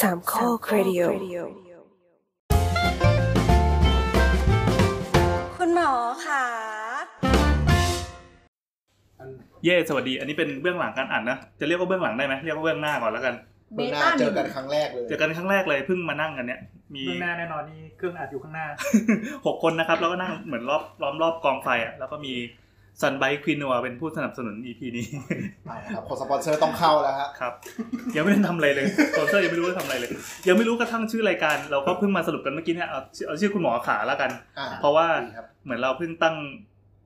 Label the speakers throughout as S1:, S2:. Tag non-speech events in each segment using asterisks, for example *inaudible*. S1: สามข้อครดิโอ
S2: คุณหมอค่ะ
S3: เย่สวัสดี อันนี้เป็นเบื้องหลังการอัดนะ จะเรียกว่าเบื้องหลังได้ไหมเรียกว่าเบื้องหน้าก่อนแล้วกัน
S4: เบต้าเจอกันครั้งแรกเลย
S3: เจอกันครั้งแรกเลยเพิ่งมานั่งกันเนี่ยมี
S5: เบื้องหน้าแน่นอนนี่เครื่องอัดอยู่ข้างหน้า
S3: หกคนนะครับ แล้วก็นั่งเหมือนรอบล้อมรอบกองไฟอ่ะแล้วก็มีซันไบควินัวเป็นผู้สนับสนุน EP นี้
S4: เอาละครับคนสปอนเซอร์ต้องเข้าแล้วฮะ
S3: ครับ ยังไม่ได้ทำอะไรเลยสปอนเซอร์ยังไม่รู้ว่าทำอะไรเลย ยังไม่รู้กระทั่งชื่อรายการ เราก็เพิ่งมาสรุปกันเมื่อกี้เนี่ยเอาเอาชื่อคุณหมอขาแล้วกัน
S4: อ่
S3: เพราะว่า
S4: ดีครับ
S3: เหมือนเราเพิ่งตั้ง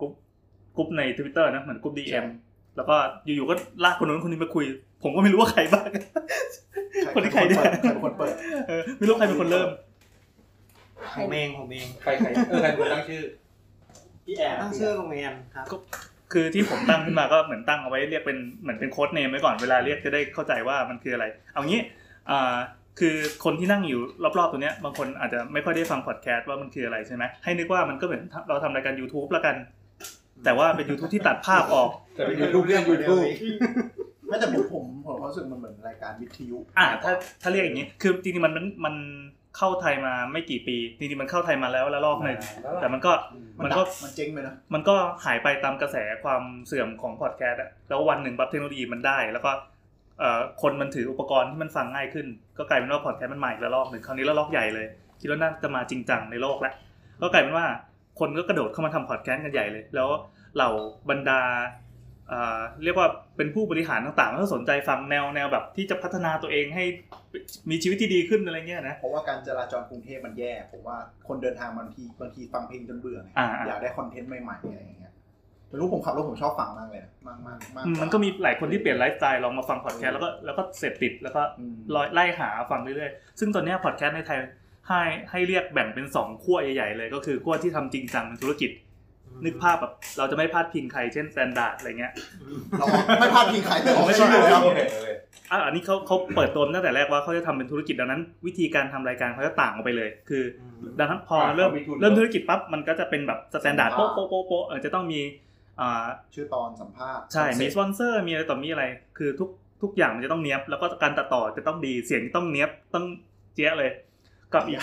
S3: กรุ๊ปกรุ๊ปใน Twitter นะเหมือนกรุ๊ป DM
S4: ใช่
S3: แล้วก็อยู่ๆก็ลากคนนู้นคนนี้มาคุย ผมก็ไม่รู้ว่าใครบ้าง คนที่ใครเนี่ย
S4: เปิดใครเป็นคนเปิด
S3: เออไม่รู้ใครเป็นคนเริ่ม
S6: ผมเองผมเอง
S7: ใครใครเออใครเป็นคนตั้งชื่อ
S6: พี่แอนตั้งชื่อโรงเรียนครับ
S3: คือที่ผมตั้งขึ้นมาก็เหมือนตั้งเอาไว้เรียกเป็นเหมือนเป็นโค้ดเนมไว้ก่อนเวลาเรียกจะได้เข้าใจว่ามันคืออะไร เอางี้อ่าคือคนที่นั่งอยู่รอบๆตัวเนี้ยบางคนอาจจะไม่ค่อยได้ฟังพอดแคสต์ว่ามันคืออะไรใช่ไหมให้นึกว่ามันก็เหมือนเราทำรายการ YouTube ละกัน แต่ว่าเป็น YouTube ที่ตัดภาพออก
S7: แต่เป็นยูทูบเรื่องยูทูบ
S4: ไม่แต่ผมผมผมรู้สึกมันเหมือนรายการวิทยุ
S3: อ่าถ้าถ้าเรียกอย่างนี้คือจริงๆมันมันมันเข้าไทยมาไม่กี่ปีจริงๆมันเข้าไทยมาแล้วละลอกหนึ่งแต่มันก็
S4: มัน
S3: มันก็
S4: ดับมันเจ๊งไปนะ
S3: มันก็หายไปตามกระแสความเสื่อมของพอดแคสต์อะแล้ววันหนึ่งบับเทคโนโลยีมันได้ แล้วก็เอ่อคนมันถืออุปกรณ์ที่มันฟังง่ายขึ้น ก็กลายเป็นว่าพอดแคสต์มันใหม่ระลอกหนึ่งคราวนี้ระลอกใหญ่เลย คิดว่าน่าจะมาจริงจังในโลกแล้วก็กลายเป็นว่าคนก็กระโดดเข้ามาทำพอดแคสต์กันใหญ่เลย แล้วเหล่าบรรดาเอ่อเรียกว่าเป็นผู้บริหารต่างๆก็สนใจฟังแนวแนวแบบที่จะพัฒนาตัวเองให้มีชีวิตที่ดีขึ้นอะไรเงี้ยนะ
S4: เพราะว่าการจราจรกรุงเทพมันแย่ ผมว่าคนเดินทางบางทีบางทีฟังเพลงจนเบื่อไง
S3: อ่า
S4: อยากได้คอนเทนต์ใหม่ๆอะไรอย่างเงี้ยไม่รู้ผมขับรถผมชอบฟังมากเลยนะมากมากมาก
S3: อืมมันก็มีหลายคนที่เปลี่ยนไลฟ์สไตล์ลองมาฟังพอดแคสต์แล้วก็แล้วก็เสพติดแล้วก็
S4: อืม
S3: ลอยไล่หาฟังเรื่อยๆ ซึ่งตอนเนี้พอดแคสต์ในไทยให้ให้เรียกแบ่งเป็นสองขั้วใหญ่ๆเลย ก็คือขั้วที่ทำจริงจังเป็นธุรกิจ นึกภาพแบบเราจะไม่พลาดพิงใครเช่นสแตนดาร์ดอะไรเงี้ย
S4: เราไม่พลาดพิงใค
S3: *laughs*
S4: รเลย
S7: ไม่
S4: ไม่
S7: ใช่
S4: ใช่เลยครับ
S7: เลย
S3: อ่ะอันนี้เขาเขาเปิดตัวมาตั้งแต่แรกว่าเขาจะทำเป็นธุรกิจดังนั้น วิธีการทำรายการเขาจะต่างออกไปเลย คือดังนั้นพอเริ่มเริ่มธุรกิจปั๊บมันก็จะเป็นแบบสแตนดาร์ดโป๊ะโป๊ะโป๊ะโป๊ะเออจะต้องมีอ่า
S4: ชื่อตอนสัมภาษณ์
S3: ใช่ มีสปอนเซอร์ มีอะไรต่อมีอะไร คือทุกทุกอย่างมันจะต้องเนี้ยบ แล้วก็การตัดต่อจะต้องดี เสียงต้องเนี้ยบ ต้องเจ๊ยะเลย กับอีก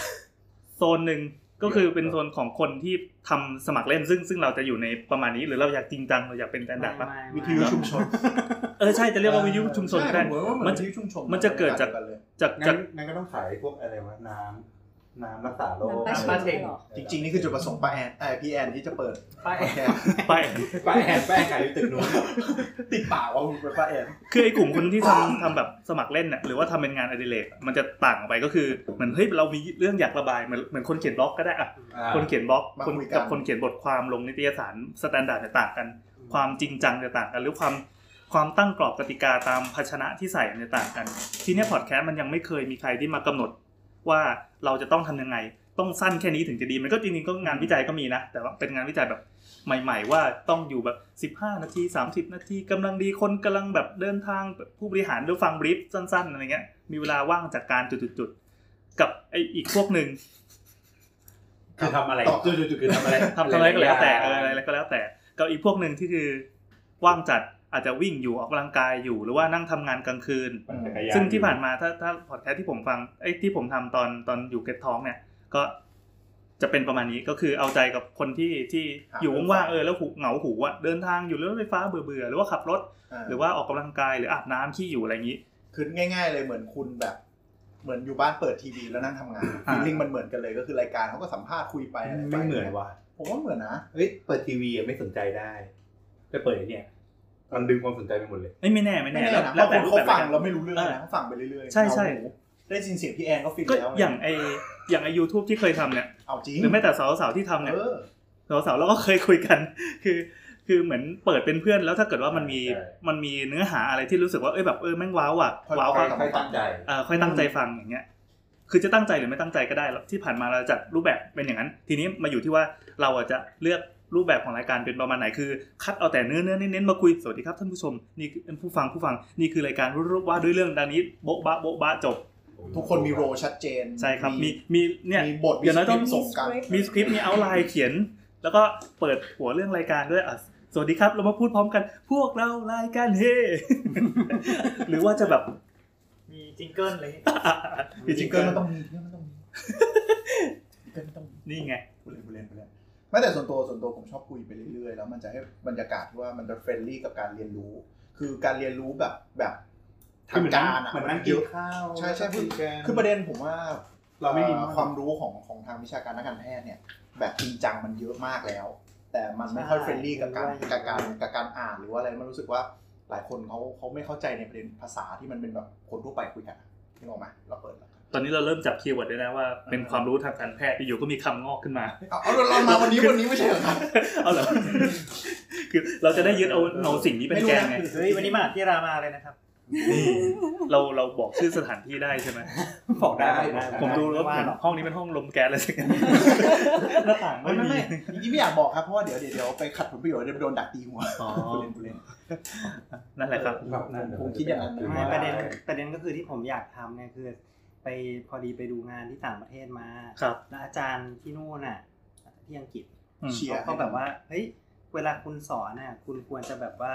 S3: โซนหนึ่งก็คือเป็นโซนของคนที่ทำสมัครเล่น ซึ่งซึ่งเราจะอยู่ในประมาณนี้ หรือเราอยากจริงจัง เราอยากเป็นแตนดาร์ดปะ
S4: วิทยุชุมชน
S3: เออ ใช่ จะเรียกว่าวิทยุชุมชนก็
S4: ใช่
S3: ได้
S4: ผมว่าเห
S3: มั
S4: มัน น
S3: จะ
S4: วิทยุชุมชน
S3: มันจะเกิดจาก
S4: หมือนนเลย
S3: จาก
S7: งั้
S3: จาก
S7: นงั้นก็ต้องขายพวกอะไรวะน้ำน้ำรักษาโรค
S2: น้ำรักษาโรค
S4: จริงๆ นี่คือจุดประสงค์ป้าแอนไอยพี่แอนที่จะเปิด
S3: *laughs*
S5: ป้าแอ
S4: พด
S5: น
S4: แคสต์
S3: ไป
S7: ๆป้าแอนป้าแอนขายอยู่ตึกนู้น
S4: ติดปากว่าคุณเป็นป้าแอน
S3: คือไอ้กลุ่มคนที่ทำทำแบบสมัครเล่นน่ะหรือว่าทำเป็นงานอดิเรกมันจะต่างออกไปก็คือเหมือนเฮ้ยเรามีเรื่องอยากระบายเหมือนเหมือนคนเขียนบล็อกก็ได้อะ
S7: อ่า
S3: คนเขียนบล็อก
S4: มา
S3: คน
S4: คุยกัน
S3: กับคนเขียนบทความลงนิตยสารสแตนดาร์ดจะต่างกัน ความจริงจังจะต่างกัน หรือความความตั้งกรอบกติกาตามภาชนะที่ใส่เนี่ยต่างกัน ทีเนี้พอดแคสต์มันยังไม่เคยมีใครที่มากำหนดว่าเราจะต้องทำยังไง ต้องสั้นแค่นี้ถึงจะดี มันก็จริงๆก็งานวิจัยก็มีนะ แต่ว่าเป็นงานวิจัยแบบใหม่ ๆ ว่าต้องอยู่แบบ 15 นาที 30 นาทีกำลังดีคนกำลังแบบเดินทางแบบผู้บริหารหรือฟังบรีฟสั้นๆอะไรเงี้ยมีเวลาว่างจากการจุดๆๆกับไออีกพวกหนึ่ง
S7: คือทำอะไร
S4: ตอบจุด
S7: คือทำอะไร
S3: ทำทำอะไรก็แล้วแต่เอออะไรก็แล้วแต่กับอีกพวกหนึ่งที่คือว่างจัดอาจจะวิ่งอยู่ออกกำลังกายอยู่หรือว่านั่งทำงานกลางคืน
S7: ปั่นจักรย
S3: ซึ่งที่ผ่านมาถ้าถ้าพอดแคสต์ที่ผมฟังไอ้ยที่ผมทำตอนตอนอยู่เก็ตท้องเนี่ย ก็จะเป็นประมาณนี้ก็คือเอาใจกับคนที่ที่
S4: หา
S3: อยู่
S4: เรื่อง
S3: ว่าง
S4: ฟั
S3: ๆ
S4: ง
S3: เออแล้วหูเหงาหูอะเดินทางอยู่รถไฟฟ้าเบื่อๆหรือว่าขับรถ หรือว่าออกกำลังกายหรืออาบน้ำขี้อยู่อะไรอย่างนี้
S4: คือง่าย ๆ เลยเหมือนคุณแบบ เหมือนอยู่บ้านเปิดทีวีแล้วนั่งทำงาน
S3: อ่า
S4: ฟีลลิ่งมันเหมือนกันเลยก็คือรายการเขาก็สัมภาษณ์คุยไปะรป
S7: ไม่เหมือนว่ะ
S4: ผมว่าเหมือนนะ
S7: เฮ้ยเปิดทีวีอะไม่สนใจได้แต่เปิดไอ้เนี่ยมันดึงความสนใจไปหมดเลย
S3: เอ้ยไม่แน่ไม่
S4: ไม่
S3: แน่
S4: แน่
S3: แล้ว
S4: นะ
S3: แล้ว
S4: เพ
S3: แต่
S4: ราะคน
S3: รูป
S4: เขา
S3: แบบ
S4: ฟัง
S3: แล้ว
S4: เราไม่รู้เรื่องนะ
S3: เออ
S4: เขาฟังไปเรื่อยๆ
S3: ใช่ใช่
S4: เอาหูได้ยินเสียงพี่แอนก็ฟิน
S3: ก็
S4: แล้ว
S3: อย่างไออย่างไอยูทูบที่เคยทำเนี่ย
S4: เอาจริง
S3: หรือแม้แต่สาวๆที่ทำเนี่ย
S4: เออ
S3: สาวๆเราก็เคยคุยกัน *laughs* คือ คือเหมือนเปิดเป็นเพื่อนแล้วถ้าเกิดว่ามันมี มันมีเนื้อหาอะไรที่รู้สึกว่า เอ้ยแบบ เออแม่งว้าวอ่ะ ว้าว
S7: ค่
S3: อ่ะ
S7: อยๆตั้งใจ
S3: เออค่อยตั้งใจฟังอย่างเงี้ย คือจะตั้งใจหรือไม่ตั้งใจก็ได้หรอกที่ผ่านมาเราจัดรูปแบบเป็นอย่างนั้น ทีนี้มาอยู่ที่ว่าเราอ่ะจะเลือกรูปแบบของรายการเป็นประมาณไหน คือ คัดเอาแต่เนื้อเนื้อเน้นๆมาคุย สวัสดีครับท่านผู้ชม นี่คือผู้ฟังผู้ฟัง นี่คือรายการรู้ว่าด้วยเรื่องดังนี้ โบ๊ะบะโบ๊ะบะจบ
S4: ทุกคนมีโรลชัดเจน
S3: ใช่ครับ มี มี เนี่ย
S4: มีบท
S3: เดี๋ยวน้อยต้อง
S4: มีส่งกัน
S3: มีสคริปต์มีเอาไลน์เขียน แล้วก็เปิดหัวเรื่องรายการด้วยอ่ะสวัสดีครับ *laughs* เรามาพูดพร้อมกัน พวกเรารายการเฮ หรือว่าจะแบบ *coughs*
S5: มีจิงเกิลอะไรอย่างเงี้ย
S3: มีจิงเกิล
S4: มันต้องมีเนี่ยมันต้องมีจิงเกิลมันต้องมี
S3: นี่ไง
S4: พูดเล่นพูดเล่นพูดเล่นไม่แต่ส่วนตัวส่วนตัวผมชอบคุยไปเรื่อยๆ แล้วมันจะให้บรรยากาศที่ว่ามันจะเฟรนลี่กับการเรียนรู้ คือการเรียนรู้แบบแบบทางการอ่ะ
S7: เหมือนนั่งกิ
S4: เย
S7: น
S4: อะ
S7: ข้าว
S4: ใช่ใช่พูด
S7: คุยกัน
S4: คือประเด็นผมว่า
S7: เราไม่มีมาก
S4: ความรู้ของของทางวิชาการด้านการแพทย์เนี่ย แบบจริงจังมันเยอะมากแล้ว แต่มันไม่ค่อย
S6: ใช่
S4: เฟรนลี่กับการ
S6: ใช่
S4: กับการกับการอ่านหรือว่าอะไรมันรู้สึกว่าหลายคนเขาเขาไม่เข้าใจในประเด็นภาษาที่มันเป็นแบบคนทั่วไปคุยกันอะนึกออกไหมเราเปิดแล้ว
S3: ตอนนี้เราเริ่มจับคีย์เวิร์ดได้แล้วว่าเป็นความรู้ทางการแพทย์อยู่ๆก็มีคำงอกขึ้นมา *laughs*
S4: เอาเอาเรามาวันนี้วันนี้ไม่ใช่เหรอครับ
S3: เอาเห *laughs* รอคือเราจะได้ยึดเอาเอาสิ่งนี้เป็นแกนไง
S5: เฮ้ยวันนี้มาที่รามาเลยนะครับ
S3: เราเราบอกชื่อสถานที่ได้ใช่ไหม
S6: บอกได้
S7: ได้ได้
S3: ผมดูแล้ว
S6: ว่า
S3: เห็น
S6: หรอก
S3: ห้องนี้เป็นห้องลมแก๊สอะไรสักอย่าง *laughs* หน้าต่าง
S4: ไม่
S3: ไม่มี
S4: ไม่ไม่จริงๆไม่อยากบอกครับเพราะว่าเดี๋ยวเดี๋ยวเดี๋ยวไปขัดผลประโยชน์เดี๋ยวโดนดักตีหัว
S3: อ๋อ
S4: ผู้เล่นผู้เล่น
S3: นั่นแหละครับ
S7: แบบนั้น
S4: ผมคิดอย่างนั้น
S6: ไม่ประเด็นประเด็นก็คือที่ผมอยากทำเนี่ยคือ ไปพอดีไปดูงานที่ต่างประเทศมา
S3: ครับ
S6: แล้วอาจารย์ที่นู่นน่ะที่อังกฤษ
S3: อืม
S4: เชียร์
S6: เขาก็แบบว่า เฮ้ย เวลาคุณสอนน่ะ คุณควรจะแบบว่า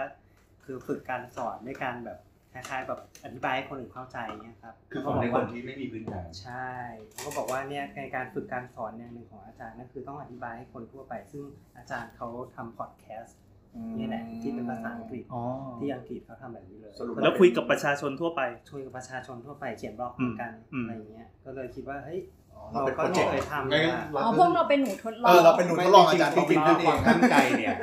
S6: คือฝึกการสอนด้วยการแบบ คล้ายๆแบบอธิบายให้คนอื่นเข้าใจเงี้ยครับ
S7: คือ
S6: เขา
S7: ของ
S6: บ
S7: ใน
S6: อก
S7: ค
S6: ว่าน
S7: ที่ไม่มีพื้นฐาน
S6: ใช่ เขาก็บอกว่าเนี่ยในการฝึกการสอนอย่างหนึ่งของอาจารย์นั่นคือต้องอธิบายให้คนทั่วไป ซึ่งอาจารย์เขาทำพอดแคสต์นี่แหละที่เป็นภาษาอังกฤษ
S3: อ๋อ
S6: ที่อังกฤษเขาทำแบบนี้เลย
S4: สรุป
S3: แล้วคุยกับประชาชนทั่วไป *laughs*
S6: ช่วยกับประชาชนทั่วไปเขียนบล็อกเหมือนกัน
S3: อืม
S6: อะไรอย่างเงี้ย ก็เลยคิดว่า เฮ้ย
S4: อ๋อเรา
S6: เรา
S4: เป็นโปร
S6: ก็
S4: เจกต์
S6: เคยทำ
S7: งั้น
S6: มา
S2: อ๋อพวกเราเป็นหนูทดลอง
S4: เออเราเป็นหนูทดลองอาจารย์
S7: จริงๆ
S4: ท
S7: คื
S4: ด
S7: อความ
S4: ลอ
S7: ตั้งใจเนี่ย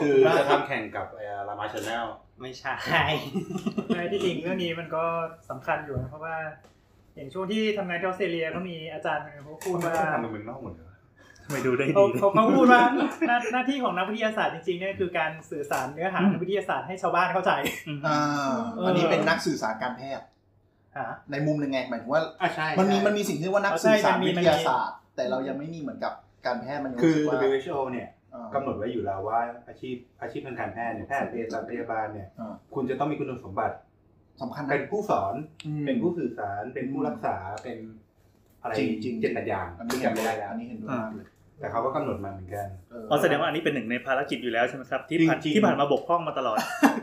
S7: คือจะทำแข่งกับรามาชแนล
S6: ไม่ใช่
S5: ในที่จริงเรื่องนี้มันก็สำคัญอยู่นะเพราะว่า อย่างช่วงที่ทำงานที่ออสเตรเลียก็มีอาจารย์คนหนึงเขาพูด
S7: คุณว่า
S5: ว่า
S7: ทำเป็นเมืองนอกหมดเลย
S3: ทำไมดูได้
S5: เขา
S3: ดี
S5: เขาเขาพูดว่า *laughs* หน้าหน้าที่ของนักวิทยาศาสตร์จริงๆเนี่ยคือการสื่อสารเนื้อหา
S3: อืม
S5: ทางวิทยาศาสตร์ให้ชาวบ้านเข้าใจ
S3: อืม
S4: อ่า
S5: เอออั
S4: อันนี้เป็นนักสื่อสารการแพทย์
S5: ฮะ
S4: ในมุมหนึ่งไงหมายถึงว่า
S7: อ่ะใช่
S4: มันมีมันมีสิ่งที่เรียกว่านัก
S5: อ๋อใช่
S4: สื่อสาร
S5: มันมี
S4: วิ
S5: มั
S4: ท
S5: นมี
S4: ยาศาสตร์ แต่เรายังไม่มีเหมือนกับการแพทย์มันยัง
S7: คือ
S4: รู้สึกว่า
S7: WHO เนี่ย
S4: อ่า
S7: กำหนดไว้อยู่แล้วว่าอาชีพอาชีพทางการแพทย์เนี่ยแพทย์เภสัชพยาบาลเนี่ย
S4: อ่า
S7: คุณจะต้องมีคุณสมบัติ
S4: สำคัญ
S7: เป็
S4: นะ
S7: นผู้สอนเป็นผู้สื่อสารเป็นผู้รักษาเป็นอะไร
S4: จริงจริง
S7: เจ็ดแปดอย่าง
S4: อันนี้เห็นด้
S7: จำไม่
S4: ว
S7: ได้
S4: ย
S7: แล้ว
S4: อันนี้เห็นด้วยมากเลย
S7: แต่เขาก็กำหนดมาเหมือนกัน
S4: เออ
S3: อ๋อแสดงว่าอันนี้เป็นหนึ่งในภารกิจอยู่แล้วใช่ไหมครับ ที่ผ่าน
S7: จริงๆ
S3: ที่ผ่านมาบกพร่องมาตลอด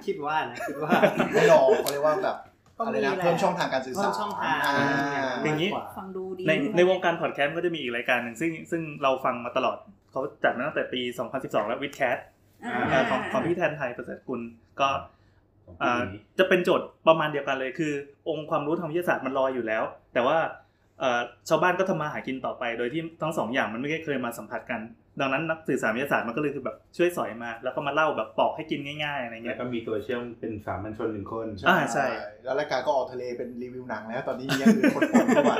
S6: คิดว่านะ คิดว่า
S4: ไม่รอเขาเรียกว่าแบบ
S6: ต้อง
S4: อะไร
S6: มี
S4: นะ
S6: แหละ
S4: เพิ่มช่องทางการสื่อสาร
S6: เพิ่มช่องทาง
S4: อ่า
S3: อย่างนี้
S2: ฟังดูดี
S3: ในในวงการพอดแคสต์ก็จะมีอีกรายการหนึ่งซึ่งซึ่งเราฟังมาตลอด เขาจัดมาตั้งแต่ปี 2012 แล้ววิดแคส
S2: อ่า
S3: ของของพี่แทนไทยประเสริฐกุลก็
S7: ของ
S3: อ่า
S7: ปีนี้
S3: จะเป็นโจทย์ประมาณเดียวกันเลยคือ องค์ความรู้ทางวิทยาศาสตร์มันลอยอยู่แล้ว แต่ว่าเอ่อชาวบ้านก็ทำมาหากินต่อไป โดยที่ทั้งสองอย่างมันไม่ได้เคยมาสัมผัสกัน ดังนั้นนักสื่อสารวิทยาศาสตร์มันก็เลยคือแบบช่วยสอยมา แล้วก็มาเล่าแบบปอกให้กินง่ายๆอะไร
S7: แล้
S3: เงี้
S7: วย ก็มีตัวเชื่อมเป็นสามัญชนหนึ่งคน
S3: อ่าใช่
S4: แล้วรายการก็ออกทะเลเป็นรีวิวหนังแล้วตอนนี้ยังเป็นคนๆเข้ามา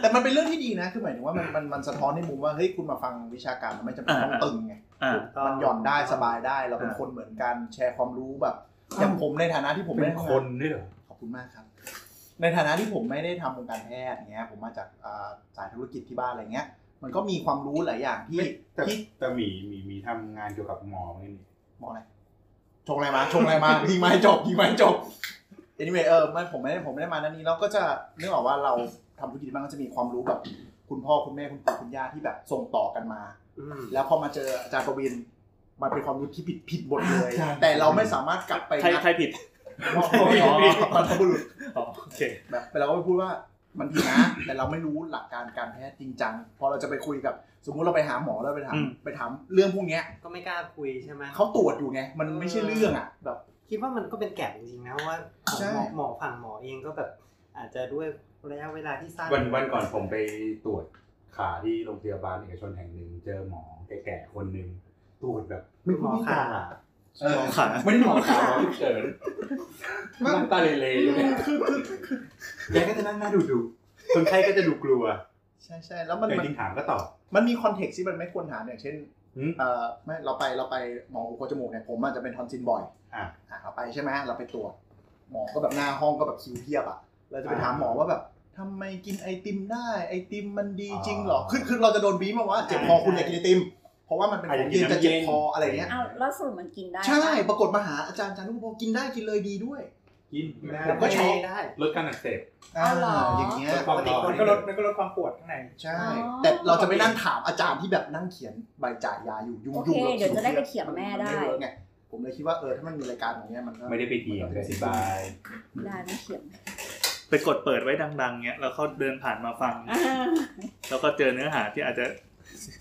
S4: แต่มันเป็นเรื่องที่ดีนะ คือหมายถึงว่ามันมันมันสะท้อนในมุมว่าเฮ้ยคุณมาฟังวิชาการมันไม่จำเป็นต้องตึงไง
S3: อ่า
S4: มันหย่อนได้สบายได้เราเป็นคนเหมือนกันแชร์ความรู้แบบอย่างผมในฐานะที่ผม
S7: เป็
S4: ไม่
S7: น
S4: ได้
S7: คนด้วยเหรอ
S4: ขอบคุณมากครับ ในฐานะที่ผมไม่ได้ทำวงการแพทย์เงี้ยผมมาจากอ่าสายธุรกิจที่บ้านอะไรเงี้ย มันก็มีความรู้หลายอย่างที่
S7: แต่
S4: ที่
S7: แต่หมีหมีหมีทำงานเกี่ยวกับหมอเหมือนกันนี่
S4: มองอะไรชงอะไรมาชงอะไรมายิงไม้จบยิงไม้จบ anyway เออไม่ผมไม่ได้ผมไม่ได้มาด้านนี้เราก็จะนึกออกว่าเราทำธุรกิจบ้างก็จะมีความรู้แบบคุณพ่อคุณแม่คุณปู่คุณย่าที่แบบส่งต่อกันมา
S6: อืม
S4: แล้วพอมาเจออาจารย์ประวินมันเป็นความรู้ที่ผิดผิดหมดเลย
S7: ใช่
S4: แต่เราไม่สามารถกลับไป
S3: ใคร
S4: นะ
S3: ใครผิด
S4: พ่อพ่อ
S3: ใครผิด
S4: อ๋ *laughs* อบรรพบุรุษ
S3: อ๋อโอเค
S4: แบบแต่เราก็ไปพูดว่ามันผิดนะ แต่เราไม่รู้หลักการการแพทย์จริงจังพอเราจะไปคุยกับ สมมุติเราไปหาหมอแล้วไปถาม
S3: อืม
S4: ไปถามเรื่องพวกเนี้ย
S6: ก็ไม่กล้าคุยใช่ไหม
S4: เขาตรวจอยู่ไง มันไม่ใช่เรื่องอ่ะแบบ
S6: คิดว่ามันก็เป็นแก็บจริงๆนะว่าของ
S4: ใช่
S6: หมอหมอฝั่งหมอเองก็แบบอาจจะด้วยระยะเวลาที่สั้น
S7: วันวันก่อนผมไปตรวจขาที่โรงพยาบาลเอกชนแห่งหนึ่งเจอหมอแก่ๆคนหนึ่งตรวจแบบไม่พูดไม่จา
S4: เออ
S3: หมอขา
S7: ไม่ได้หมอขาหมอฉุกเฉิน
S4: มัน
S7: น้ำตาเลยๆอยู่เลย
S4: คือคือ
S7: แกก็จะนั่งหน้าดูดูๆคนไข้ก็จะดูกลัว
S4: ใช่ใช่แล้วมัน
S7: แต่
S4: มัน
S7: จริงๆถามก็ตอบ
S4: มันมีคอนเท็กซ์ที่มันไม่ควรถามอย่างเช่น
S7: หืม
S4: เออไม่เราไปเราไปหมอหูคอจมูกเนี่ยผมอาจจะเป็นทอนซิลบ่อย
S7: อ่ะ
S4: อ่ะเราไปใช่ไหมเราไปตรวจหมอก็แบบหน้าห้องก็แบบคิวเทียบอ่ะ เราจะไปถามหมอว่าแบบทำไมกินไอติมได้ไอติมมันดีจริงเหรอ
S7: อ๋อ
S4: คือคือเราจะโดนบีบมาว่าเจ็บคอคุณอย่ากินไอติม เพราะว่ามันเป็นของเย็นจะเจ็บคออะไรเงี้ย
S2: เอาแล้วสรุปมันกินได้
S4: ใช่
S2: ปะ
S4: ปรากฏมาหาอาจารย์อาจารย์นุพงศ์กินได้กินเลยดีด้วย
S7: กินไม่ได้
S4: ผมก็ชอบ
S6: ได้
S7: ลดการอักเสบ
S4: อ่าอย่างเงี้ย
S7: ปกติค
S5: มันก็ลดมันก็ลดความปวดข้างใน
S4: ใช่ แต่เราจะไปนั่งถามอาจารย์ที่แบบนั่งเขียนใบจ่ายยาอยู่ยุ่ง
S2: โอเค
S4: ยุ่ง
S2: เดี๋ยวจะได้ไปเถียงแม่ได้
S4: ไงผมเลยคิดว่าเออถ้ามันมีรายการอย่างเงี้ยมันก็
S7: ไม่ได้ไปเทียงแต่อธิบาย
S2: ได้นะเถียง
S3: ไปกดเปิดไว้ดัง ๆเนี้ยแล้วเขาเดินผ่านมาฟัง
S2: อ่า
S3: แล้วก็เจอเนื้อหาที่อาจจะ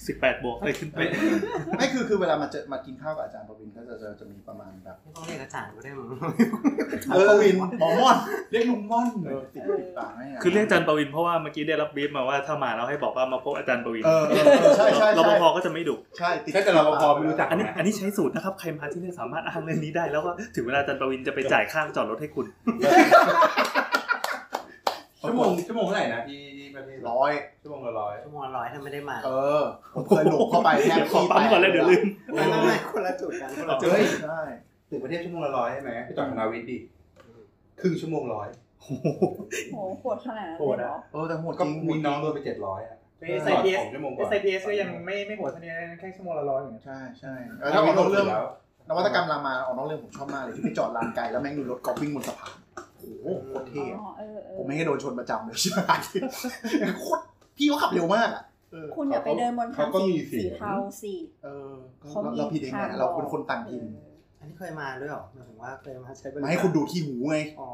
S3: สิบแปดบวกอะไรขึ้นไป
S4: ไม่คือคือเวลามาเจอมากินข้าวกับอาจารย์ประวินก็จะจะจะมีประมาณแบบ
S6: ไม่ต้องเรียกอาจารย์ก็ได้
S4: *laughs*
S6: มั้
S4: ห
S6: ง
S4: มอประวินหมอม่อนเรียกลุงม่อนติดติดปากให้ะ
S3: คือเรียกอาจารย์ประวินเพราะว่าเมื่อกี้ได้รับบรีฟมาว่าถ้ามาแล้วให้บอกว่ามาพบอาจารย์ประวิน
S4: เออเออเออใช่ใช่
S3: รป
S4: ใช่
S3: ภก็จะไม่ดุ
S4: ใช่ติด
S7: ใช่แต่รปภไม่รู้จัก
S3: อันนี้อันนี้ใช้สูตรนะครับ ใครมาที่นี่สามารถอ้างเรื่องนี้ได้แล้วว่าถึงเวลาอาจารย์ประวินจะไปจ่ายค่าจอดรถให้คุณ
S7: ชั่วโมงชั่วโมงเท่าไหร่นะที่ที่ประเทศ
S4: ร้อย
S7: ชั่วโมงละร้อย
S6: ชั่วโมงละร้อยถ้าไม่ได้มา
S4: เออผมเคยหลบเข้าไปแทบ
S3: เดี๋ยวขอ
S4: ที่
S3: ปั๊มก่อนแล้วเดี๋ยวลืม
S6: ไม่ไม่ไม่คนละจุดกันคนละจุด
S4: เฮ้ยใช่
S7: ถึงประเทศชั่วโมงละร้อยใช่ไหมไปจอดของนาวิทดิครึ่งชั่วโมงร้อย
S2: โหโหดขนาดนั้นเลยเหรอ
S4: เออแต่โหดจ
S7: ก็
S4: ริง
S7: มีน้องโดนไปเจ็ดร้อยอะ
S5: เออ SIPS
S7: จอดสองชั่วโมงก
S5: เอ
S7: ว่า
S5: สไอพีเอสก็ยังไม่ไม่หัวเสนียแค่ชั่วโมงละร้อยอย่างเงี้ย
S4: ใช่ใช่เออถ้าออกนอกเรื่อง
S7: แล้ว
S4: นวัตกรรมรามาออกนอกเรื่องผมชอบมากเลยที่ไปจอดลานไกลแล้วแม่งมีรถกอล์ฟวิ่งบนสะพานโอ้โหโคตร
S2: อ๋
S4: เท่อะ
S2: อเออเออ
S4: ผมไม่ได้โดนชนประจำเลยใช่ไหมโคตรพี่เขาขับเร็วมากอ่ะเออ
S2: คุณอย่าไปเดินบนทาง
S7: เขาก็มีเสี
S2: สี
S7: ยง
S2: เทาสิ
S4: เออก็
S2: เขามี
S4: เราผิดเองแห
S2: ทา
S4: ละ
S2: ง
S4: เราเป็นคนต่างถิ่น
S6: อันนี้เคยมาด้วยเหรอหมายถึงว่าเคยมาใช้บริการ
S4: มาให้คุณดูที่หูไง
S6: อ๋อ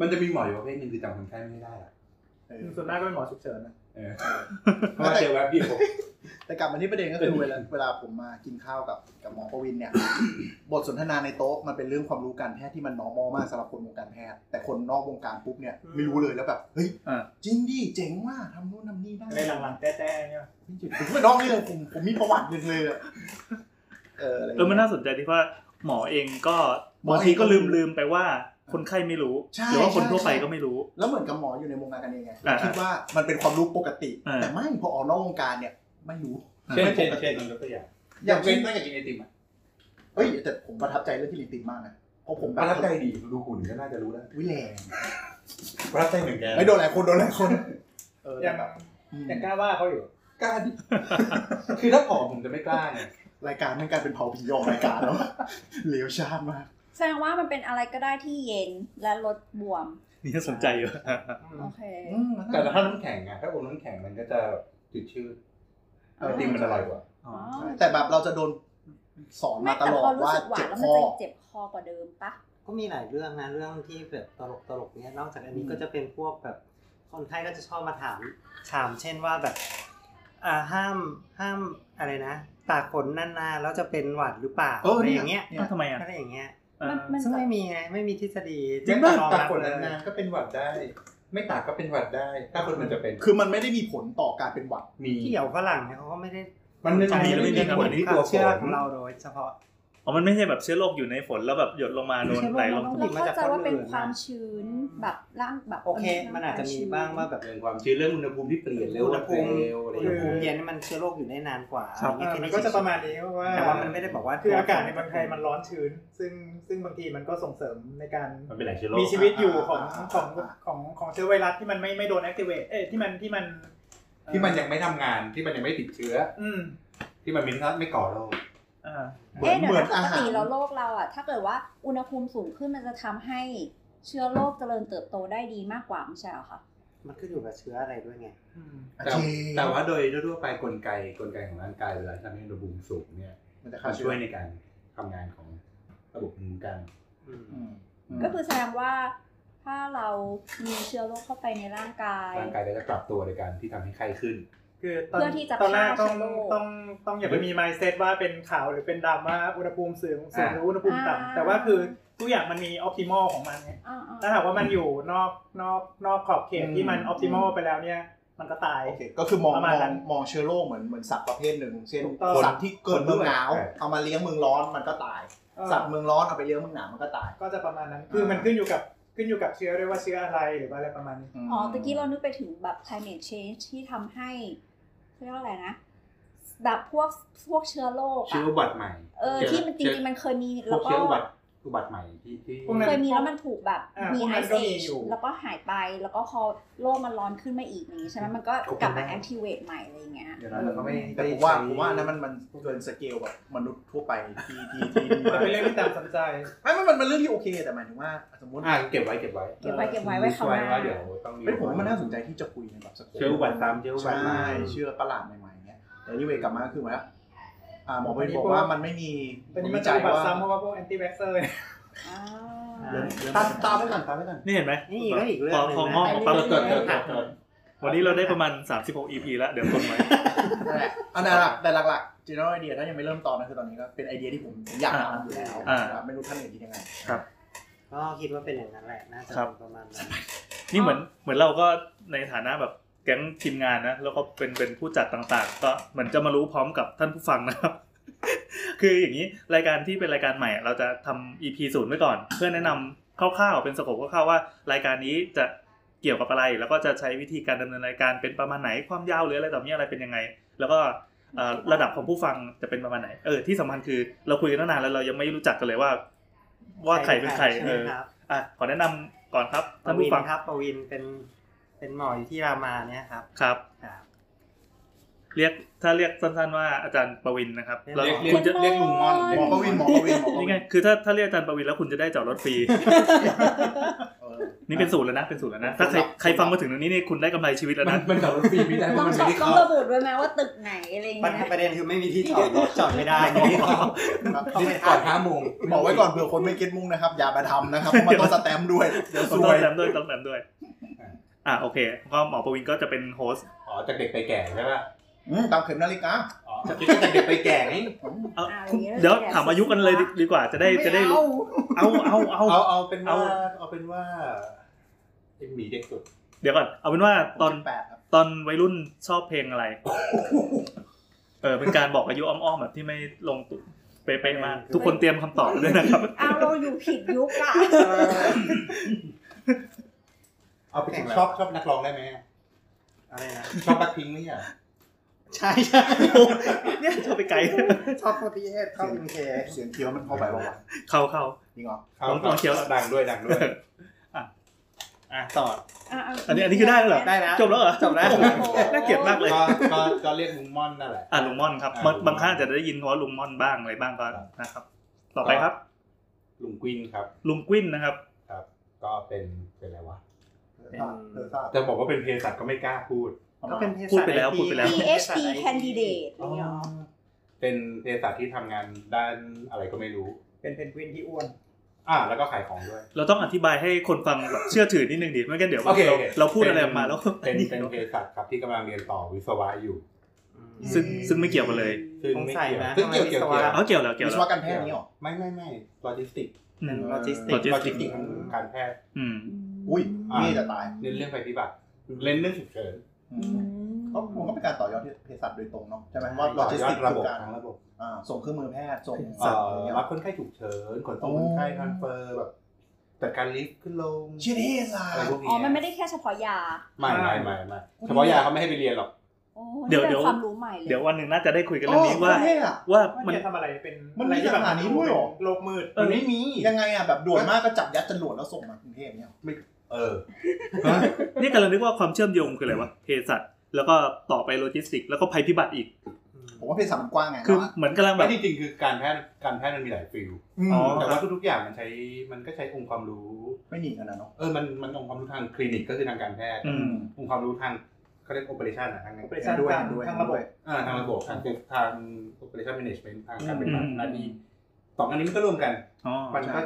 S7: มันจะมีหมออยู่ประเภทหนึ่งคือจำคนไข้ไม่ได้อะ
S4: เออ
S5: ส่วนมากก็เป็นหมอฉุกเฉินนะ
S7: เออเพราะว่าเจอแวบเดียว
S4: แต่กลับมาที่ประเด็นก็คือเวลาเวลาผมมากินข้าวกับกับหมอประวินเนี่ย บทสนทนาในโต๊ะมันเป็นเรื่องความรู้การแพทย์ที่มันนอร์มอลมากสำหรับคนวงการแพทย์ แต่คนนอกวงการปุ๊บเนี่ยไม่รู้เลยแล้วแบบเฮ้ย
S3: อ่า
S4: จริงดิเจ๋งว่ะทำนู่นทำนี่ได้
S5: ในหลังๆแต้ๆเนี่ย
S4: ไม่หยุดผมไม่ร้องเลยผมผมมีประวัติหนึ่งเลยอะเอออะไร
S3: เออมันน่าสนใจที่ว่าหมอเองก็บางทีก็ลืมลืมๆไปว่าคนไข้ไม่รู้
S4: ใช่
S3: หรือว่าคน
S4: ใช่
S3: ทั่วไป
S4: ใช่
S3: ก็ไม่รู้
S4: แล้วเหมือนกับหมออยู่ในวงการกันเองไง
S3: อ่า
S4: คิดว่ามันเป็นความรู้ปกติ
S3: อ่า
S4: แต่ไม่พอออกนอกวงการเนี่ยไม่รู้
S7: เช่นเช่นเช่นยกตัวอย่า
S4: อ
S7: งอ
S4: า
S7: ย่ย่าง ง
S4: เช่น
S7: เช่นตั้งแต่กินไอติมอ่ะ
S4: เฮ้ยแต่ผมประทับใจเรื่องที่ลินตินมากนะเพราะผมแบ
S7: ป
S4: บ
S7: ระทับใจดีดูหุ่นก็น่าจะรู้แล้ว
S4: วิแรง
S7: ประทับใจเหมือนแก
S4: ไม่โดนหลายคนโดนหลายคนเออแต่
S5: ยัง
S4: แบบอืม
S5: ยังกล้าว่าเขาอยู่
S7: กล้าดิ *laughs* คือถ้าผอมผมจะไม่กล้าไง
S4: รายการมันกลายเป็นเผาผียองรายการแล้ว *laughs* เหลวชาติมาก
S2: แสดงว่ามันเป็นอะไรก็ได้ที่เย็นและลดบวม
S3: นี่น่าสนใจอยู่
S2: โอเค
S4: อืมมัน
S7: แต่
S4: น่า
S7: ถ้าน้ำแข็งอ่ะถ้าอมน้ำแข็งมันก็จะจืดชืดไอติมมันอร่อยกว่า
S2: อ๋อ
S4: แต่แบบเราจะโดนสอนมา
S2: ไม่
S4: ต
S2: แต่
S4: ลอ
S2: พอ
S4: ด
S2: รู้
S4: ว่า
S2: สึกหวา
S4: เจ็
S2: น
S4: บ
S2: แล้วมัน
S4: คอ
S2: จะเจ็บคอกว่าเดิมปะ
S6: ก็มีหลายเรื่องนะเรื่องที่แบบตลกตลกๆเนี้ยนอกจากอันนี้
S4: อืม
S6: ก็จะเป็นพวกแบบคนไข้ก็จะชอบมาถามถามเช่นว่าแบบอ่าห้ามห้ามอะไรนะ ตากฝนนานๆแล้วจะเป็นหวัดหรือเปล่า
S4: เออ
S6: อะไร
S4: เนี่
S6: อย ย่างเงี้ย
S4: เนี่
S3: อ้าวทำไมอ่ะ
S6: อะไรอย่างเงี้ย
S3: เออ
S2: มัน
S6: ซึ่งไม่มีไงไม่มีทฤษฎี
S3: จริงป่ะ
S6: ไม่
S7: ตา
S6: รั
S7: ก
S6: บ
S7: ฝน
S6: เลย
S7: นานๆก็เป็นหวัดได้ ไม่ตากก็เป็นหวัดได้ ถ้าคนมันจะเป็น
S4: คือมันไม่ได้มีผลต่อการเป็นหวัด
S7: มี
S6: ที่เดี๋ยวฝรั่งเนี่ยเขาก็ไม่ได้
S7: มันไม่
S3: จะมีหรือไม่มี
S7: ผลที่ตัว
S6: คาว ม
S7: ฝ
S6: เชื่อน ของเราโดยเฉพาะ
S3: อ๋อมันไม่ใช่แบบเชื้อโรคอยู่ในฝนแล้วแบบหยดลงมาโดนไหลลง
S2: เราเข้าใจว่าเป็นความชื้นแบบร่างแบบ
S6: โอเค มันอาจจะมีบ้างว่าแบบ
S7: เรื่องความชื้นเรื่องอุณหภูมิที่เปลี่ยนเร็ว
S6: อุณหภูมิ
S7: เร็วอะไรอ
S6: อุ
S7: ย่า
S6: ณ
S7: งเงี้ย
S6: หภูมิเย็นมันเชื้อโรคอยู่ได้นานกว่าอะ
S5: ครั
S6: ไร
S5: บ
S6: เงี้ย
S5: มันก็จะประมาณนี้เพราะว่า
S6: แต่ว่ามันไม่ได้บอกว่า
S5: คืออากาศในเมืองไทยมันร้อนชื้น ซึ่งซึ่งบางทีมันก็ส่งเสริมในการ
S7: มันเป็นแหล่งเชื้อโรค
S5: มีชีวิตอยู่ของ
S4: อ่า
S5: ของของของเชื้อไวรัสที่มันไม่ไม่โดนแอคทีเวตเอ้ยที่มันที่มัน
S7: ที่มันยังไม่ทำงานที่มันยังไม่ติดเชื้อ
S5: อืม
S7: ที่มันไม่ไม่ก่อโรค
S5: อ่า
S4: เหมื
S2: เอ๊ะ
S4: อน
S2: เดี๋ยว
S4: เหมือน
S2: นะป
S4: อาก หาร
S2: ติเราโรคเราอ่ะ ถ้าเกิดว่าอุณหภูมิสูงขึ้นมันจะทำให้เชื้อโรคเจริญเติบโตได้ดีมากกว่าไม่ใช่เหรอคะ
S6: มันขึ้นอยู่กับเชื้ออะไรด้วยไง
S4: อา
S7: แต่
S4: เจ
S7: แต่ว่าโดยทั่วๆไปกลไกกลไกของร่างกายเวลาทำให้อุณหภูมิสูงเนี่ย
S4: มันจะฆ่า
S7: มัน
S4: เชื้
S7: ช่ว
S4: อย
S7: ในการทำงานของระบบภูมิคุ้มกัน
S6: อืม
S4: อืม
S2: ก็คือแสดงว่าถ้าเรามีเชื้อโรคเข้าไปในร่างกาย
S7: ร่างกายก็จะปรับตัวในการที่ทำให้ไข้ขึ้น
S5: คือ
S2: เพื่อที่จะ
S5: ตอนแรกต้อง
S2: ฆ่าเชื้อโรค
S5: ต้องต้องอย่าไปมี mindset ว่าเป็นขาวหรือเป็นดำว่าอุณหภูมิสูงสูง
S7: อ่า
S5: หรืออุณหภูมิต่ำแต่ว่าคือทุกอย่างมันมี optimal ของมันไง
S2: อ่าๆ
S5: ถ้าหากว่ามันอยู่นอกนอกนอกขอบเขตที่มัน optimal ไปแล้วเนี่ย มันก็ตาย
S4: โอเคก็คือมอง
S5: ประ
S4: ม
S5: มาณ
S4: อง
S5: นั้น
S4: มองเชื้อโรคเหมือนเหมือนสัตว์ประเภทหนึ่งเช่น
S5: ถูกต้อง
S4: สัตว์ที่เกิดเมืองหนาว
S7: คนด้วย
S4: เอามาเลี้ยงเมืองร้อนมันก็ตาย
S5: เอ่อ
S4: สัตว์เมืองร้อนเอาไปเลี้ยงเมืองหนาวมันก็ตาย
S5: ก็จะประมาณนั้น คือมันขึ้นอยู่กับขึ้นอยู่กับเชื้อด้วยว่าเชื้ออะไรหรือว่าอะไรประมาณนี้
S2: อ๋อตะกี้เรานึกไปถึงแบบ climate change ที่ทำให้เขาเรียกว่าอะไรนะ แบบพวกพวกเชื้อโรค
S7: เชื้
S2: อะ
S7: ออุบัติใหม่
S2: เออ ที่มันจริงๆ มันเคยมี
S7: เชื้อพ
S2: แล้ว วก็
S7: กเชื้ออุบัติอุบัติใหม่ที่ที่
S5: พวกนั้น
S2: เคยมีแล้วมันถูกแบบ
S5: อ่ามี
S2: มีไอ
S5: พวกนั้น
S2: ซ์
S5: ก็มี
S2: เอ
S5: อยู่
S2: แล้วก็หายไปแล้วก็พอโลกมันร้อนขึ้นมาอีกอย่างนี้ใช่ไหมมันก็กลับมา activate ใหม่อะไรอย่างเงี้ย
S7: เดี๋ยวนั้นเราก็ไม่
S4: แต่ผมว่าผมว่าอันนั้นมันมันเกินสเกลแบบมนุษย์ทั่วไปที่ที่ที่ที่
S5: แต่
S4: มา
S5: เป็นเรื่องที่ตามสนใจ
S4: ไม่ไม่มันเป็นเรื่องที่โอเค แต่หมายถึงว่าสมมติ
S7: อ่าเก็บไว้เก็บไว้
S2: เก็บไว้เก็บไว้ไว้คราวหน้า
S7: ว่าเดี๋ยวต้องมี
S4: ไม่ผมว่ามันน่าสนใจที่จะคุยในแบบสโคป
S7: เชื้ออุบัติซ้ำเชื้ออุบัติใหม่
S4: ใช่เชื้อประหลาดใหม่ๆเนี้ยแต่นี่เวกลับมาคือเหมือนว่าอ่าหมอไปบอกว่ามันไม่มี
S5: ตอนนี้มันจะ
S4: ย
S5: อุบัติซ้ำเพราะว่าพวก anti vaxxer เนี่ย
S2: อ่า
S5: เริ่ม
S4: ตามตามไปก่อนตามไปก่อน
S3: นี่เห็นไหม
S6: นี่อีกแล้วอีกเรื่องหนึ่งนะ
S3: พองอกของปั๊บ
S4: เกิดเกิดเกิดเกิด
S3: วันนี้เราได้ประมาณ 36 EP แล้ว เดี๋ยวคนไว้
S4: นั่นแหละอันนั้นหลักแต่หลักๆ general idea ถ้ายังไม่เริ่มตอนนะคือตอนนี้ก็เป็นไอเดียที่ผมผมอยากทำอยู่แล้ว
S3: อ่า
S4: นะครับไม่รู้ท่านอื่นคิดยังไง
S6: ก็คิดว่าเป็นอย่างนั้นแหละ น่าจะ
S3: ครับ
S6: เป็นประมาณนั้น
S3: นี่เหมือนเหมือนเราก็ในฐานะแบบแก๊งทีมงานนะ แล้วก็เป็นเป็นผู้จัดต่างๆ ก็เหมือนจะมารู้พร้อมกับท่านผู้ฟังนะครับ *laughs* คืออย่างนี้รายการที่เป็นรายการใหม่อะเราจะทำ EP ศูนย์ไว้ก่อน เพื่อแนะนำคร่าวๆเป็นสโคปคร่าวๆว่ารายการนี้จะเกี่ยวกับอะไร แล้วก็จะใช้วิธีการดำเนินรายการเป็นประมาณไหนความยาวหรืออะไรต่อมีอะไรเป็นยังไง แล้วก็เอ่อระดับของผู้ฟังจะเป็นประมาณไหนเออที่สำคัญคือเราคุยกันตั้งนานแล้วเรายังไม่รู้จักกันเลยว่า ว่าใครเป็นใครเอ
S6: ช่
S3: อ
S6: ไหมครับ
S3: อ่ะขอแนะนำก่อนครับ
S6: ป
S3: ท่าน
S6: วิ
S3: ผู้
S6: น
S3: ฟัง
S6: ครับปวินเป็นเป็นหมออยู่ที่รามาเนี่ยครับ
S3: ครับ
S6: ครับ
S3: เรียกถ้าเรียกสั้นๆว่าอาจารย์ประวินนะครับ
S6: เรียก
S3: แล้ว
S7: เรีย
S3: คุ
S7: ก
S3: ณจะ
S7: เรียกลุงม่อน
S4: หมอประวินหมอประวินหมอประวิ
S3: นี่
S4: น
S3: ไงคือถ้าถ้าเรียกอาจารย์ประวินแล้วคุณจะได้จอดรถฟรี
S4: เออ
S3: นี่เป็นสูตรแล้วนะเป็นสูตรแล้วนะถ้าใครใครฟังมาถึงตรงนี้เนี่ยคุณได้กำไรชีวิตแล้ว
S7: มัน
S3: นะ
S7: มันกับรถฟรีไม่ได้
S2: ต้
S7: เพ
S2: อ
S7: ราะ
S2: ง
S7: มัน
S2: ส
S7: ไม่
S2: อบต้อ
S7: ได้
S2: ง
S7: เข้า
S2: ระบุด้วยไหมว่าตึกไหนอะไรอย่าง
S6: ปัญ
S2: เงี้
S6: หาย ประเด็นคือไม่มีที่จอดรถจอดไม่ได้ *laughs* ไง
S4: ครับ
S7: นี่ก่อนห้าโมง
S4: *laughs* บอกไว้ก่อนเผื่อคนไม่เก็ตมุ่งนะครับ อย่าไปทำนะครับเพราะมันต้องสแตมป์ด้วย เดี๋ยว
S3: ต้
S4: ซ
S3: อง
S4: วย
S3: แต้มด้วยต้องแต้มด้วยอ่ะโอเคก็หมอประวินก็จะเป็นโฮสต์
S7: อ๋อจากเด็กไปแก่ใช่ป่ะ
S4: อืมตามเข็มนาฬิกา
S7: อ๋อจากเด็กไปแก่ไง
S3: เอาคุณเดี๋ยวถามอายุกันเลยดีกว่าจะได้จะได้รู้เอาเอาเอา
S7: เอาเอาเป็นว่าเอาเป็นว่าเป็นหมีเด็กสุด
S3: เดี๋ยวก่อนเอาเป็นว่าตอน
S4: แปดครับ
S3: ตอนวัยรุ่นชอบเพลงอะไรเออเป็นการบอกอายุอ้อมๆแบบที่ไม่ลงตัวเป๊ะๆมากทุกคนเตรียมคำตอบด้วยนะครับ
S2: เอาเราอยู่ผิดยุคอะ
S7: เอาไปถึงชอบชอบนักร้องได้ไหม
S6: อะไรนะ
S7: ชอบบัคพิงค์ไหมอ่ะ
S6: ใช่ใช่
S3: เนี่ยชอบไปไกล
S6: ชอบโฟร์ตี้เอทเข้าอินเค
S4: เสียงเคี้ยวมันเข้าไปบ้างวะ
S3: เข้าเข้า
S4: จริงเหรอ
S3: ลองลองเคี้ยว
S7: ดังด้วยดังด้วย
S6: อ่ะต่อ
S3: อันนี้อันนี้คือได้แล้วเหรอ
S6: ได้แล้ว
S3: จบแล้วเหรอ
S6: จบแล้ว
S3: โอ้โหน่าเกลียดมากเลย
S7: ก็ก็ก็เรียกมุงม่อนนั่นแหละ
S3: อ่ะลุงม่อนครับ
S7: อ่ะ
S3: บาง
S7: ลุงม่อน
S3: บางท่านอาจจะได้ยินว่าลุงม่อนบ้างอะไรบ้างก็
S7: ครับ
S3: นะครับ ต่อไปครับ
S7: ลุงกวินครับ
S3: ลุงกวิ้นนะครับ
S7: ครับ ก็เป็นเป็นอะไรวะ
S6: เป็น
S4: เออทราบ
S7: จะบอกว่าเป็นเภสัชก็ไม่กล้าพูด
S6: ก็เป็นเภ
S3: พู
S6: สัช
S3: ดไปแล้ว
S6: IT
S3: พูดไปแล้ว
S2: PhD candidate อะไรอย่างเงี้ยเหรอ
S7: เป็นเภสัชที่ทำงานด้านอะไรก็ไม่รู้
S5: เป็นเพนกวินที่อ้วน
S7: อ่าแล้วก็ขายของด้วย
S3: เราต้องอธิบายให้คนฟังแบบเชื่อถือนิดนึงดิไม่งั้นเดี๋ยว
S7: โอเค
S3: เรา
S7: โอค
S3: เราพูดอะไรออกมาแล้ว
S7: เป็นเป็นเป็นเภสัชครับที่กำลังเรียนต่อวิศวะอยู่
S6: อืม
S3: ซึ่งซึ่งไม่เกี่ยวกันเลย
S7: ซึ่งไม่เกี่ยว
S6: สงสัยนะ
S7: ซึ่งเกี่ยว
S6: ทำไม
S7: เกี่ยว
S6: วิศ
S3: เอาเกี่ยว
S7: เกี่ยว
S6: วะ
S3: แล้วเกี่ยว
S4: วิศ
S3: แล้ว
S4: วกรรมแพทย์นี้เหรอ
S7: ไม่ไม่ไม่โลจิสติก
S3: อื
S6: เป็
S3: ม
S6: นโลจิสติก
S3: โลจิสติก
S7: ทางการแพทย์
S3: อืม
S4: อุ้ย
S7: อ่า
S4: นี่จะตาย
S7: เน้นเรื่องภัยพิบัติเล่นเรื่องฉุกเฉิน
S4: อืมก็มันก็เป็นการต่อยอดที่เภสัชโดยตรงเนาะใช่ไหมว่าโล
S7: ต่อ
S4: จิส
S7: ยอ
S4: ติ
S7: ด
S4: ก
S7: ระ
S4: คื
S7: บบ
S4: อบ การ
S7: ทั้งระบบ
S4: อ่าส่งเครื่องมือแพทย์ส่ง
S7: เอ่
S4: สัตว์อะไร
S7: อ
S4: เงี้ย
S7: รับคนไข้ฉุกเฉินขนส่ง
S4: โอ้
S7: คนไข้ทรานสเฟอร์แบบจัดการลิฟต์ขึ้นลง
S4: เชี่ยเท่สา
S7: อะไร
S4: ย
S7: พวกนี้
S2: อ๋อ มันไม่ได้แค่เฉพาะยา
S7: ไม่ไม่ไม่ไม่เฉพาะยาเขาไม่ให้ไปเรียนหรอก
S2: โอ้
S3: เดี๋
S2: นี่
S3: ยว
S2: เป็น
S3: เดี๋ยว
S2: ความรู้ใหม่เลย
S3: เดี๋ยววันหนึ่งน่าจะได้คุยกันเรื่องนี้ว่า
S4: โอ้เท่อะ
S3: ว่า
S5: มั
S3: มัน น
S5: จะทำอะไรเป็น
S4: มันมี
S5: อะไรที่แบบ
S4: สถานีด้วยเหรอ
S5: โลกมืด
S3: เออ
S7: มันไม่มี
S4: ยังไงอ่ะแบบด่วนมากก็จับยัดจรวดแล้วส่งมากรุงเทพเนี่ย
S7: เออ
S3: นี่กำลังนึกว่าความเชื่อมโยงคืออะไรวะเภสัชแล้วก็ต่อไปโลจิสติก แล้วก็ภัยพิบัติอีก
S4: ผมว่าเภสัชมันกว้างไง
S3: คือ
S4: เนาะ
S3: เหมือนกำลังแบ
S7: ไม่
S3: บ
S7: จริงๆคือการแพทย์การแพทย์มันมีหลายฟิล
S4: อืม
S3: อ๋อ
S7: แต่ว่าทุกๆอย่างมันใช้มันก็ใช้องค์ความรู้
S4: ไม่หนีกันนะเนาะ
S7: เออ มันมันองค์ความรู้ทางคลินิกก็คือทางการแพทย์
S3: อืม
S7: องค์ความรู้ทางเขาเรียกโอเปอเรชันอะทางการ
S5: operation
S4: ด้วย
S5: ทาง
S4: ด้วย
S5: ทางระบบ
S4: ด้วย
S7: อ่าทางระบบทางทางโอเปอเรชันแมเนจเมนต์ทางการเป็น
S3: อืม
S7: หน้าที่สองอันนี้มันก็รวมกัน
S3: อ๋อ
S7: มันก็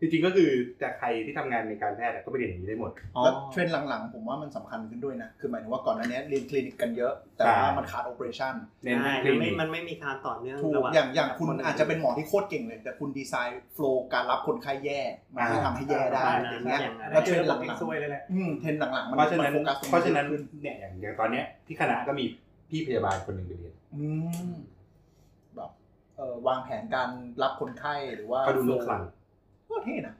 S7: จริงๆก็คือจากใครที่ทำงานในการแพทย์อะก็ไปเรียนอย่างนี้ได้หมด
S3: อ๋อ
S4: แล้วเทรนด์หลังๆ ผมว่ามันสำคัญขึ้นด้วยนะ คือหมายถึงว่าก่อนหน้านี้เรียนคลินิกกันเยอะ แต่ว่ามันขาดโอเปอเรชั่น
S7: เน้น
S6: ใช่
S7: ทางค
S6: มั
S7: ลินิก
S6: นไม่มันไม่มีการต่อเนื่อง
S4: ถูก
S6: ระหว่าง
S4: อย่างอย่างคุณอาจจะเป็นหมอที่โคตรเก่งเลย แต่คุณดีไซน์โฟล์การรับคนไข้แย่ มันก็ทำให้แย่ได้อย่างเงี้ย
S5: อัน
S4: แล้
S5: นั้
S4: วนเท
S5: เจ
S4: รน
S5: อ
S4: ด์
S5: ห
S4: ห
S5: ลัง
S4: ลัง
S5: ซวยเลยแหละ
S4: ๆอืมเทรนด์หลังๆมัน
S7: เพราะฉะนั้น
S4: มัโฟกัสตง
S7: เพราะฉะนั้น
S4: ขึ้
S7: เนี่ยอย่างอย่างตอนเนี้ยที่คณะก็มีพี่พยาบาลคนหนึ่งไปเรียน
S4: อืมแบบเอ่อวางแผนการรับคนไข้หรือว่า
S7: เขาดูเรื่องคลัง
S4: ก็เท่นะ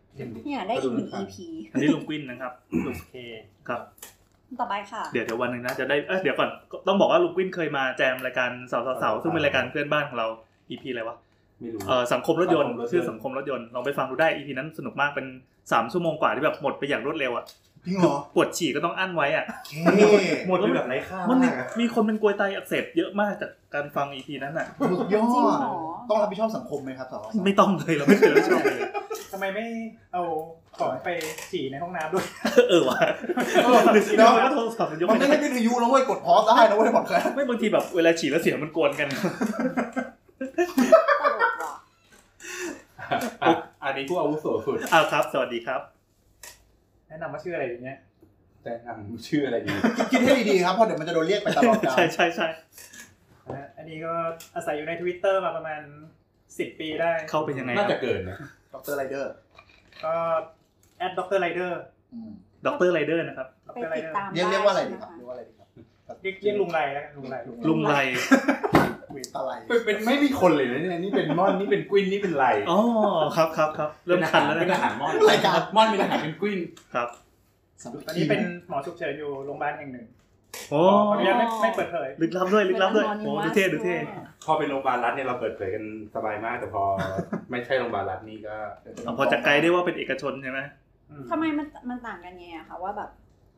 S2: เนี่ย ได้อีกหนึ่ง EP
S3: อันนี้ลุงกวิ้นนะครับ
S6: โอเค
S3: ครับ
S2: ต่อไปค่ะ
S3: เดี๋ยวเดี๋ยววันหนึ่งนะจะได้เอ้ยเดี๋ยวก่อนก็ต้องบอกว่าลุงกวิ้นเคยมาแจมรายการสาวสาวสาวซึ่งเป็นรายการเพื่อนบ้านของเรา EP อะไรวะ
S7: ไม่รู้
S3: เออสังคมรถยนต์
S7: สังคมรถยนต์
S3: ชื่อสังคมรถยนต์ลองไปฟังดูได้ EP นั้นสนุกมากเป็น 3 ชั่วโมงกว่าที่แบบหมดไปอย่างรวดเร็วอ่ะ
S4: จริงเหรอ
S3: ปวดฉี่ก็ต้องอั้นไว้อ่ะ
S4: เท่
S7: หมดเลยแบบไร้ค่า
S3: มันมี
S7: มากอะ
S3: มีคนเป็นกลวยไตอักเสบเยอะมากจากการฟัง EP นั้นอ่ะ
S4: สุดยอ
S2: จริง
S4: ด
S2: เหรอ
S4: ต้องรับผิดชอบสังคมไหมครับสาว
S3: ไม่ต้องเลยเราไม่เคยรับผิดชอบเลย *laughs*
S5: ทำไมไม่เอาของไปฉี่ในห้องน้ำด้วย
S3: เออว่ะหรือสิ
S4: แล้ว
S3: เราก็โทรศัพท์มันยก
S4: มัน
S3: ไม่
S4: ไม่
S3: ได้
S4: ใช่วิทยุแล้วเว้ยกดพอสได้นะเว้ยหมดเลย
S3: ไม่บางทีแบบเวลาฉี่แล้วเสียงมัน
S7: *laughs*
S3: กวนกัน
S2: ตลกว่ะ
S7: อ่ะ อันนี้ผู้อาวุโสสุด
S3: อ่าครับ สวัสดีครับ
S5: แนะนำว่าชื่ออะไรอย่างเงี้ย
S7: แนะนำชื่ออะไรดี
S4: คิดให้ดีๆครับเพราะเดี๋ยวมันจะโดนเรียกไปตลอดกาล
S3: ใช่ใช่ใช่
S5: นะฮะอันนี้ก็อาศัยอยู่ใน Twitter มาประมาณ 10 ปีได้
S3: เข้าเป็นยังไงค
S7: น่า
S3: รับ
S7: จะเกินนะ
S4: ดรไรเดอร์
S5: ก็แอดด็อกเตอร์ไรเดอร์
S4: อืม
S3: ด็อกเตอร์ไรเดอร์นะครับ
S5: ด็อก
S2: ไป
S5: เตอร์ไร
S2: ติด
S5: เดอร์
S2: ตาม
S4: เรียกเรียกว่าอะไรดี
S2: ด้
S4: ครับเรียกว่าอะไรดีครับ
S5: เรียกเรียกลุงไรแล้วกันลุงไร
S3: ลุงไร
S4: เวตาไล
S7: เป็นเป็นไม่มีคนเลยนะเนี่ยนี่เป็นม่อนนี่เป็นกุ้นนี่เป็นไร
S3: อ๋อครับครับครับเริ่มคันแล้ว
S7: เป็นอา
S3: นะ
S7: หารม่อนรายการม่อนเป็นอาหารเป็นกุ้น
S3: ครับ
S5: ตอนนี้เป็นหมอฉุกเฉินอยู่โรงพยาบาลแห่งหนึ่ง
S3: โอ้
S5: ขออนุญาตไม่ไม่เปิดเผย
S3: ลึกลับด้วยลึกลับด้วยโอ้ดูเท่ดูเท่
S7: พอเป็นโรงพยาบาลรัฐเนี่ยเราเปิดเผยกันสบายมากแต่พอ ไม่ใช่โรงพยาบาลรัฐนี่ก็
S3: อ่ะพอจะไกลได้ว่าเป็นเอกชนใช่ไหม
S2: ทำไมมันมันต่างกันไงอะคะว่าแบบ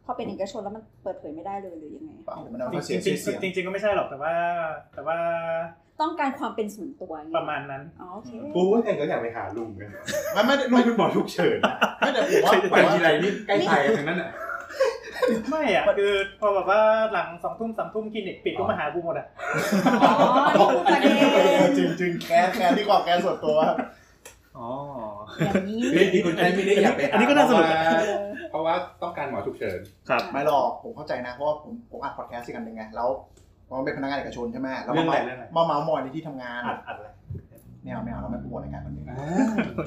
S2: พอเป็นเอกชนแล้วมันเปิดเผยไม่ได้เลยหรือยังไง
S4: เปล่า
S2: อะ
S4: เดี๋ยวมันเอา
S5: จ
S4: เข้าเสี
S5: ริ
S4: ย
S5: ง
S4: งชื่อ
S5: ๆ
S4: เสียง
S5: จริงๆจริงๆก็ไม่ใช่หรอกแต่ว่า แต่ว่า
S2: ต้องการความเป็นส่วนตัวไง
S5: ประมาณนั้น
S2: อ๋อโอเค
S7: กูแทนก็อยากไปหาลุงกัน
S4: ไม่ไม่
S7: ลุ
S4: ไม่
S7: งเป็นหมอทุกเฉิน
S4: ไม่แต่ผมว่าผ
S7: ไป
S4: มว่า
S7: ทีไรนี่ใกล้ตายทั้งนั้นอ่ะ
S5: ไม่อ่ะคือพอแบบว่าหลังสองทุ่มสามทุ่มคลินิกปิดก็มาหากูหมดอ่ะ
S2: อ๋อนี่คือประเด็น
S4: จริงจริงๆแกนแกนที่กว่าแกนส่วนตัวครับ
S3: อ๋อ
S2: อย่างนี้
S7: นี่ที่คุณแอนไม่ได้อยากไปหา
S3: อันนี้ก็น่าสนุก
S7: เพ
S2: เอ
S7: ราะว่า
S2: อ
S7: เพราะว่าต้องการหมอทุกเฉิน
S3: ครับ
S4: ไม่หรอกผมเข้าใจนะเพราะว่าผมผมอัดพอดแคสต์ด้วยกันหนึ่งไงแล้วผมเป็นพนักงานเอกชนใช่ไหมแล้ว
S7: เรื่
S4: มา
S7: องอะไร
S4: เมา
S7: เรื่องอะไร
S4: มาเมาส์มอยในที่ทำงาน
S7: อัดอัดอะไร
S4: ไม่เอาไม่เอาเราไม่โปรโมทรายการคนนี้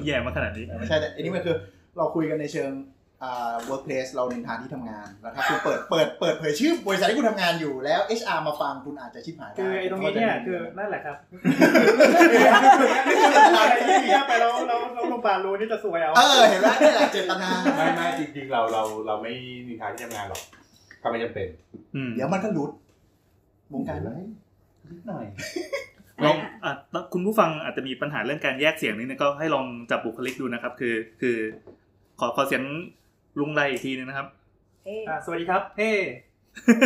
S3: แย่มาขนาดนี้
S4: ไม่ใช่แต่อันนี้มันคือเราคุยกันในเชิงอ่า workplace เรานินทาที่ทำงานแล้วถ้าคุณเปิดเปิดเปิดเผยชื่อบริษัทที่คุณทำงานอยู่แล้ว HR มาฟังคุณอาจจะชิบหายได้
S5: คือไอ้ตรงนี้เนี่ยคือนั่นแหละครับ
S4: เ
S5: เรียกไปแล้วแล้วแล้วโรงพยาบาลรู้นี่จะซวยเอา
S4: ออเห็นไหมนี่แหละเจตนา
S7: ไม่ไม่จริงๆเราเราเราไม่นินทาที่ทำงานหรอกก็ไม่จำเป็น
S3: อืม
S4: เดี๋ยวมันก็หลุดวงการไหม
S7: นิดหน่อย
S3: ลองอ่ะคุณผู้ฟังอาจจะมีปัญหาเรื่องการแยกเสียงนิดนึงก็ให้ลองจับบุคลิกดูนะครับ คือคือ ขอขอเสียงลุงไรอีกทีนึงนะครับ *laughs*
S2: เอ๊ะ
S5: อ่ะสวัสดีครับเฮ้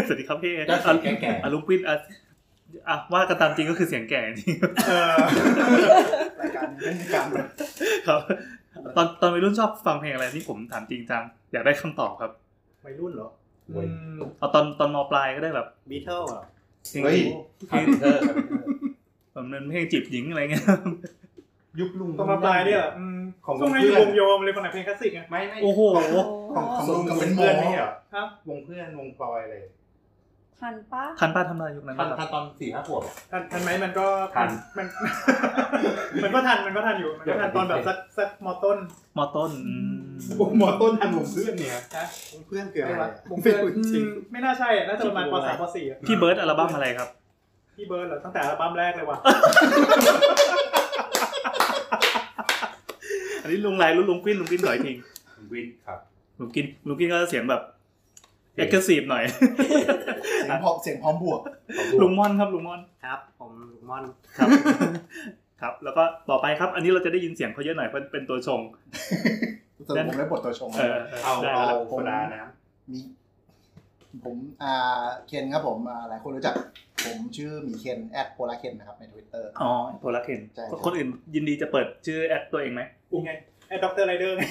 S3: สวัสดีครับพี่เอ
S7: ก็คือแก่
S3: อ่ะลุงปิ้นอ่ะอ่ะว่ากันตามจริงก็คือเสียงแก่จริง
S5: เออ
S4: รายการนี้เป็นการ
S3: ครับตอนตอนวัยรุ่นชอบฟังเพลงอะไรที่ผมถามจริงจังอยากได้คำตอบครับ
S5: วัยรุ่นเหรอ
S7: ๆเว้ย
S3: เอาตอนตอนมปลายก็ได้แบบ
S6: บีเทิลเหรอ
S3: เพลง
S7: เฮ้ย
S3: จีบ
S7: ครับเธอครับ
S3: แบบมันเพลงจีบหญิงอะไรเงี้ย
S7: ยุคลุง
S5: ตอนมาปลายเนี่ยอืม
S7: ของ
S5: ช่วงนั้น
S7: เพื่
S5: อ
S7: อ
S5: ยู่วง
S7: น
S5: โยมเลยคนไหนเพลงคลาสสิกไง
S7: ไม่ไม่
S3: โอ้โห
S2: โอ้
S4: ของของลุงกับเป็นหม
S7: เพื่
S4: อ
S7: อนไม่เหรอ
S5: ครับ
S7: วงเพื่อนวงพลอยอะไร
S2: ทันปะ
S3: ทันป้าทำอะไรยุคนั้น
S7: ทัน
S3: บ้างค
S7: ทั
S3: รับ
S7: นตอนสี่ห้าขวบ
S5: ทันทันไหมมันก็
S7: ทัน
S5: มัน *laughs* มันก็ทันมันก็ทันอยู่มันก็ทันตอนแบบสักสักมอต้น
S3: มอต้นอืม
S7: วงหมอต้นทันวงเพื่อนเนี่ย
S5: นะ
S4: เพื่อนคืออะไรอะ
S5: ผมเพื่อนอืมไม่น่าใช่อะน่าจะประมาณปสามปสี่อะ
S3: พี่เบิร์ดอัลบั้มอะไรครับ
S5: พี่เบิร์ดเหรอตั้งแต่อัลบั้มแรกเลยว่ะ
S3: อันนี้ลุงไรลุงลุงกินลุงกินหน่อยทิ้ง
S7: วินครับ
S3: *laughs* ลุงกินลุงกินก็เสียงแบบเอ็กซ์ซีฟหน่อย
S4: เสียงพร้อมเสียงพร้อมบวก
S3: ลุงม่อนครับลุงม่อน
S6: ครับ ผมลูกม่อน
S3: ครับ ครับ แล้วก็ต่อไปครับ อันนี้เราจะได้ยินเสียงเขาเยอะหน่อยเพราะเป็นตัวชง
S4: สรุปผมได้บทตัวชง
S3: เออ
S7: เอา
S3: ได้
S7: เอา
S3: แล้ว
S7: โซดาน้
S4: มีผมอ่าเคนครับผมอ่าหลายคนรู้จัก ผมชื่อหมีเคนแอดโพลาเคนนะครับในทวิตเตอร์
S3: อ๋อโพลาเคน
S4: ใช่ครับ
S3: คนอื่นยินดีจะเปิดชื่อแอดตัวเองไหม
S5: ยังไงไอ้ด็อกเตอร์ไรเดอร์ไง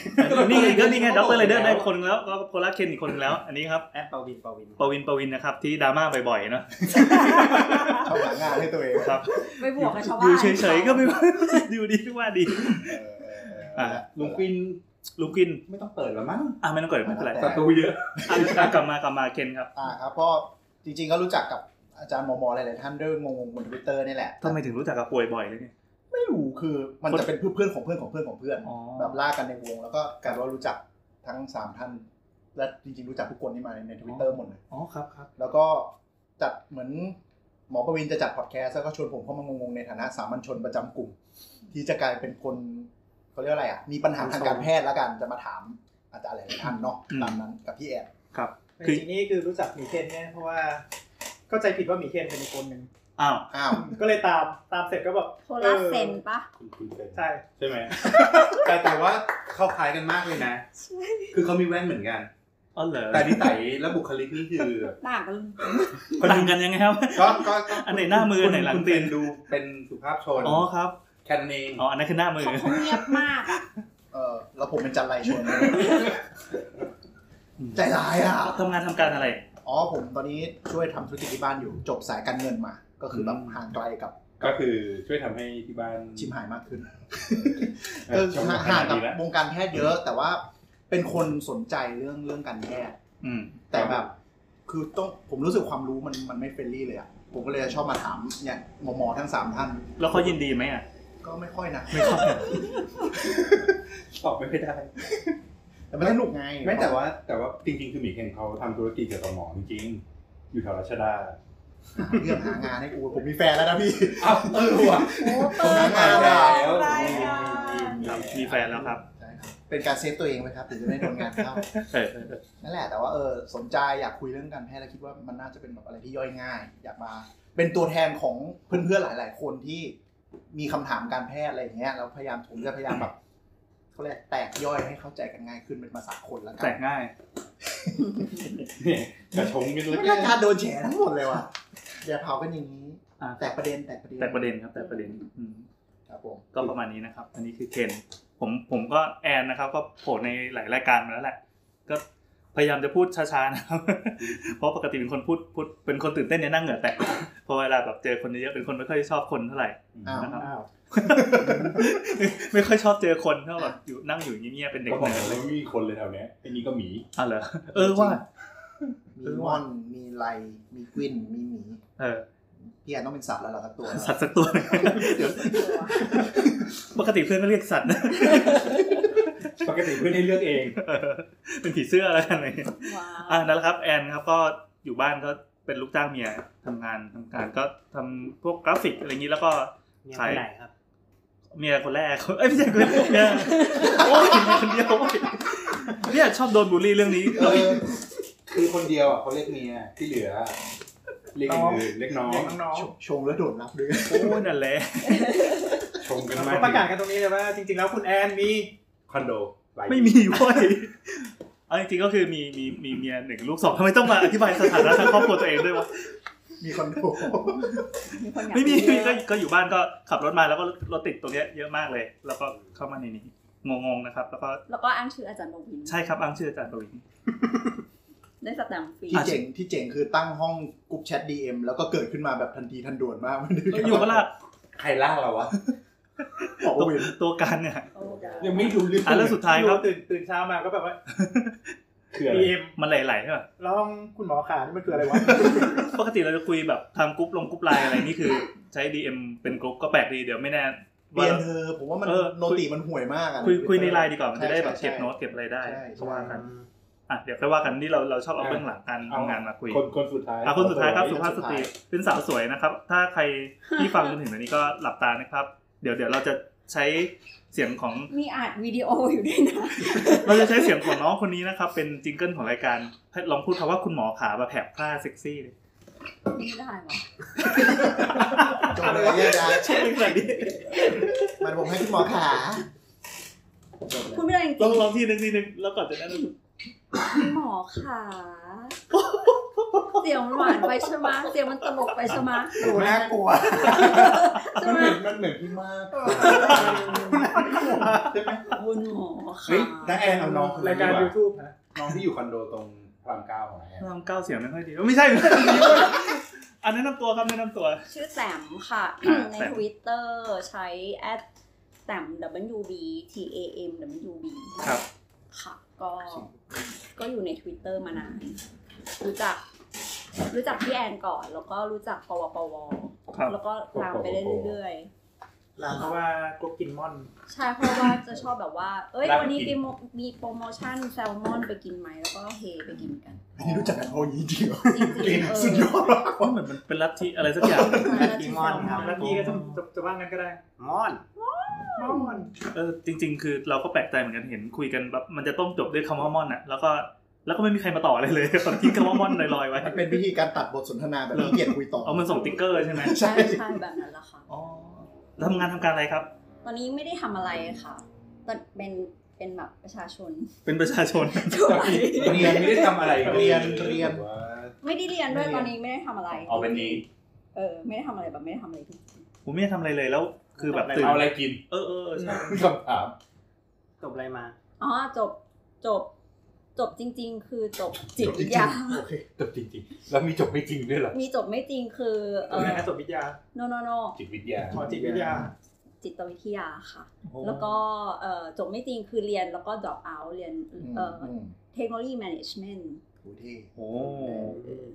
S3: นี่ไงก็นี่ไงด็อกเตอร์ไรเดอร์ได้คนแล้วก็โพลาเคนอีกคนแล้ว อันนี้ครับ
S6: แอดปาวินปาวิน
S3: ปวินปวินนะครับที่ดราม่าบ่อยๆเนาะ
S4: ชอบหางานให้ตัวเอง
S3: ครับ
S2: ไปบวกกับชาว
S3: อ
S2: บ้าน
S3: ยู่เฉยๆก็ไม่ว่าอยู่ดีไม่ว่าดี
S4: เออเออเออ
S3: อ่ะ
S7: ำลุงวิน
S3: ลุงกิน
S7: ไม่ต้องเปิดแล้วมั้ง
S3: อ่ะไม่ต้องกดไม่เป็นไร
S7: ศัตรูเยอะ
S3: อ่ะอ่ะกลับมากลับมาเคนครับ
S4: อ่าครับก็จริงๆก็รู้จักกับอาจารย์มอมอหลายๆท่านด้วยงงๆบนทวิตเตอร์นี่แหละ
S3: ทำไมถึงรู้จักกับป่วยบ่อยเลยเนี่ย
S4: ไม่รู้คือมันจะเป็นเพื่อนๆของเพื่อนของเพื่อนของเพื่อน
S3: อ๋อ
S4: แบบล่ากันในวง แล้วก็กลายเป็นว่ารู้จักทั้งสามท่าน และจริงๆรู้จักทุกคนที่มาในทวิตเตอร์หมดเลย
S3: อ๋อครับครับ
S4: แล้วก็จัดเหมือนหมอประวินจะจัดพอดแคสต์แล้วก็ชวนผมเข้ามางงๆในฐานะสามัญชนประจำกลุ่ม ที่จะกลายเป็นคนเขาเรียกว่าอะไรอ่ะ มีปัญหาทางการแพทย์แล้วกันจะมาถามอาจารย์หลายๆท่านเนาะตามนั้นกับพี่แอด
S3: ครับ
S5: จริงๆนี่คือรู้จักหมีเคนเนี่ยเพราะว่าเข้าใจผิดว่าหมีเคนเป็นอีกคนหนึ่ง
S3: อ้าว
S4: อ้าว
S5: ก็เลยตามตามเสร็จก็แบบ
S2: โพลาเซนปะ
S7: คุณคุณเป็น
S5: ใช่
S7: ใช่ไหมแต่แต่ว่าเขาคล้ายกันมากเลยนะ คือเขามีแว่นเหมือนกัน
S3: อ๋อเหรอ
S7: แต่นิสัยและบุคลิกนี่คือ
S2: ต่างกัน
S3: ต่างกันยังไงครับ
S7: ก็ก็ก็
S3: อันไหนหน้ามืออันไหนหลัง
S7: คุณ
S3: ตี
S7: เป็น ดูเป็นสุภาพชน
S3: อ๋อครับ
S7: แค่นั้นเอง
S3: อ๋ออันนั้นคือหน้ามื
S2: *laughs*
S3: อ
S2: เขาเขาเงียบมากอะ
S4: เออแล้วผมเป็นจันไรช
S1: *laughs*
S4: น ใจร้ายอ่ะ
S3: ทำงานทำการอะไร
S4: อ๋อผมตอนนี้ช่วยทำธุรกิจที่บ้านอยู่จบสายการเงินมา ก็คือแบบห่างไกลกับ
S1: ก็คือช่วยทำให้ที่บ้าน
S4: ชิมหายมากขึ้น
S1: เอ
S4: เอ
S1: อ
S4: อ
S1: ชมหาย
S4: ห่างกับ
S1: ดีแล้ว
S4: วงการแพทย์เยอะแต่ว่าเป็นคนสนใจเรื่องเรื่องการแพทย์
S3: อืม
S4: แต่แบบ คือต้องผมรู้สึกความรู้มันมันไม่เฟรนลี่เลยอ่ะผมก็เลยชอบมาถามเนี่ยหมอหมอทั้งสามท่าน
S3: แล้วเขายินดีไหมอ่ะ
S4: ก็ไม่ค่อยนะ
S3: ไม่ค่อยอะ
S1: ตอบไม่ได้
S4: แต่มันสนุกไง
S1: ไม่แต่ว่าแต่ว่าจริง ๆ คือหมีเห็นเขาทำธุรกิจเกี่ยวกับหมอจริงๆอยู่แถวรัชดา
S4: หาเรื่องหางานให้กูผมมีแฟนแล้วนะพี่
S1: อ้าวเออว่ะ
S2: โอ้
S4: ตร
S2: เปิ
S4: งนั้
S2: ด
S4: น
S2: มา
S4: ไง
S2: แล้ว
S1: ได้
S2: รายการ
S3: ครับมีแฟนแล้วครับ
S4: ใช่ครับเป็นการเซฟตัวเองไหมครับถึงจะไม่โดนงานเข้า *laughs*
S3: เออ
S4: นั่นแหละแต่ว่าเออสนใจอยากคุยเรื่องการแพทย์แล้วคิดว่ามันน่าจะเป็นแบบอะไรที่ย่อยง่าย อยากมาเป็นตัวแทนของเพื่อนๆหลาย ๆ คนที่มีคำถามการแพทย์อะไรอย่างเงี้ยแล้วพยายามผมจะพยายามแบบเขาเรียกแตกย่อยให้เข้าใจกันง่ายขึ้นเป็นภาษาคนแล้ว
S3: *laughs*
S4: กั
S3: แต่
S4: น
S3: ง่าย
S1: เนี่ยกระชงกันเลย
S4: ไม่น่าการโดนแฉทั้งหมดเลยว่ะอย่าเผากันอย่างนี้
S3: อ่า
S4: แตกประเด็นแตกประเด็น
S3: แต่ประเด็นครับ แต่ประเด็นอืม
S4: ครับผม
S3: ก็ประมาณนี้นะครับ อันนี้คือเคนผมผมก็แอนนะครับ ก็โผล่ในหลายรายการมาแล้วแหละ ก็พยายามจะพูดช้าๆนะครับ *laughs* เพราะปกติเป็นคนพูดพูดเป็นคนตื่นเต้นเนี่ยนั่งเหงื่อแตกพอเวลาแบบเจอคนเยอะๆเป็นคนไม่ค่อยชอบคนเท่าไหร่ *laughs*
S4: อ้าว
S3: นะครับ
S6: อ้าว
S3: ไม่ค่อยชอบเจอคนเท่าแบบอยู่นั่งอยู่เงียบๆเป็นเด็ก
S1: ก็บ
S3: เห
S1: อก
S3: นื่อ
S1: เลย
S3: ย
S1: ว่าไม่มีคนเลยแถวเนี้ยไอ้นี่ก็หมี
S3: อ๋อเหรอเออว่า
S4: มีม่อนมีไลมีกวินมีหมี
S3: เออ
S4: พี่แอนต้องเป็นสัตว์แล้วเหรอสักตัว
S3: สัตว์สักตัว *laughs* หนึ่งเดี๋ยวปกติเพื่อนก็เรียกสัตว์นะ *laughs*
S1: ปกติเพื่อนให้เลือกเอง
S3: เออเป็นผีเสื้อแล้วกันอะไรอย่างเงี้ย
S2: ว้า
S3: อ่าว นั่นแหละครับแอนครับก็อยู่บ้านก็เป็นลูกจ้างเมียทำงานทำการก็ทำพวกกราฟิกอะไรอย่างนี้แล้วก็
S6: เมียคนไหนครับ
S3: เมียคนแรกเอ้ยไม่ใช่คนแรกเมียโอ้ยเมียคนเดียวโอ้ยเนี่ยชอบโดนบูลลี่เรื่องนี้
S7: เออคือคนเดียวอ่ะเขาเรียกเมียที่เหลือ เรียกอย่างอื่นเรียกน้อง
S5: เรียกน้อง
S4: ชงชงแล้วโดนรับด้วย *laughs*
S3: โอ้ยนั่นแหละ
S1: ชง
S5: ๆ
S1: กัน
S5: เรา
S1: มา
S5: ก็
S1: ก
S5: ประกาศกันตรงนี้เลยว่าจริงๆแล้วคุณแอนมี
S7: คอนโดหลาย
S3: ไม่มีเว้ยเอาจริงๆก็คือมีมีมีเมียหนึ่งลูกสองทำไมต้องมาอธิบายสถานะทางครอบครัวตัวเองด้วยวะ
S4: มีคอนโด
S3: *laughs*
S2: มีคนอยาก
S3: ไม่มี
S2: เยอะ
S3: ก็ก็อยู่บ้านก็ขับรถมาแล้วก็รถติดตรงเนี้ยเยอะมากเลย แล้วก็เข้ามาในนี้งงๆนะครับ แล้วก็
S2: แล้วก็อ้างชื่ออาจารย์โนวิน
S3: ใช่ครับอ้างชื่ออาจารย์ปวิน
S2: ได้สัปดาห์ฟรี
S4: ที่เจ๋งที่เจ๋งคือตั้งห้องกรุ๊ปแชทดีเอ็มแล้วก็เกิดขึ้นมาแบบทันทีทันด่วนมาก *laughs* ไม่ได้
S3: อยู่ก็ลาก
S7: ใครล่ากเราวะ
S4: บอกว่าวิน
S3: ตัวการเนี่ย
S2: โอ้ย
S1: ยังไม่ดูเรื่อง
S3: อ่ะแล้วสุดท้ายครับ
S5: ตื่นตื่นเช้ามาก็แบบว่า
S1: คืออะไร
S5: PM
S3: มันไหลๆใช่ป่ะ
S5: แลวห้องคุณหมอขานี่มันคืออะไรวะ
S3: ปกติเราจะคุยแบบทางกรุ๊ปลงกรุ๊ปไลน์อะไรนี่คือ ใช้ DM เป็นกรุ๊ปก็แปลกดีเดี๋ยวไม่แน่
S4: เป
S3: ว่า
S4: ลี่ยนเธอผมว่ามัน
S3: เออ
S4: โนติมันห่วยมากอะ
S3: คุยคุยในไลน์ดีกว่ามันจะได้แบบ
S4: ใช่
S3: เก็บโน้ตเก็บ *laughs* อะไรได้
S4: ใช่ใช่
S3: ก็ว่ากันอ่ะเดี๋ยวค่อยว่ากันนี่เราเราชอบเอาเบื้องหลังการทำงานมาคุย
S1: คนคนสุดท้าย
S3: อ่ะคนสุดท้ายครับสุภาพสตรีเป็นสาวสวยนะครับ ถ้าใครที่ฟังจนถึงตอนนี้ก็หลับตานะครับ เดี๋ยวเดี๋ยวเราจะใช้เสียงของ
S2: มีอัดวิดีโออยู่ด้วยนะ
S3: *laughs* เราจะใช้เสียงของน้องคนนี้นะครับ เป็นจิงเกิลของรายการให้ลองพูดคำว่าคุณหมอขาแบบแผลบพร่าเซ็กซี่เลย *laughs*
S2: ไม่ได้หรอ
S4: จบเลยแยกย้าย
S3: ใช่เลยแบบนี้
S4: มันผมให้คุณหมอขาจบเล
S2: พูด
S4: ย
S2: ไม่ได้จริง
S3: ลองลองทีนึงทีนึงแล้วก่อนจะได้
S2: ๆหมอขาเสียงมันหวานไปใช่ไหมะเสียงมันตลกไปใช่ไหมะ
S4: ดูน่ากลัว
S2: ใช่ไหม
S4: มันเหมือนมันเหมือนพี่มากใช่ไหม
S2: คุณหมอ
S7: เฮ้ย
S2: ขา
S7: นักแอนเอาน้องคน
S5: ราย
S7: นี้ดี
S5: การ
S7: กว่า
S5: YouTube นะ
S7: น้องที่อยู่คอนโดตรงพระรามเก้าของแอน
S3: พลังเก้าเสียงไม่ค่อยดีไม่ใช่ไม่ *laughs* ใช่ดีเว้ยอันแนะนำตัวครับแนะนำตัว
S2: ชื่อแต้มค่ะ
S3: อ่า
S2: ใน
S3: แต้ม
S2: ทวิตเตอร์ใช้ at แต้ม w b t a m w b
S3: ครับ
S2: ค่ะ ก็ ก็อยู่ใน Twitter มานาน รู้จัก รู้จักพี่แอนก่อน แล้วก็รู้จักปวปว
S3: ครับ
S2: แล้วก็ตามไปเรื่อย
S5: ร้านเพราะว่ากรุ๊กกินม่อน
S2: ๆ ใช่ เพราะว่าจะชอบแบบว่า เอ้ย วันนี้มีโมมีโปรโมชั่นแซลมอนไปกินไหม แล้วก็เฮไปกินกัน
S4: อันนี้รู้จักกันเพราะอย่างนี้จริงเหรอ
S2: จริงๆเออ
S4: สุดยอดมาก
S3: เหมือนมันเป็นลัทธิอะไรสักอย่าง
S2: ใช่แล้วที่แซลมอน
S5: แล้วพี่ก็จะจะจะว่างั้นก็ได้
S6: มอน
S5: ม่อน
S3: เออจริง ๆ คือเราก็แปลกใจเหมือนกันเห็นคุยกันแบบมันจะต้องจบด้วยคำว่าม่อนอ่ะแล้วก็แล้วก็ไม่มีใครมาต่ออะไรเลย *laughs* แบบทิ้งคำว่าม่อนลอยๆไว้
S4: มันเป็นวิธีการตัดบทสนทนาแบบที่เกียดคุยต่อ
S3: เอามันส่งติ๊กเกอร์ใช่ไหม
S2: ใช่ใช่แบบนั้นแหละค่ะ
S3: อ๋อทำงานทำการอะไรครับ
S2: ตอนนี้ไม่ได้ทำอะไรค่ะตอนเป็น เป็นแบบประชาชน
S3: เป็นประชาชน
S2: ทั่วไป
S7: เรียนไม่ได้ทำอะไร
S4: เรียนเรียน
S2: ไม่ได้เรียนด้วย
S4: ไม่เรียน
S2: ตอนนี้ไม่ได้ทำอะไร
S7: เอาเป็นนี้
S2: เออ ไม่ได้ทำอะไรแบบไม่ได้ทำอะไรทุกที
S3: *laughs* ผมไม่ได้ทำอะไรเลยแล้ว คือแบบตื่น
S7: เอาอะไรกิน
S3: เออเออเออใช่
S7: คำถาม
S6: จบอะไรมา
S2: อ๋อจบจบ จบจริง ๆ คือจบจิตวิทยา
S4: โอเค
S7: จบจริงๆ แล้วมีจบไม่จริงด้วยเหรอ
S2: มีจบไม่จริงคือเอ
S5: ตอน
S2: อ
S5: นั้นจบวิทยา
S2: no no no
S7: จิตวิทยา
S5: ขอจิตวิทยา
S2: จิตวิทยาค่ะ แล้วก็เอ่อจบไม่จริงคือเรียนแล้วก็ drop out เรียนเอ่ออเทคโนโลยี management
S4: โอ้ที่
S3: โอ้
S2: เออ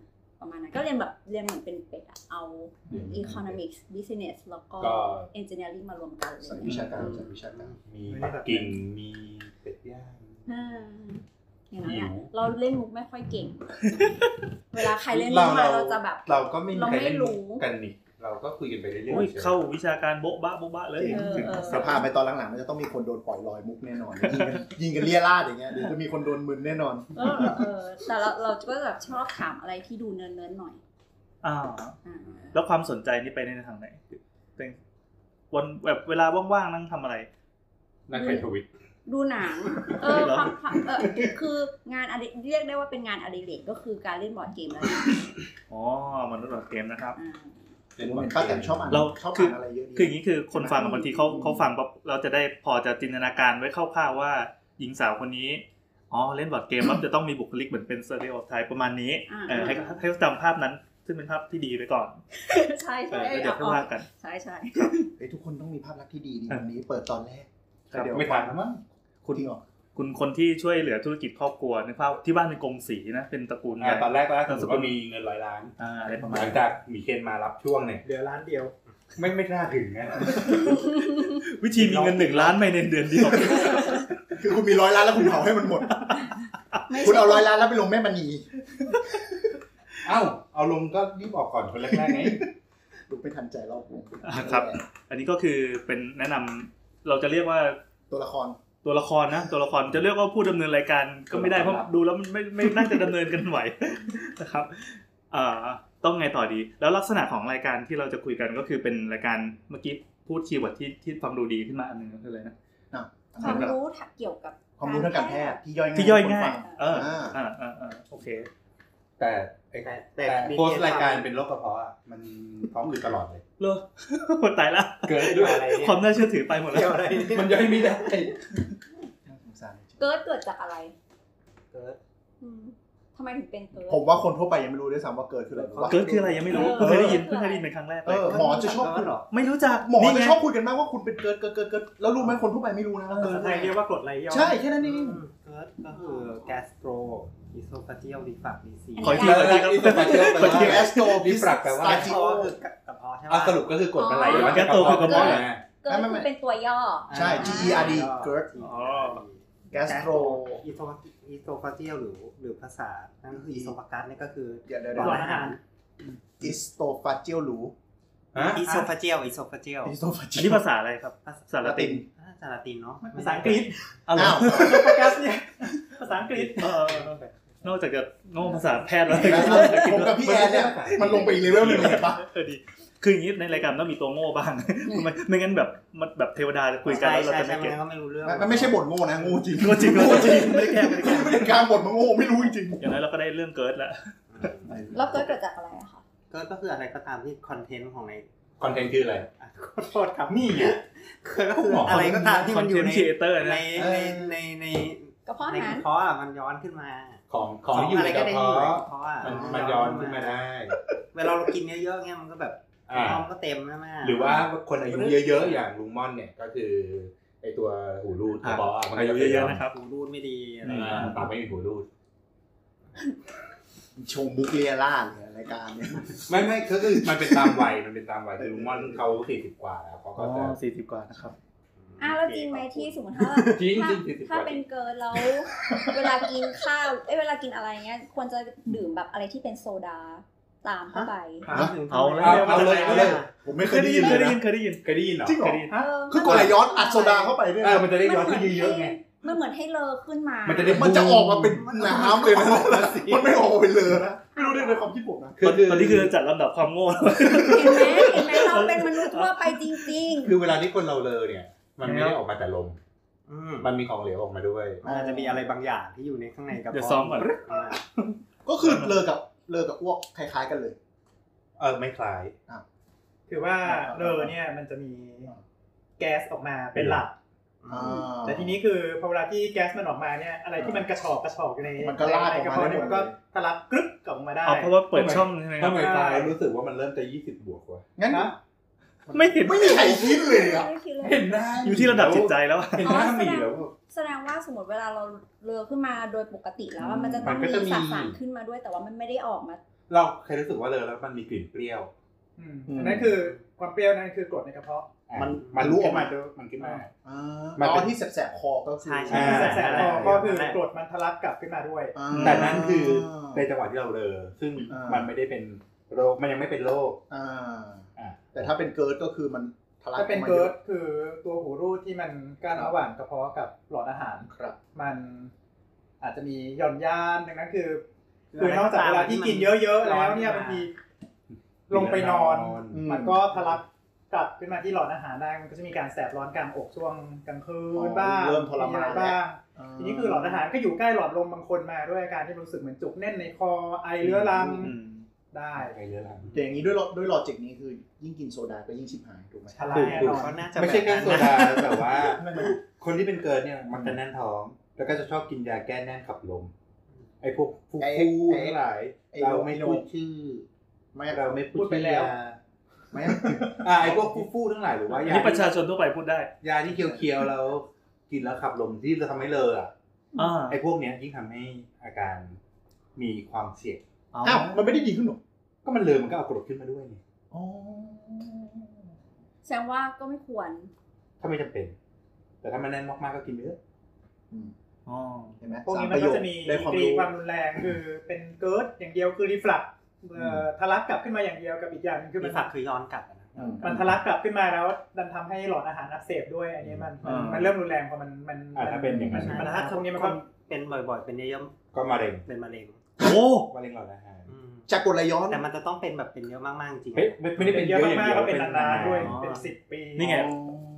S2: ประมาณนั้นก็เรียนแบบเรียนเหมือนเป็นเป็ดอะเอา economics business แล้วก็
S7: ก็
S2: engineering มารวมกันเลย
S4: สายวิชาการสายวิชาการ
S7: มีปักกิ่งมีเป็ดย่าง
S2: อ่าอย่างนั้นอะ
S7: หิว
S2: เราเล่นมุกไม่ค่อยเก่ง เวลาใครเล่นมุกมาเราจะแบบ
S7: เราก็ไม่มี
S2: เรา
S7: ใคร
S2: ไม่
S7: เล่น
S2: รู้
S7: กันนี่เราก็คุยกันไปเรื่อยๆ
S3: โอ้ย
S7: ใช่ไหม
S3: เข้าวิชาการโบ๊ะบะโบ๊ะบะเลย
S2: เออเออ
S4: สภาพไปตอนหลังๆมันจะต้องมีคนโดนปล่อยลอยมุกแน่น *laughs* อน ยิงกันยิงกันเลี่ยราดอย่างเงี้ยเดี๋ยวจะมีคนโดนมึนแน่นอน
S2: เออเออแต่เราเราก็แบบชอบถามอะไรที่ดูเนินๆหน่อย
S3: อ่า
S2: อ่า
S3: แล้วความสนใจนี่ไปในทางไหนเป็นวันแบบเวลาว่างๆนั่งทำอะไร
S7: นั่นเป็นทวิต
S2: ดูหนัง เออความความเออคืองานอดิเรียกได้ว่าเป็นงานอดิเรกก็คือการเล่นบอร์ดเกมแล้วนะ
S3: อ๋อมนุษย์หลอดเกมนะครับ
S2: อ่า
S4: เห็นว่าป้าแตนชอบอ่าน
S3: เรา
S4: ชอบอ่านอะไรเยอะดี
S3: คืออย่างนี้คือคนฟังอะบางทีเขา
S2: อืม
S3: เขาฟังปั๊บเราจะได้พอจะจินตนาการไว้คร่าวๆว่า หญิงสาวคนนี้อ๋อเล่นบอร์ดเกมปั๊บจะต้องมีบุคลิกเหมือนเป็นสเตอริโอไทป์ประมาณนี้เออให้ให้ให้จำภาพนั้น ซึ่งเป็นภาพที่ดีไปก่อน
S2: ใช่
S3: เอ
S2: ใช่
S3: อแล้วเดี๋ยวค่อยว่ากัน
S2: ใช่ใช่
S4: เอ้ยทุกคนต้องมีภาพลักษณ์ที่ดีดี
S3: ครับ
S4: วันนี้เปิดตอนแรก
S7: ครับ
S4: เดี๋ยว
S7: ไม่ทันแล้วมั้ง
S4: คุณจริงเหรอ
S3: คุณคนที่ช่วยเหลือธุรกิจครอบครัวนึกภาพที่บ้านเป็นกงสีนะเป็นตระกูล
S7: อ่าตอนแรกแล้ว
S3: นาม
S7: ส
S3: ส
S7: มม
S3: กุล
S7: ติว่ามีเงินร้อยล้าน
S3: อ่าอะไรประมา
S7: ห
S3: ณ
S7: ลังจากหมีเคนมารับช่วงเนี่ย
S5: เหลือร้านเดียว
S7: ไม่ไม่น่าถึงนะ
S3: วิธีมีเงินหนึ่งล้านไปในเดือนเดียว *laughs*
S4: คือคุณมีร้อยล้านแล้วคุณเผาให้มันหมด คุณเอาร้อยล้านแล้วไปลงแม่มณี
S7: เอ้า เอาลงก็รีบออกก่อนคนแรกๆไง
S4: ดูไม่ทันใจรอบผม
S3: ครับ อันนี้ก็คือเป็นแนะนำเราจะเรียกว่า
S4: ตัวละคร
S3: ตัวละครนะตัวละครจะเรียกว่าผู้ดำเนินรายการก็ไม่ได้เพ
S7: ตัว
S3: ราะ
S7: ละคร
S3: ดูแล้วมันไม่ไม่ไม่น่าจะดำเนินกันไหว *laughs* นะครับเอ่อต้องไงต่อดี แล้วลักษณะของรายการที่เราจะคุยกันก็คือเป็นรายการเมื่อกี้พูดคีย์เวิร์ดที่ที่ฟังดูดีขึ้นมาอันหนึงก็คืออะไรนะ
S4: นะ
S2: ความรู้เกี่ยวกับ
S4: ความรู้ทางการแพทย์ที่ย่อยง่าย
S3: ที่ย่อยง่าย
S4: ให้คนฟั
S3: เออ
S4: อ่า
S3: อ่าอ่าอ่าโอเค
S7: *laughs* แต่ไอ้
S6: แต่
S7: แต่
S6: แต่มี
S7: โพสต์รายการเป็นโรคกระเพาะอะมันท้องอืดตลอดเลย
S3: เลอ *laughs* ตายละ
S7: เกิด
S6: เกี่
S7: ด้
S6: ยว
S7: วย
S6: อะไรเนี่ย
S3: ความน่าเชื่อถือไปหมดแล้
S6: เกี่ยว
S3: ว
S6: อะไรเนี่ย
S7: มันย่อยไม่ได้
S4: น่าสงสารจริง
S2: เกิดเกิดจากอะไร
S6: เกิด
S2: อืมทำไมถึงเป็นเกิด
S4: ผมว่าคนทั่วไปยังไม่รู้ด้วยซ้ำว่าเกิดคืออะไรรู้ปะ
S3: เกิดคืออะไรยังไม่รู้
S2: เออ
S3: เพิ่งเคยได้ยินเพิ่งเคยได้ยินเป็นครั้งแรก
S4: เอ
S3: เลย
S4: อหมอจะชอบคุย
S6: หรอ
S3: ไม่รู้จัก
S4: หมอ
S3: นี่
S4: จะ
S3: ไง
S4: ชอบคุยกันมากว่าคุณเป็นเกิดเกิดเกิดเกิดแล้วรู้ไหมคนทั่วไปไม่รู้นะว่าเกิด
S5: ภาษาไทยเรียกว่ากรดไหลย้อน
S4: ใช่แค่นั้นเอง
S6: เกิดก็คือ gastro esophageal reflux disease
S3: ขออีกทีขออีกทีครับ
S7: ขออีกที
S4: แอสโต
S7: นี่ปรับแปลว่า
S4: สตา
S6: เพ
S4: จิ
S6: ราะ
S4: โอ
S6: ว่าคือกระเพาะใช่ไหม
S7: อ่ะสรุปก็คือกดอะไร
S2: อ๋อ
S7: มัน
S3: แก้ตัวคือกระเพาะ
S7: มา
S2: เกิด
S4: ไม่
S2: คื
S4: ไม่
S2: อเป็นตัวย่อ
S4: ใช่ GERD เกิด
S3: อ๋อ
S4: แกสโตร
S6: อีโซอีโซฟาเจียลหรือหรือภาษา นั่นก็คืออีโซฟากัสเนี่ยก็คือ
S4: เดี๋ยวเดี๋ยว
S5: หล
S4: เดี๋ย
S5: อ
S4: ว
S5: ดอาหาร
S4: อิสโตฟาเจียลรู
S7: ฮะ
S6: อีโซฟาเจียลอีโซฟาเจียล
S4: อิสโตฟาเจี
S3: อั
S4: ย
S3: น
S4: ล
S3: นี้ภาษาอะไรครับ
S6: ภาษา
S3: สาลาติน
S6: ภาษาละตินเนาะ
S5: ภาษาอังกฤษ
S3: อ้าวเหรอ
S4: อ้าว
S5: ปกัสเนี่ยภาษาอังกฤษ
S3: เออนอกจากจะโง่ภาษาแพทย์แล้ว
S4: ผมกับพี่แอนเนี่ยมันลงไปอีกเลเวลหนึ่งเลยปะ
S3: เออดีคืออย่างนี้ในรายการต้องมีตัวโง่บ้าง ไม่ไม่งั้นแบบมันแบบเทวดาจะคุยกันแล้วเรา
S6: ใช่
S3: จะ
S6: ใช่
S3: ไม่
S6: ใช่
S3: เก็ต
S6: มันก็ไม่รู้เรื่อง
S4: มันไม่ใช่บทโง่นะโง่จริง
S3: โง่จริงโง่จริงไม่ได้แก้ไม่ได้แก้
S4: ไม่ได้กลารบทมันโง่ไม่รู้จริง
S3: อย่างนั้นเราก็ได้เรื่องเกิดละ
S2: แล้วเกิดเกิดจากอะไรอะคะ
S6: ก็ก็คืออะไรก็ตามที่คอนเทนต์ของใน
S7: คอนเทนต์คืออะไร
S6: อ่ะขอโทษครับนี่อ่ะก็คือ *laughs* อะไรก็ตามที่
S3: คอ
S6: มัน
S3: เท
S6: นอยู่
S3: น
S6: ใน
S3: ต์ครีเอเตอร์
S6: ใน
S3: นะ
S6: ในในใน
S2: กระเพาะ
S6: ใน
S2: อาหาก ร
S6: ระเพาะอ่ะมันย้อนขึ้นมา
S7: ของของที่อยู่
S6: อะไร
S7: ในก
S6: ก็
S7: ระ
S6: ได้อยู่ใน
S7: เพาะ
S6: กระเพาะอ่ะ
S7: มันมันย้อนขึ้นมาได้
S6: เวลาเรากินเยอะๆเนี่ยมันก็แบบ
S7: อ่า
S6: ท้องก็เต็มใช่ไหม
S7: หรือว่าคนอายุเยอะๆ อย่างลุงม่อนเนี่ยก็คือไอตัวหูรูดกระเพาะมันก็
S3: อายุ
S7: ป็
S3: เยอะๆนะครับ
S6: หูรูดไม่ดีอะไร
S7: อ่าปากไม่มีหูรูด
S4: โชว์บุกเรียล่าเนี่ยรายการเนี่ย
S7: ไม่ไม่ก็คือมันเป็นตามวัยมันเป็นตามวัยคือลุงม่อนเขาสี่สิบกว่าแล้วเขา
S3: อ๋
S7: ก็
S3: อ
S7: จะ
S3: สี่สิบกว่านะครับ
S2: อ่ะแล้วจริงไหมที่สมมติถ้า
S7: จริง
S2: ถ้า
S7: จริงจริง
S2: ถ้าเป็นเกินแล้ว เวลากินข้าวเอ้ยเวลากินอะไรเงี้ยควรจะดื่มแบบอะไรที่เป็นโซดาตามเข้าไป
S3: เอาแล้ว
S7: เอาเอาเลยเอาเลย
S4: ผมไม่เค
S3: เค
S4: ย
S3: ย
S4: ได้
S3: ได้ยินเค
S4: ยินเล
S3: ย
S4: ย
S3: ได้
S4: นะ
S3: ยินเคยได้ยิน
S7: เคยได้ยินเหรอ
S4: จริงเหรอ
S3: เคยได้ยิน
S2: เออ
S4: คือกดไหลย้อนอัดโซดาเข้าไปด้วย
S7: เออ
S4: นะ
S7: มันจะได้ย้อน
S2: มัน
S7: ขึ้น
S2: เหมือน
S7: เยอะๆไง
S2: มันเหมือนให้เลอขึ้นมา
S7: มันจะได้
S4: มันจะออกมาเป็นน้ำเลยนะมันไม่ออกมาเป็นเลอนะไม่รู้เรื่องในความคิดผมนะ
S7: คือ
S3: ตอนนี้คือจัดลำดับความโง่แล้ว
S2: เห็นไหมเห็นไหมเราเป็นมนุษย์ทั่วไปจริง
S7: คือเวลาที่คนเราเลอเนี่ย มันไม่ได้ออกมาแต่ลม มันมีของเหลวออกมาด้วย
S6: มันอาจจะมีอะไรบางอย่างที่อยู่ในข้างในกระ
S3: เดี๋ยว
S6: เพาะ
S3: ซ้อมก่อน
S6: อ่า
S4: ก็คือเลอกับเลอกับอ้วกคล้ายๆกันเลย
S7: เออไม่คล้าย
S5: ถือว่าเลอเนี่ยมันจะมีแก๊สออกมาเป็นหลัก
S4: อ่า
S5: แต่ทีนี้คือพอเวลาที่แก๊สมันออกมาเนี่ยอะไรที่มันกระชอกกระชอกอยู่ใน
S4: มันก็ลากออกมา
S5: ในระเพาะเนี่
S4: ได้
S5: ย
S4: หมดเลย
S5: มันก็ทะลักกรึ๊บออกมาได้
S3: อ๋อเพราะว่าเปิดช่องใช่ไหมครั
S7: ทำ
S3: บ
S7: ไมตายรู้สึกว่ามันเริ่มจะยี่สิบบวกว่ะ
S4: งั้น
S5: นะ
S3: ไม่เห็น
S4: ไม่มีใครคิดเลยอ่ะ
S2: ไม่คิดเลย
S7: เห็นหน้า
S3: อยู่ที่ระดับจิตใจแล้วอะ
S7: เห็นหน้าหมีแล้ว
S2: แสดงว่าสมมติเวลาเราเลอขึ้นมาโดยปกติแล้วอะมันจะต้อ
S7: มั
S2: ง
S7: น
S2: มี
S7: ก็จะมี
S2: สารสารขึ้นมาด้วยแต่ว่ามันไม่ได้ออกมา
S7: เราเคยรู้สึกว่าเลยแล้วมันมีกลิ่นเปรี้ยว
S5: อืม
S4: อืม
S5: อันนั้นคือความเปรี้ยวนั่นคือกรดในกระเพาะ
S7: อ่ะ
S4: มัน
S7: มัน
S4: รู้
S7: รู้
S4: อ
S7: อ
S4: อ
S7: อก ก
S4: มา
S7: มามันขึ้นมา
S4: อ่
S7: มั
S4: าน ต
S7: เป็น
S4: อนที่แสบๆคอก็คือ
S6: ใช่ใช่
S7: อ่า
S5: แสบๆคอก็คือกรดมันทะลักกลับขึ้นมาด้วย
S4: อ่า
S7: แต่นั่นคือในจังหวะที่เราเลอซึ่ง
S4: อ่ามั
S7: มันไม่ได้เป็นโรคมันยังไม่เป็นโรค
S4: อ่า
S7: อ่า
S4: แต่ถ้าเป็นเกิร์ดก็คือมันทะลัก
S5: ถ้าเป็น
S4: ออมา
S5: เกิ
S4: ย
S5: ร์
S4: อะ
S5: ดคือตัวหูรูดที่มันกั้นระหว่างกระเพาะกับหลอดอาหาร
S4: ครับ
S5: มันอาจจะมีหย่อนยานดังนั้นคือ
S6: คือ
S5: คือนอกจากเวลาที่กินเยอะๆ แล้วเนี่ย
S6: ร้อน
S5: บางทีลงไปนอน
S4: อื
S5: มันก็ทะลักกลับขึ้นมาที่หลอดอาหารได้มันก็จะมีการแสบร้อนกลางอกช่วงกลางคืนบ้าง
S4: เริ่มทรมา
S5: อะ
S4: นแล้ว
S5: ไรบ้าง
S4: า
S5: ทีนี้คือหลอดอาหารก็อยู่ใกล้หลอดลมบางคนมาด้วยอาการที่รู้สึกเหมือนจุกแน่นในคอไอเรื้อรัง
S3: อืม
S5: ได้
S7: ใช่ไปเรื่อยๆ
S4: แต่อย่างนี้ด้วยลอด้วยลอจิกนี้คือยิ่งกินโซดาก็ยิ่งชิบหายถูกไหม
S5: ชะลา
S7: ถูก
S5: แน่
S7: ถู
S5: นอ
S7: ก
S5: น
S6: เขาน่าจะ
S7: ไม่ใช่แค่
S6: บบ
S7: โซ
S6: นั้นนะ
S7: ดาแต่ว่า คนที่เป็นเกิร์ดเนี่ยมันจะแน่นท้อง แล้วก็จะชอบกินยาแก้แน่นขับลม ไอ้พวกฟูฟูทั้งหลาย
S4: ไอ้
S7: เรา
S4: โน
S7: ไม่
S4: โน
S7: พูดชื่อ
S4: ไม่
S7: เราไม่พูด
S5: พูดไปแล้ว
S7: ชื่อยา
S5: *laughs*
S4: ไม่
S7: อ่าไอ้พวกฟูฟูทั้งหลายหรือว่า
S3: อัน
S7: ยา
S3: นี้ประชาชนทั่วไปพูดได้
S7: ยาที่เคียวๆแล้วกินแล้วขับลมที่จะทำให้เลออ่ะ
S3: อ่า
S7: ไอ้พวกเนี้ยยิ่งทำให้อาการมีความเสี่ยง
S4: อ้าวมันไม่ได้ดีขึ้นหรอ
S7: ก็มันเลอมันก็เอากรดขึ้นมาด้วยไง
S4: อ๋อ
S2: แสดงว่าก็ไม่ควร
S7: ถ้าไม่จำเป็น แต่ถ้ามันแน่นมากๆก็กินไปเยอะ
S4: อืม
S3: อ๋อ
S4: เห็นไหม
S5: พวกนี้
S4: สา
S5: มัน
S4: ประโย
S5: ก็
S4: ค
S5: จะมี
S4: ได้ความ
S5: ดีกรี
S4: รู้
S5: ความรุนแรงคือเป็นเกิร์ดอย่างเดียวคือรีฟลักทะลักกลับขึ้นมาอย่างเดียวกับอีกอย่างหนึงคือมั
S6: มี
S5: น
S6: ฝักคือย้อนกลับอะนะ
S4: อืม
S5: มันทะลักกลับขึ้นมาแล้วดันทำให้หลอดอาหารอักเสบด้วยอันนี้มันมัน
S3: อ่ามั
S5: มันเริ่มรุนแรงพอมันมัน
S7: อ่าถ้าเป็นอย่างนั้น
S5: มันถ้าตรงนี้มันก็
S6: เป็นบ่อยๆ เป็นเยอะ
S7: ก็มะเร็ง
S6: ๆเป็นมะเร็ง
S3: โอ้
S7: มะเร็งหลอดอาหาร
S6: อืม
S4: จากกลย้อน
S6: แต่มันจะต้องเป็นแบบเป็นเยอะมากๆจริงๆ
S7: เฮ้ยไม่ไม่ได้เป็น
S5: เย
S7: เย
S5: อะ
S7: อะอย่าง
S5: มากๆ
S7: เดียว
S5: ก็เป็นนานๆด้วย
S6: อ๋อ
S5: เป็นสิบปี
S3: นี่ไง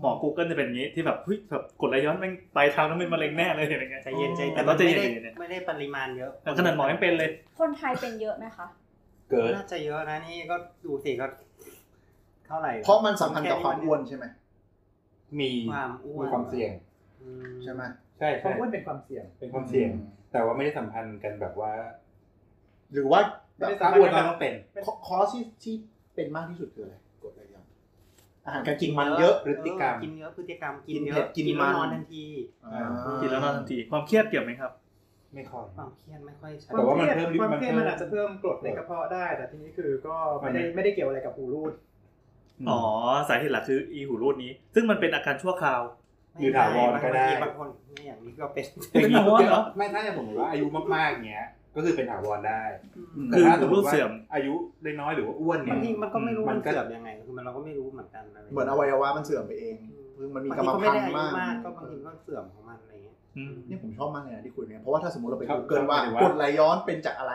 S3: หมอ Google จะเป็นอย่างนี้ที่แบบเฮ้ยแบบกดไหลย้อนแม่งปลายทางต้องเป็นมะเร็งแน่เลยอะไรเงี้ย
S6: ใจเย็นใจ
S3: แต่ก็ใจเย็น
S6: ไม่ได้ไม่ได้ปริมาณเยอะ
S3: แต่ขนาดหมอยังเป็นเลย
S2: คนไทยเป็นเยอะไหมคะ
S7: เกิด
S6: น่าจะเยอะนะนี่ก็ดูสิก็เท่าไหร่
S4: เพราะมันสัมพันธ์กับความอ้วนใช่ไหม
S7: มี
S6: ความอ้วน
S7: มีความเสี่ยง
S6: อื
S4: ใช่ไหม
S7: ใช่
S5: ควา
S7: ใช่
S5: มอ้วนเป็นความเสี่ยง
S7: เป็นความเสี่ยง แต่ว่าไม่ได้สัมพันธ์กันแบบว่า
S4: หรือว่าแบ
S5: ไม่
S4: บ
S5: ได้สัพันธ์
S7: ถ้ามอ้วนก็ต้องเป็น
S4: คอคอร์สที่ที่เป็นมากที่สุดคืออะไรกลย้อนอาหารการกินมันเยอะ
S7: พฤติกรรม
S6: กินเยอะพฤติกรรมกิน
S4: กิน
S6: เย
S4: เผ็
S6: อะ
S4: ดกิน
S6: แล้ว
S4: มัน
S6: นอนทันที
S4: อ่า
S3: กินแล้วนอนทันทีความเครียดเกี่ยวไหมครับ
S7: ไม่ค่อย
S6: ความเครียดไม่ค่อยชัด
S7: แต่ว่ามันเพิ่ม
S5: ความเครียด
S7: มันเพิ่ม
S5: มันอาจจะเพิ่มกรดในกระเพาะได้ แต่ทีนี้คือก็ไม่ได้
S7: มัน
S5: ไม่ได้เกี่ยวอะไรกับหูรูด
S3: อ๋อ สาเหตุหลักคืออีหูรูดนี้ ซึ่งมันเป็นอาการชั่วคราว
S7: หรือถาวรก็ได้
S6: บางคนเนี่ยอย่างนี้ก็เป็น
S3: เป็นถาวรเหรอ
S7: ไม่ถ้าจะผมติว่าอายุมากๆอย่างเงี้ย ก็คือเป็นถาวรได้
S4: อืม
S7: แต่
S3: คือ
S7: ถ้าส
S3: หู
S7: มม
S3: รูด
S7: ติว่า
S3: เสื่อม
S7: อายุได้น้อยหรือว่าอ้วนเนี่
S6: บาย งทีมันก็ไม่รู้
S7: มั
S6: มัน น
S7: ก็
S6: เสื่อมยังไงคือมันเราก็ไม่รู้เหมือนกันอะไร
S4: เหมือนอวัยวะมันเสื่อมไปเองคือมันมีกรรม
S6: บาง
S4: พั
S6: ทีก็ไม่
S4: น
S6: ได้
S4: ธุ์
S6: อายุ
S4: มาก
S6: มากก็บางทีก็เสื่อมของมันอะไรเงี้ย
S3: อืม
S4: เนี่ยผมชอบมากเลยนะที่คุยเนี่ยเพราะว่าถ้าสมมติเราไป
S7: ครับ
S4: ดูเกินว่า
S7: หมายถึงว่า
S4: กดไหลย้อนเป็นจากอะไร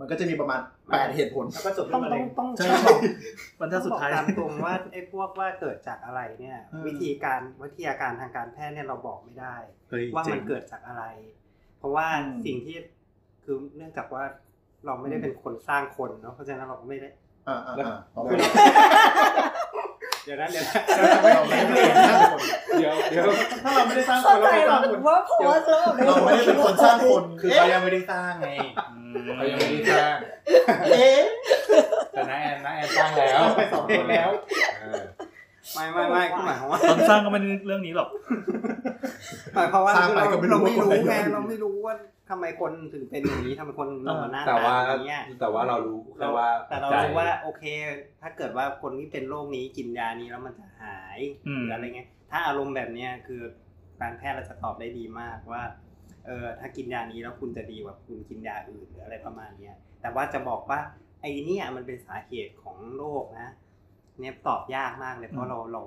S4: มันก็จะมีประมาณ 8 เหตุผล
S5: แล้วก็จบ
S6: ต้
S5: ที่
S6: อง
S5: มะ
S6: ต้
S5: เร็
S6: อง
S5: ง
S6: ต้อง
S3: ใช่
S6: บอก
S3: บรรทัดสุดท้าย
S6: ตามตรงว่าไอ้พวกว่าเกิดจากอะไรเนี่ย
S4: เออ
S6: วิธีการวิทยาการทางการแพทย์เนี่ยเราบอกไม่ได้
S3: เฮ้ย
S6: ว่า
S3: เจ๋
S6: มั
S3: ง
S6: นเกิดจากอะไร เพราะว่า
S4: อืม
S6: สิ่งที่คือเนื่องจากว่าเราไม่ได้เป็นคนสร้างคนเนาะเพราะฉะนั้นเราก็ไม่ได้
S4: อ่าอ่าอ่า
S7: เรา
S4: เดี๋ยวเรา
S7: เดี๋ยวนะเดี๋ยวนะ
S4: เราไม่ได้เป็นคนสร้างคน
S7: เดี๋ยวเดี๋ยว
S5: ถ้าเราไม่ได้สร้างค
S2: เข้าน ใจ
S5: เราไม่
S2: แบ
S5: สร้างค
S2: บ
S5: น
S2: ว่าโพสแล้วแบบ
S4: เราไม่ได้เป็นคนสร้างคน
S7: คือเขายังไม่ได้สร้างไง
S3: อืม
S7: เขายังไม่ได้สร้าง
S4: เอ๊ะ
S7: แต่น้าแอนน้าแอนสร้างแล้ว
S5: ไปสองคนแล้ว
S7: เออ
S6: ไม่ไม่ไม่คือหมายความว่า
S3: ตอนสร้างก็ไม่ได้เรื่องนี้หรอก
S6: หมายความว่า
S4: สร้างไปก็ไม่รู้
S6: เราไม่รู้
S4: ว่าคน
S6: ไง
S4: ไหน
S6: เราไม่รู้ว่าทำไมคนถึงเป็นอย่างนี้ทำไมคนเราหน้า
S7: แต่
S6: ตา
S7: ว่า
S6: อย่างเงี้ย
S7: แต่ว่าเรารู้แค่
S6: เรา
S7: ว่า
S6: แต่เรา
S7: ใจ
S6: รู้ว่าโอเค ถ้าเกิดว่าคนที่เป็นโรคนี้กินยานี้แล้วมันจะหาย
S3: อืม
S6: หรืออะไรเงี้ยถ้าอารมณ์แบบเนี้ยคือการแพทย์เราจะตอบได้ดีมากว่าเออถ้ากินยานี้แล้วคุณจะดีกว่าคุณกินยาอื่นหรืออะไรประมาณเนี้ยแต่ว่าจะบอกว่าไอ้เนี่ยมันเป็นสาเหตุของโรคนะเนี่ยตอบยากมากเลยเพราะเราเรา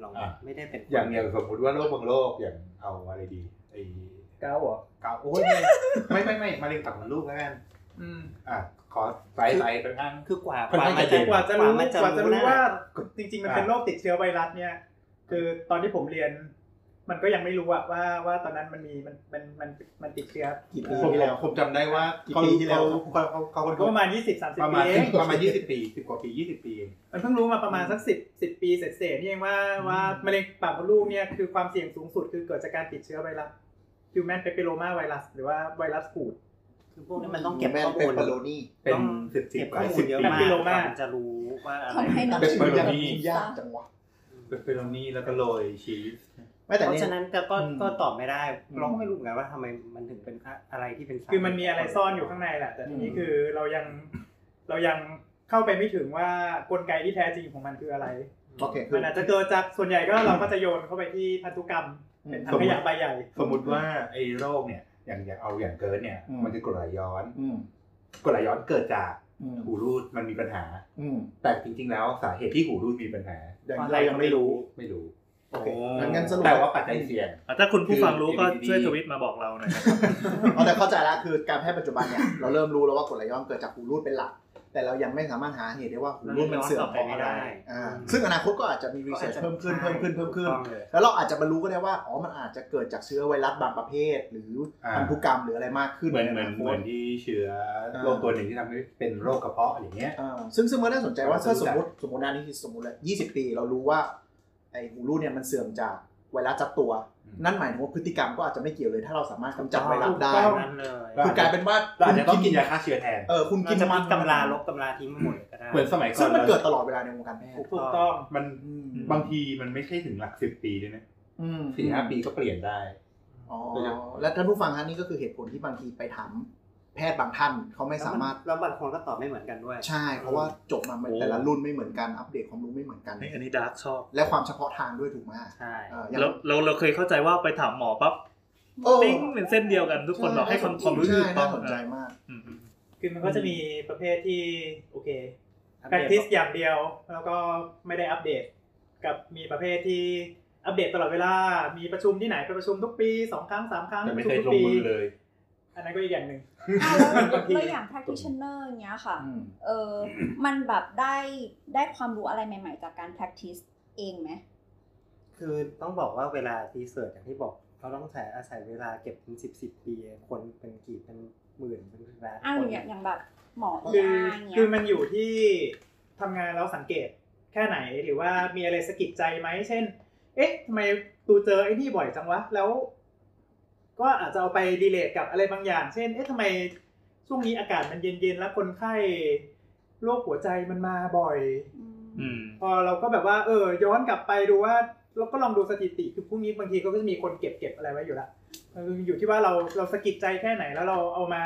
S6: เรา
S7: อ่ะ
S6: ไม่ได้เป็นคน
S7: อย่างอย่างสมมติว่าโรคบางโรคอย่างเอาอะไรดีไอ้
S5: เก้าเหรอ
S7: เกาโอ้ยไม่ไม่ไม่มะเร็งตับมดลูกแล้วกัน
S5: อืม
S7: อ่ะขอไซส์ไซส์ค่อนข้าง
S6: คือกว่า
S7: ค่อนข้างจะเย็น
S5: กว่าจะรู้กว่าจะรู้
S6: น่
S5: ว่าจริง ๆ มันเป็นโรคติดเชื้อไวรัสเนี่ย คือตอนที่ผมเรียน มันก็ยังไม่รู้อะว่าว่าตอนนั้นมันมีมันมันมันมันติดเชื้อ
S4: กี่ปี
S7: ผม
S4: ที่แล้ว
S7: ผมจำได้ว่า
S4: กี่ปีที่แล้ว
S7: เขาเขาเขา
S5: มันก็ประมาณ 20 30
S7: ประ
S5: ปี
S7: มาณ
S5: เอง
S7: ประมาณยี่สิบปีสิบกว่าปียี่สิบปีเอง
S5: มันเพิ่งรู้มาประมาณสักสิบสิบปีเศษๆนี่เองว่าว่ามะเร็งปากมดลูกเนี่ยคือความเสี่ยงสูงสุดคือเกิดจากการติดเชื้อไวรัส human papilloma virus หรือว่าไวรัสขูด
S6: คือพวกนี้มันต้องเก็บข้อ
S4: เป็น
S6: มูล
S4: เปโลนี่
S7: เป็น
S6: ต้อง
S7: สิบสิบ
S6: เก็บ
S7: ก
S6: ข้
S7: ว่า
S6: อมู
S7: สิ
S6: ล
S7: บ
S6: เยอะ
S7: ปี
S6: มาก
S5: เป็น papilloma
S6: ถึงจะรู้ว่าอะไร
S2: ทำให้น้อง
S7: เป็นเปโลนี่
S4: ยากจังวะ
S7: เป็นเปโรนี่แล้วก็โรยชีส
S4: ไม่แต่
S6: เพ
S4: เนี่ย
S6: ราะฉะนั้นแต่ก็
S4: อืม
S6: ก็ตอบไม่ได้ เราก็ไม่รู้เหมือนกันว่าทำไมมันถึงเป็นอะไรที่เป็นสา
S5: คือมันมีอะไรซ่อนอยู่ข้างในแหละ แต่ทีนี้คือเรายังเรายังเข้าไปไม่ถึงว่ากลไกที่แท้จริงของมันคืออะไร
S4: โอเคคื
S5: มั
S4: อ
S5: นอาจจะเกิดจากส่วนใหญ่ก็เราก็จะโยนเข้าไปที่พันธุกรรม เป็นถังขยะใบใหญ่
S7: สมมติว่าไอ้โรคเนี่ย อย่างอย่างเอาอย่างเกิร์ดเนี่ย
S4: อืม
S7: มันจะกรดไหลย้อน
S4: อืม
S7: กรดไหลย้อนเกิดจาก
S4: อืม
S7: หูรูดมันมีปัญหา
S4: อืม
S7: แต่จริง ๆ แล้วสาเหตุที่หูรูดมีปัญหา
S4: อย่างเรายังไม่รู้
S7: ไม่รู้
S4: โอเค
S3: โอ้
S4: งั้นงั้นสรุป
S7: แต่ว่าปัจจัยเสี่ยง
S3: อ่ะถ้าคุณผู้ฟังรู้ก็
S7: คือ
S3: ช่วยทวิตมาบอกเราหน่อยนะครับ
S4: เอาแต่เข้าใจละคือการแพทย์ปัจจุบันเนี่ยเราเริ่มรู้แล้วว่ากรดไหลย้อนเกิดจากหูรูดเป็นหลัก แต่เรายังไม่สามารถหาเหตุได้ว่าหูรูดมันเสื่อมเพราะอะไรอ่าซึ่งอนาคตก็อาจจะมีรีเสิร์ชเพิ่มขึ้นเพิ่มขึ้นเพิ่มขึ้น
S6: ต้องเลย
S4: แล้วเราอาจจะบรรลุก็ได้ว่า อ๋อ มันอาจจะเกิดจากเชื้อไวรัสบางประเภท หรืออา พันธุกรรมหรืออะไรมากขึ้น
S7: เหมือนเหมือน
S4: ใค
S7: เห
S4: ต
S7: มือนที่เชื้อโรคตัวหนึ่งที่ทำให้เป็นโรคกระเพาะอย่างเงี้ย
S4: อ่าซึ่งซึ่งมันน่าสนใจว่า
S7: เรา
S4: ถ้า
S7: จะ
S4: สม
S7: รู้
S4: ม
S7: จั
S4: ติ
S7: ก
S4: สมมตินะนี่คือสมมติเลยยี่สิบปีเรารู้ว่าไอหูรูดเนี่ยมันเสื่อมจากไวรัสจับตัว นั่นหมายถึงว่าพฤติกรรมก็อาจจะไม่เกี่ยวเลย ถ้าเราสามารถกำจัดไวรัสได้
S5: ถูกต้อง
S4: นะ
S6: นั่นเลย
S4: คือกลายเป็นว่า
S7: เราอาจจะต้อง
S4: คุณ
S7: กินยาฆ่าเชื้อแทน
S4: เออคุณ
S6: เรา
S4: กิน
S6: จะ
S4: มั
S6: มี
S4: น
S6: ตำราลบตำราทิ้งมาหมดเลยก็ได้
S7: เหมือนสมัยก่อน
S4: ซึ่งมันเกิด
S7: รา
S4: ตลอดเวลาในวงการแพทย์
S5: ถูกต้อง
S7: มัน
S4: อืม
S7: บางทีมันไม่ใช่ถึงหลักสิบปีด้วยนะ
S4: อืม
S7: สี่ห้าปีก็เปลี่ยนได้
S4: อ๋อและท่านผู้ฟังฮะนี่ก็คือเหตุผลที่บางทีไปถามแพทย์บางท่านเขาไม่สามารถ
S6: แล้วบางคนก็ตอบไม่เหมือนกันด้วย
S4: ใช่ เพราะว่าจบมา
S3: โอ้
S4: แต่ละรุ่นไม่เหมือนกันอัปเดตความรู้ไม่เหมือนกัน
S3: นี่อันนี้ดาร์กชอบ
S4: และความเฉพาะทางด้วยถูกไหม
S6: ใช่
S4: เอ่ออย่าง
S3: เราเราเราเคยเข้าใจว่าไปถามหมอปั๊บ
S4: โอ้
S3: ติ้งเป็นเส้นเดียวกันทุกคนบอกให้ความความรู้ถู
S4: ใช่
S3: กต้อ
S4: น่าง สนใจมาก
S3: อืมอืม
S5: คือมันก็จะมีประเภทที่โอเค
S6: อัปเดต
S5: practice อย่างเดียว แล้วก็ไม่ได้อัปเดต กับมีประเภทที่อัปเดตตลอดเวลา มีประชุมที่ไหนไปประชุมทุกปีสองครั้งสามครั้ง
S7: แต่ไม่
S5: ป
S7: เค
S5: ระ
S7: ย
S5: ชุ
S7: ล
S5: ทุ
S7: ง
S5: กปี
S7: มือเลย
S5: อันนั้นก็อีกอย่างหนึ่ง
S2: อ้าวแล้วแล้วอย่าง practitioner อย่างเงี้ยค่ะ
S4: อืม
S2: เออมันแบบได้ได้ความรู้อะไรใหม่ ๆ จากการ practice เองไหม
S6: คือต้องบอกว่าเวลารีเสิร์ชอย่างที่บอกเขาต้องใช้อาศัยเวลาเก็บถึงสิบสิบปี คนเป็นกี่เป็นหมื่นเป็นล้าน
S2: อ้าว
S6: ค
S2: อน ย่างอย่างอย่างแบบหมอเอ
S5: คือ
S2: อาเงี้ย
S5: คือมันอยู่ที่ทำงานแล้วสังเกตแค่ไหนหรือว่ามีอะไรสะกิดใจไหมเช่น เอ๊ะทำไมตูเจอไอ้นี่บ่อยจังวะแล้ว ก็อาจจะเอาไปรีเลทกับอะไรบางอย่าง เช่น เอ๊ะทำไมช่วงนี้อากาศมันเย็นๆแล้วคนไข้โรคหัวใจมันมาบ่อย
S3: อืม
S5: พอเราก็แบบว่าเออ ย้อนกลับไปดูว่าเราก็ลองดูสถิติคือพวกนี้บางทีเขาก็จะมีคนเก็บเก็บอะไรไว้อยู่ละเอออยู่ที่ว่าเราเราสะกิดใจแค่ไหนแล้วเราเอามา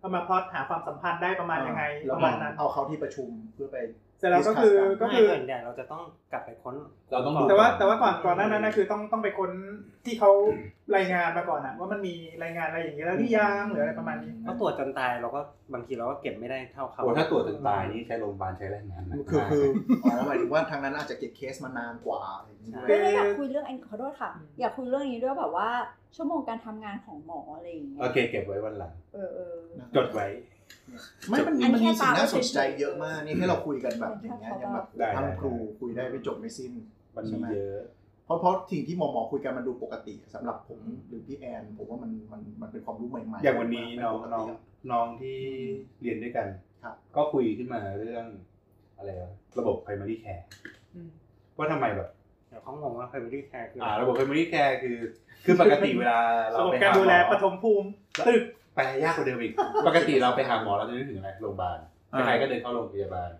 S5: เอามาพลอตหาความสัมพันธ์ได้ประมาณยังไง
S4: แล้ว
S5: ประ
S4: ก็
S5: มาณนั้น
S4: เอาเข้าที่ประชุมเพื่อไป
S5: เสร็จแล้วก็คือ
S4: ดิสคัสกัน
S5: ก็คือ
S6: ไม่ส่วนใหญ่เราจะต้องกลับไปค้น
S7: เราต้อง
S5: แต่ว่าแต่ว่าก่อนก่อนหน้านั้นนะคือต้องต้องไปค้นที่เขารายงานมาก่อนอะว่ามันมีรายงานอะไรอย่างนี้แล้วหรือยังหรืออะไรประมาณนี้
S6: เพราะตรวจจนตายเราก็บางทีเราก็เก็บไม่ได้เท่าเขา
S7: โอ้ถ้าตรวจจนตายนี่ใช้โรงพยาบาลใช้แรงงานหนักมาก
S4: คือ *laughs* คืออ๋อหมายถึงว่าทางนั้นอาจจะเก็บเคสมานานกว่าอะไรอย่างนี้ด้ว
S2: เฮ้ย
S4: ย
S2: เราอยากคุยเรื่องแอลกอฮอล์ด้วยค่ะ
S5: อืม
S2: อยากคุยเรื่องนี้ด้วยแบบว่า ชั่วโมงการทำงานของหมออะไรอย่างเงี้ย
S7: โอเค เก็บไว้วันหลัง
S2: เออเออ
S4: นะ
S7: จดไว้
S4: ไม่มันมี
S2: อันนี้
S4: มันมีสิ่ง
S2: แค่ตาม
S4: น่าสนใจ
S2: เฉยๆ
S4: เยอะมากนี่แค่เราคุยกันแบบอย่างเงี้ยยังแบบ
S7: ได้ได้
S4: ทำครูคุยได้ไม่จบไม่สิ้น
S7: มันมีเยอะ
S4: เพราะเพราะสิ่งที่หมอหมอคุยกันมันดูปกติสำหรับผมหรือพี่แอนผมว่ามันมันมันเป็นความรู้ใหม่ๆ
S7: อย่างวันนี้น้อง
S4: มัเป็
S7: น้อง
S4: ปกติะ
S7: น้องที่เรียนด้วยกัน
S4: ครับ
S7: ก็คุยขึ้นมาเรื่องอะไรวะระบบ primary care
S5: อืม
S7: ว่าทำไมแบบ
S6: เดี๋ยวเขางงว่า primary care คือ
S7: อ่า
S6: อะไร
S7: ระบบ primary care คือ คือปกติเวลาเรา
S5: ระบบ
S7: ไป
S5: การ
S7: หา
S5: ดู
S7: หม
S5: แล
S7: อ
S5: ปฐมภูมิ
S7: ตึกไปยากกว่าเดิม *laughs* อีก ปกติเราไปหาหมอเราจะนึกถึงอะไรโรงพยาบาล
S3: อ่า
S7: ใครๆก็เดินเข้าโรงพยาบาล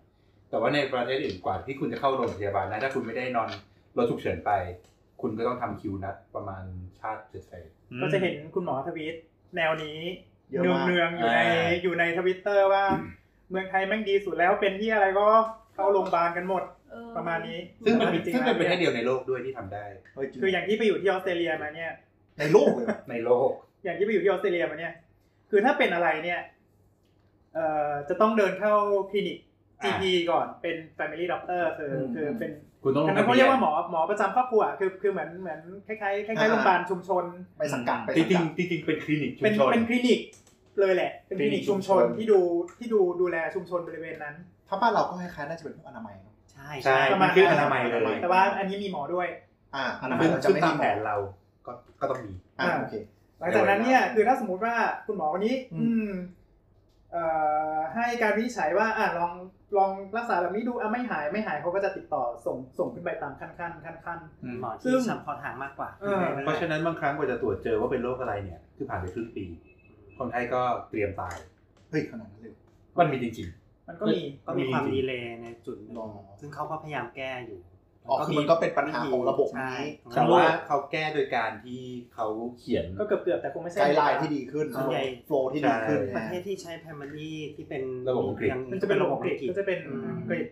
S7: แต่ว่าในประเทศอื่นกว่าที่คุณจะเข้าโรงพยาบาลนะถ้าคุณไม่ได้นอนรถฉุกเฉินไป คุณก็ต้องทำคิวนัดประมาณชาติเสร็จ
S5: ก็จะเห็นคุณหมอทวีตแนวนี้
S4: เยอะมาก
S5: เนืองๆอยู่ใน
S7: อ่า
S5: อยู่ในทวิตเตอร์ว่า เมืองไทยแม่งดีสุดแล้วเป็นที่อะไรก็เข้าโรงพยาบาลกันหมด
S2: เออ
S5: ประมาณนี้
S7: ๆซึ่งมัน
S5: จริงๆ
S7: ซึ่งเป็
S5: แล้
S7: น
S5: ว
S7: ประเทศ
S5: เนี่ย
S7: เดียวในโลกด้วยที่ทำได้
S4: เฮ้ยจริง
S5: คืออย่างที่ไปอยู่ที่ออสเตรเลียมาเนี่ย
S4: ในโลกเลย
S7: ในโลก
S5: อย่างที่ไปอยู่ที่ออสเตรเลียมาเนี่ย คือถ้าเป็นอะไรเนี่ยเอ่อจะต้องเดินเข้าคลินิก
S7: อ่า
S5: GP ก่อนเป็น Family Doctor คือ
S4: ม
S5: คือเป็น
S7: คุณต้องล
S5: อัน
S7: ง
S5: นั้น
S7: ทะ
S5: เขา
S7: เบี
S5: เรี
S7: ย
S5: ยก
S7: น
S5: ว่าหมอหมอประจำครอบครัวคือคือเหมือนเหมือนคล้ายๆคล้ายๆโรงพยาบาลชุมชน
S4: ไปสังกัดไป
S7: จ
S4: สัง
S7: ริ
S4: กั
S7: ง
S4: ด
S7: ๆจริงๆเป็นคลินิกชุ
S5: เป็
S7: ม
S5: น
S7: ชน
S5: เป็นคลินิกเลยแหละ เป็นคลินิกชุมช
S4: ค
S5: น
S4: ลินิกชุมชน
S5: ที่ดูที่ดูดูแลชุมชนบริเวณนั้น
S4: ถ้าบ้านเราก็คล้ายๆน่าจะเป็นพวกอนามัยเนอะ
S6: ใช่
S7: ใช่
S5: ประ
S7: มั
S5: มาณ
S7: นคืออนามัยเล
S4: อ
S7: ย
S4: นามัย
S5: แต่ว่าอันนี้มีหมอด้วย
S4: อ่าอนามัย
S7: ซึ่ง
S4: เราจะ
S7: ซึ่ง
S4: ไม่
S7: ตา
S4: มี
S7: ม
S4: หม
S7: แผ
S4: อ
S7: นเรา ก็ก็ต้องมี
S4: อ่าโอเค
S5: หลังจากนั้นเนี่ยคือถ้าสมมุติว่าคุณหมอคนนี้
S4: อืม
S5: อืมเอ่อให้การวินิจฉัยว่า อ่ะลองลองรักษาแบบนี้ดูอ่ะไม่หายไม่หายเขาก็จะติดต่อส่งส่งขึ้นไปตามขั้นขั้นขั้นขั้น
S3: อืม
S6: หมอ
S5: ซึ่
S6: ที่
S5: ง
S6: เฉพาะทางมากกว่า
S5: เออ
S7: เพราะฉะนั้นบางครั้งกว่าจะตรวจเจอว่าเป็นโรคอะไรเนี่ยคือผ่านไปครึ่งปี คนไข้ก็เตรียมตาย
S4: เฮ้ยขนาดนั้นเลย
S7: มันมีจริง
S5: มันก็มี
S6: ก็มีความ
S7: มีจริง
S6: ดีเลย์ในจุดหนึง
S4: อ๋อ
S6: ซึ่งเขาก็พยายามแก้อยู่
S4: อ๋อคือมันก็เป็นปัญหาของระบบนี้
S6: ใช่
S7: ๆแต่
S6: ของระบบ
S7: ว่าเขาแก้โดยการที่เขาเขียน
S5: ก็เกือบเกือบๆแต่คงไม่ใช่
S4: ไกด์ไลน์ที่ดีขึ้น
S6: ส่วนใหญ่
S4: โฟล์ที่ดีขึ้น
S6: ป
S4: นะ
S6: ระเทศที่ใช้ primary ที่เป็น
S7: ระบบอังกฤษ
S6: ยัง
S5: มันจะเป็นระบบอังกฤษก็จะเป็น
S6: อืม
S5: อังกฤษ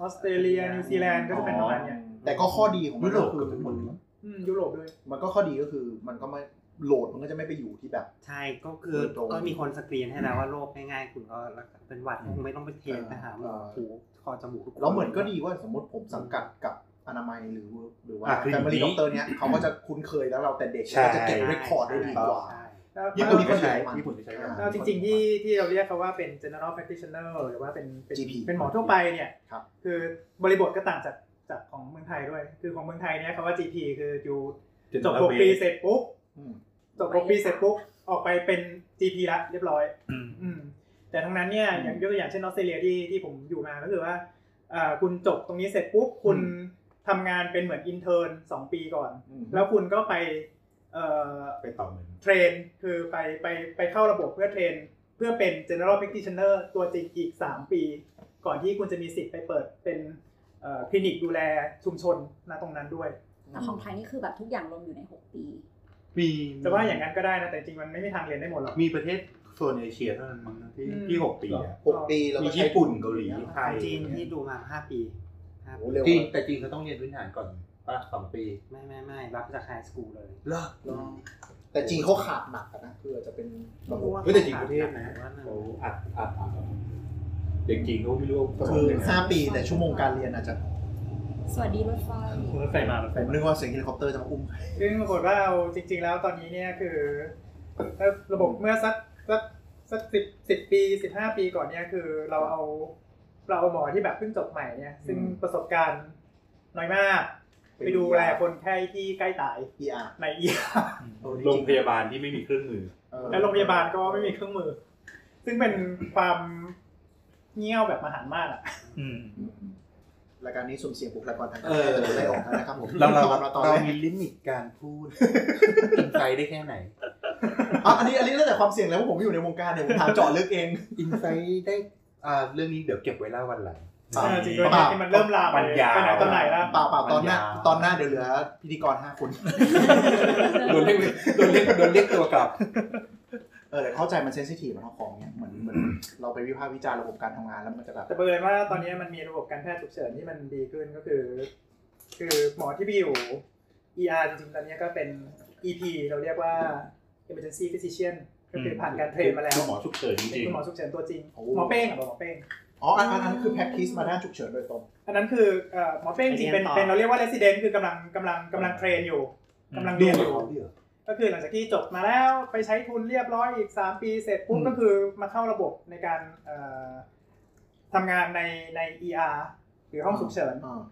S5: ออสเตรเลียนิวซีแลนด์ก็จะเป็นประมาณเนี้ย
S4: แต่ก็ข้อดีของมัน
S7: ยุโร
S4: ก็
S7: ป
S4: คือ
S7: ก็เป็นหมดเลยมั้ง
S5: มยุโรปด้วย
S4: มันก็ข้อดีก็คือมันก็ไม่โหลดมันก็จะไม่ไปอยู่ที่แบบ
S6: ใช่ก็คือ
S4: โดยตรง
S6: ก็มีคนสกรีนให้แล้วว่าโรคง่ายๆ คุณก็รักษาเป็นหวัด
S7: อืม
S6: คงไม่ต้องไปเทสไปหาหมอ
S4: เออ
S6: หูคอจมูกทุค
S4: แล้วเหมือนก็ดีว่าสมมติผมสังกัดกับอนามัยหรือหรือว่า
S7: อ่ะคือ
S4: แฟมิลี่
S7: อ
S4: ด็
S7: ย่างนี้
S4: อกเตอร์เนี้ยเขาก็จะคุ้นเคยแล้วเราแต่เด็ก
S7: ใช่
S4: ก็จะเก็บ
S6: ใช่
S4: เรคคอร์ดได้ดีกว่า
S6: ใช่
S7: ญี่ปุ่นก็ใช้ญี่ปุ่นก็ใช้แบบ
S5: เราจริงๆที่ที่เราเรียกเขาว่าเป็น general practitioner หรือว่าเป็นเป็น
S4: GP
S5: เป็นหมอทั่วไปเนี่ย
S4: ครับ
S5: คือบริบทก็ต่างจากจากของเมืองไทยด้วย คือของเมืองไทยเนี่ยคำว่า GP คืออยู่จบ 6 ปีเสร็จปุ๊บ
S4: อืม
S5: จบ 6 ปีเสร็จปุ๊บออกไปเป็น GP ละเรียบร้อย
S3: อืม
S5: อืมแต่ทั้งนั้นเนี่ยอย่างยกตัวอย่างเช่นออสเตรเลียที่ที่ผมอยู่มาก็คือว่าเอ่อคุณจบตรงนี้เสร็จปุ๊บคุณทำงานเป็นเหมือนอินเทอร์นสองปีก่อน
S4: อืม
S5: แล้วคุณก็ไปเอ่อ
S7: ไปต่อเหมือน
S5: เทรนคือไปไปไปเข้าระบบเพื่อเทรน เพื่อเป็น general practitioner ตัวจริงอีก 3 ปี ก่อนที่คุณจะมีสิทธิ์ไปเปิดเป็นเอ่อคลินิกดูแลชุมชนณตรงนั้นด้วย
S2: แต่ของไทยนี่คือแบบทุกอย่างรวมอยู่ในหกปี
S7: มี
S5: จะว่าอย่างนั้นก็ได้นะ แต่จริงมันไม่มีทางเรียนได้หมดหรอก
S7: มีประเทศโซนเอเชียเท่านั้นมั้งนะที่
S5: อืม
S7: ที่หกปีอะ
S4: หกปีแล้วก็
S7: มีญี่ปุ่นเกาหลี ใช่
S6: จีนที่ดูมาห้าปีห้า
S4: โอ้โห
S6: ปี
S4: เร็ว
S7: จริง
S4: อะ
S7: แต่จริงเขาต้องเรียนพื้นฐานก่อนป่ะสองปี
S6: ไม่ไม่ไม่รับจากไฮสคูลเลย
S7: เลิก
S4: แต่จริงเขาขาดหนักอะนะคืออาจจะเป็นระบบ
S7: เฮ้ยแต่จริงประเทศนะ
S6: ว่ามัน
S7: เขาอัดอัดอัดจริงจริงๆเขาไม่รู้ว่าสม
S4: คื
S7: ง
S4: อ
S7: เป็นไง
S4: 5 ปีแต่ชั่วโมงการเรียนอาจจะ
S2: สวัสดีรถไฟ
S3: รถไฟมารถไฟ
S4: ผม
S3: มา
S4: นึกว่าเสียงเฮลิคอปเตอร์จะมาอุ้ม
S5: ซึ่งปรากฏว่าเอาจริง ๆ แล้วตอนนี้เนี่ยคือถ้าระบบเมื่อสักสักสักสิบสิบปีสิบห้าปีก่อนเนี่ยคือเราเอาเราเอาหมอที่แบบเพิ่งจบใหม่เนี่ยซึ่ง
S4: อืม
S5: ประสบการณ์น้อยมาก ไปดูแลคนไข้ที่ใกล้ตาย
S4: ER
S5: ใน *laughs* เอีย
S4: เออจ
S7: โรง
S4: งๆ
S7: พยาบาลที่ไม่มีเครื่องมือ
S4: เออ
S5: และโรงพยาบาลก็ไม่มีเครื่องมือ ซึ่งเป็นความเงี้ยวแบบมหันต์มากอ่ะ
S3: อืม
S4: รายการนี้สุ่มเสี่ยงบุคลากรทางกา
S7: เอ
S4: รแพทย์
S7: อ
S4: จะโดนไล่ออกแล้วนะครับผม
S7: เราเรา
S4: ตอนมาตอน
S7: เรา
S4: แรก
S7: มีลิมิตการพูด อินไซด์ได้แค่ไหน
S4: อ่ะอันนี้อันนี้แล้วแต่ความเสี่ยงแล้วเพราะผมไม่อยู่ในวงการเดี๋ยวผมถามเจาะลึกเอง
S7: อินไซด์ได้อ่าเรื่องนี้เดี๋ยวเก็บไว้เล่าวันหลัง
S5: เออจริง
S4: ป
S5: ด้วย
S4: ล่า
S5: ที่มันเริ่มลามไป
S7: มันยาว
S5: ไปไหนตอนไหนแล้ว
S4: เปล่าเปล่าตอนหน้า
S7: ปัญญา
S4: ตอนหน้าเดี๋ยวเหลือพิธีกรห้าคน
S7: โดนเรียกโดนเรียกโดนเรียกตัวกลับ
S4: เออแต่เข้าใจมันเซนซิทีฟมันเอาของเนี่ยเหมือนเหมือนเราไปวิพากษ์วิจารณ์ระบบการทำงานแล้วมันจะแบบ
S5: แต่เบอิญว่าตอนนี้มันมีระบบการแพทย์ฉุกเฉินที่มันดีขึ้นก็คือ คือหมอที่ไปอยู่ ER จริงๆตอนนี้ก็เป็น EP เราเรียกว่า Emergency Physician ก็คือผ่านการเทรนมาแล้ว
S7: คุณหมอฉุกเฉินจ
S5: เป็น
S7: ริง
S5: คุณหมอฉุกเฉินตัวจริง หมอเป้งอ่ะบอกหมอเป้ง
S4: อ๋ออันอันนั้นคือ practice มาด้านฉุกเฉินโดยตรง
S5: อันนั้นคือเอ่อหมอเป้งจริงๆเป็นเป็นเราเรียกว่า resident คือกำลังกำลังกำลังเทรนอยู่กำลัง
S7: ๆ
S5: เรียน
S7: กั
S5: อบ ยู่
S7: เขา
S5: ก็คื
S7: ด้วยเหรอ
S5: อหลังจากที่จบมาแล้วไปใช้ทุนเรียบร้อยอีก 3 ปีเสร็จปุ๊บ
S4: อืม
S5: ก็คือมาเข้าระบบในการเอ่อทำงานในใน ER หรือห้องฉุกเฉิน
S4: อ่า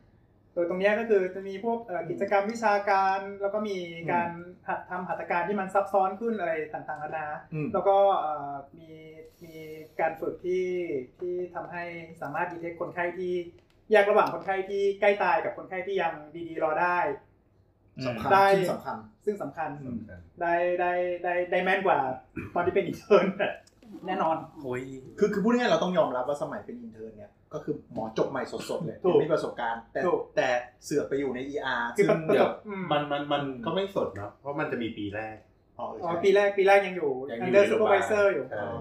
S5: โดยตรงเนี้ยก็คือจะมีพวกเอ่อกิจกรรมวิชาการแล้วก็มีการหัดทำหัตถการที่มันซับซ้อนขึ้นอะไรต่างๆนานา
S4: อืม
S5: แล้วก็เอ่อมีมีการฝึกที่ที่ทำให้สามารถดีเทคคนไข้ที่แยกระหว่างคนไข้ที่ใกล้ตายกับคนไข้ที่ยังดีๆรอได้
S3: อืม
S4: สำคัญ
S5: ได้
S4: ที่สำคัญ
S5: ซึ่งสำคัญ
S4: อืม
S5: ได้ได้ได้ได้แม่นกว่าตอนที่เป็นอีเทิร์น *laughs* แน่นอน
S3: โอ้ย
S4: คือคือพูดง่ายๆเราต้องยอมรับว่าสมัยเป็นอินเทอร์เนี่ยก็คือหมอจบใหม่สดๆเลย
S5: ถูก
S4: ยังไม่มีประสบการณ์ แต่
S5: ถูก
S4: แต่เสือกไปอยู่ใน ER
S5: คือ
S4: ซึ่ง
S5: ประ
S7: เดี๋
S5: ส
S7: ยว
S5: บอืม
S7: มันมันมันก็ไม่สดเนอะเพราะมันจะมีปีแรก
S4: อ๋อ
S5: อ๋อ
S4: ใช่
S5: ปีแรกปีแรกยังอยู่
S7: ยัง
S5: under supervisor อยู่
S7: ใช่
S4: อ๋อ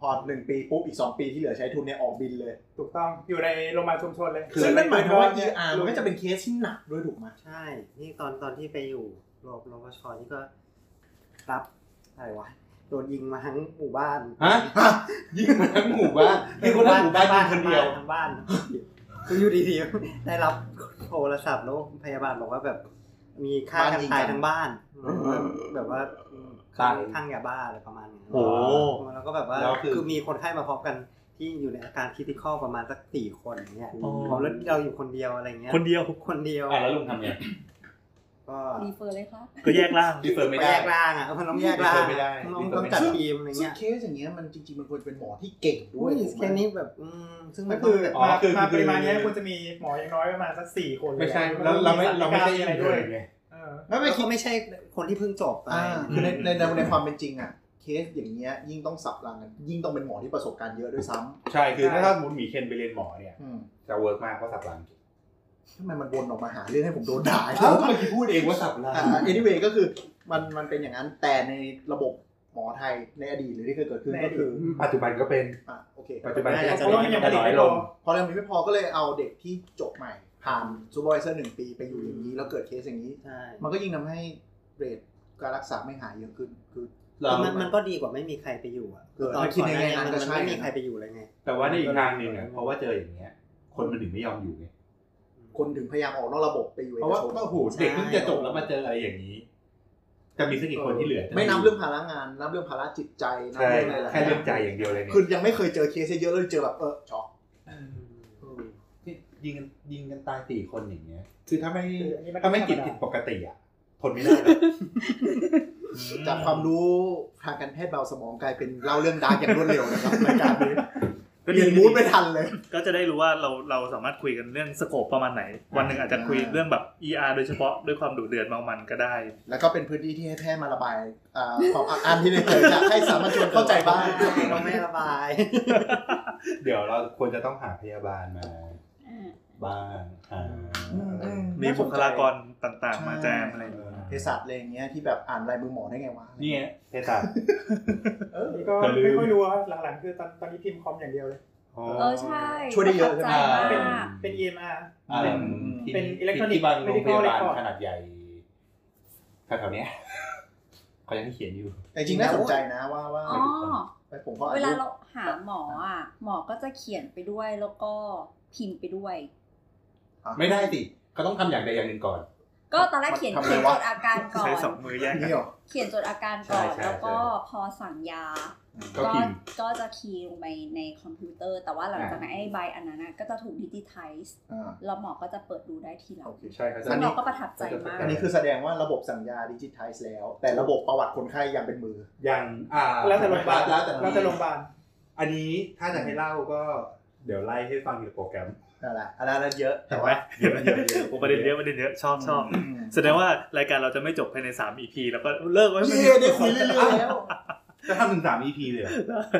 S4: พอหนึ่งปีปุ๊บอีกสองปีที่เหลือใช้ทุนเนี่ยออกบินเลย
S5: ถูกต้องอยู่ในโรงพยาบาลชุมชนเลย
S4: ซึ่งนั่นหมายความว่า
S5: เย
S4: ER มันก็จะเป็นเคสที่หนักด้วยถูกไหม
S6: ใช่ นี่ตอนตอนที่ไปอยู่โรงรพชนี่ก็รับอะไรวะโดนยิงมาทั้งหมู่บ้าน *laughs*
S7: ฮะยิ่งมาทั้งหมู่บ้านยิ่งคนทั้งหมู่บ้านยิงคนเดียว
S6: ทั้งบ้านคืออยู่ดีๆได้รับโทรศัพท์แล้วพยาบาลบอกว่าแบบ มีค่ากันตายทั้งบ้าน แบบว่า
S7: ตาย
S6: ทั้งยาบ้าอะไรประมาณนี้
S7: โอ้
S6: แล้วก็แบบว่า
S7: แล้วคือ
S6: คือมีคนไข้มาพร้อมกันที่อยู่ในอาการคริติคอลประมาณสักสี่คนเนี่ย
S3: อ๋อ
S6: แล้วเราอยู่คนเดียวอะไรเงี้ย
S3: คนเดียว
S6: คนเดียว
S7: อ่ะแล้วลุงทำไง
S6: ก็ ก็
S2: รีเฟอร์เลยค่ะ
S3: ก็แยกร่าง
S7: ดีเฟอร์ไม่
S6: แย
S7: ได้
S6: กร่างอ่ะเออมันต้องแยกร่าง
S7: ไม่ได้
S6: มันต้องต้องจัดทีมอะไร
S4: ซึ่ง
S6: เงี้ย
S4: เคสอย่างเงี้ยมันจริงๆมันควรจะเป็นหมอที่เก่งด้
S6: ด้
S4: ว
S6: วย ย
S4: ถูกไหม
S6: แค่นี้แบบอืมซึ่งมั
S5: ก็
S6: นต้
S5: คื
S6: อง
S5: อ
S6: แบบ
S5: มา
S7: คือ
S5: มาปริมาณ
S7: คือ
S5: เนี้ยควรจะมีหมออย่างน้อยประมาณสักสี่คนเลย
S7: ไม่ใช่
S5: อะ
S7: แล้วเราไม่เราไม่ใช่
S5: อะไร
S7: อินเทอ
S5: ด้วย
S7: ร์ไง
S5: เออ
S4: ไม่ไม่
S6: ไม่
S4: คิด
S6: ไม่ใช่คนที่เพิ่งจบไป
S4: อ่า
S3: อืม
S4: คือในในในในความเป็นจริงอ่ะ เคสอย่างเงี้ยยิ่งต้องสับรางกันยิ่งต้องเป็นหมอที่ประสบการณ์เยอะด้วยซ้
S7: ใช่คือถ้าถ้าสมมติหมีเคนไปเรียนหมอเนี่ย
S4: ำ
S7: จะเวิร์กมากเพราะสับหลัง
S4: ทำไมมันวนออกมาหาเรื่องให้ผมโดนด่าอีก
S7: แล้
S4: แล้วว
S7: เมื่อกี้พูดเองว่าสับหลัง
S4: อ่า anyway ก็คือมันมันเป็นอย่างนั้นแต่ในระบบหมอไทยในอดีตหรือที่เคยเกิดขึ้น
S5: ในอ
S4: ก็
S5: ดีต
S4: คือ
S7: ปัจจุบันก็เป็น
S4: อ่ะโอเค
S7: ปัจจุบัน
S6: น่าจะ
S5: เพราะว่ามันยังผลิตไม่พอ
S4: พอเรื่องนี้ไม่พอก็เลยเอาเด็กที่จบใหม่ ผ่านซูเปอร์วิเซอร์หนึ่งปีไปอยู่อย่างนี้แล้วเกิดเคสอย่างนี้
S6: ใช่
S4: มันก็ยิ่งทำให้เรทการรักษาไม่หายเยอะขึ้นคือ
S6: แต่มันมันก็ดีกว่าไม่มีใครไปอยู่อ่ะ
S4: เออคิดในแง่นั้นก็
S6: มัน
S4: ใช่
S6: ไม่มีใครไปอยู่เลยไง
S7: แต่ว่าในอีกทางหนึ่งอ่ะเพราะว่าเจออย่างเงี้ย คนมันถึงไม่ยอมอยู่ไง
S4: คนถึงพยายามออกนอกระบบไปอยู่เอก
S7: เพราะว่า
S4: ชน
S7: ก็โหเด็กเพิ่งจะจบแล้วมาเจออะไรอย่างนี้ จะมีสักกี่คนที่เหลือจะ
S4: ไม่นับเรื่องภาระงาน นับเรื่องภาระจิตใจนับ
S7: ใช่
S4: เรื่องอะไรหลาย
S7: แค่
S4: ๆอ
S7: เรื่อย่าง งใจอย่างเดียวเลยเนี่ย
S4: คือยังไม่เคยเจอเคสเยอะๆเลยเจอแบบเออช็อก
S7: ที่ยิงกันยิงกันตายสี่คนอย่างเงี้ย คือถ้าไม่
S5: คืออันนี้มันก็
S7: ถ้าไม่
S5: ธรรมดา
S7: จิตผิดปกติอ่ะทนไม่ได้หรอก *laughs*
S4: จากความรู้ทางการแพทย์เบาสมองกลายเป็นเล่าเรื่องดาร์กอย่างรวดเร็ว *laughs* นะครับรายการนี้
S3: ก็
S4: เรียนมูดไม่ทันเลย
S3: ก็จะได้รู้ว่าเราเราสามารถคุยกันเรื่องสโคปประมาณไหน วันหนึ่งอาจจะคุยเรื่องแบบ ER โดยเฉพาะด้วยความดุเดือดเมามันก็ได้
S4: แล้วก็เป็นพื้นที่ที่ให้แพทย์มาระบายอ่าความอัดอั้นที่ในเกิดจากให้สามัญชนเข้าใจบ้าง
S6: เราไม่ระบาย
S7: เดี๋ยวเราควรจะต้องหาพยาบาลมา บ้างหาอะไร
S3: มีบุคลากรต่างๆ มาแจมอะไรอย่างเงี้ย
S4: เภสัชอะไรอย่างเงี้ยที่แบบอ่านลายมือหมอได้ไงวะ
S7: เนี่ยเพศศาสตร์
S5: นี่ก็
S7: แต่ลืม
S5: ไม่ค่อยรู้ว่าหลังๆ คือตอนตอนนี้พิมพ์คอมอย่างเดียวเลย
S2: เออใช่
S4: ช่วยได้เยอะใช่ไหม
S2: ประทับใจมาก
S5: เป็น EMR
S7: อ่า
S5: เป็นเป็น
S7: ที่
S5: อิเล็กทรอนิกส์
S7: ที่บางโรงพ
S5: medical
S7: ยาบาล
S5: record
S7: ขนาดใหญ่แถวๆเนี้ย *laughs* เขายังเขียนอยู่
S4: แต่จริงน่าสนใจนะว่าว่า
S2: อ๋อ
S4: ไปผมก็อ่น
S2: เวลา
S4: รูป
S2: เราหาหมออ่ะ หมอก็จะเขียนไปด้วยแล้วก็พิมพ์ไปด้วย
S7: ไม่ได้สิเขาต้องทำอย่างใดอย่างหนึ่งก่อน
S2: ก็ตอนแรกเขียน
S4: ทำไงวะ
S2: เขียนจดอาการก่อน
S3: ใช้สองมือแยกกัน
S4: นี่เหรอ
S2: เขียนจดอาการก่อน
S7: ใช่ใช่
S2: แล้วก็พอสั่งยา
S7: ก็
S2: ก็
S7: พิมพ์
S2: ก็จะคีย์ลงไปในคอมพิวเตอร์ แต่ว่าหลังจากนั้นไอ้ใบอันนั้นนะก็จะถูกดิจิทัลส์
S4: อ่า
S2: แล้วหมอก็จะเปิดดูได้ทีหลัง
S7: ใช่เขาจะ
S2: ซึ่งเราก็ประทับใจมาก
S4: อันนี้คือแสดงว่าระบบสัญญาดิจิทัลแล้ว แต่ระบบประวัติคนไข้ยังเป็นมือ
S7: อย่างอ่า
S5: แล้วแต่โรงพยาบาล
S7: แล้วแต่
S5: แล้วแต่โรงพยาบาล
S7: อันนี้ถ้าจะให้เล่าก็เดี๋ยวไล่ให้ฟังเกี่ยวกับโปร *laughs* แกรม
S4: นั่นแหละอันนั้นเยอะ แต่
S3: เห็นไหม
S4: ว่า
S3: เยอะเยอะเยอะประเด็นเยอะประเด็นเยอะชอบชอบแสดงว่ารายการเราจะไม่จบภายใน 3 EP แล้วก็เลิกไว้ไม่
S4: เย่ได้คุยเรื่อยๆแล้ว
S7: *laughs* จะทำถึงสาม EP เลยเหรอ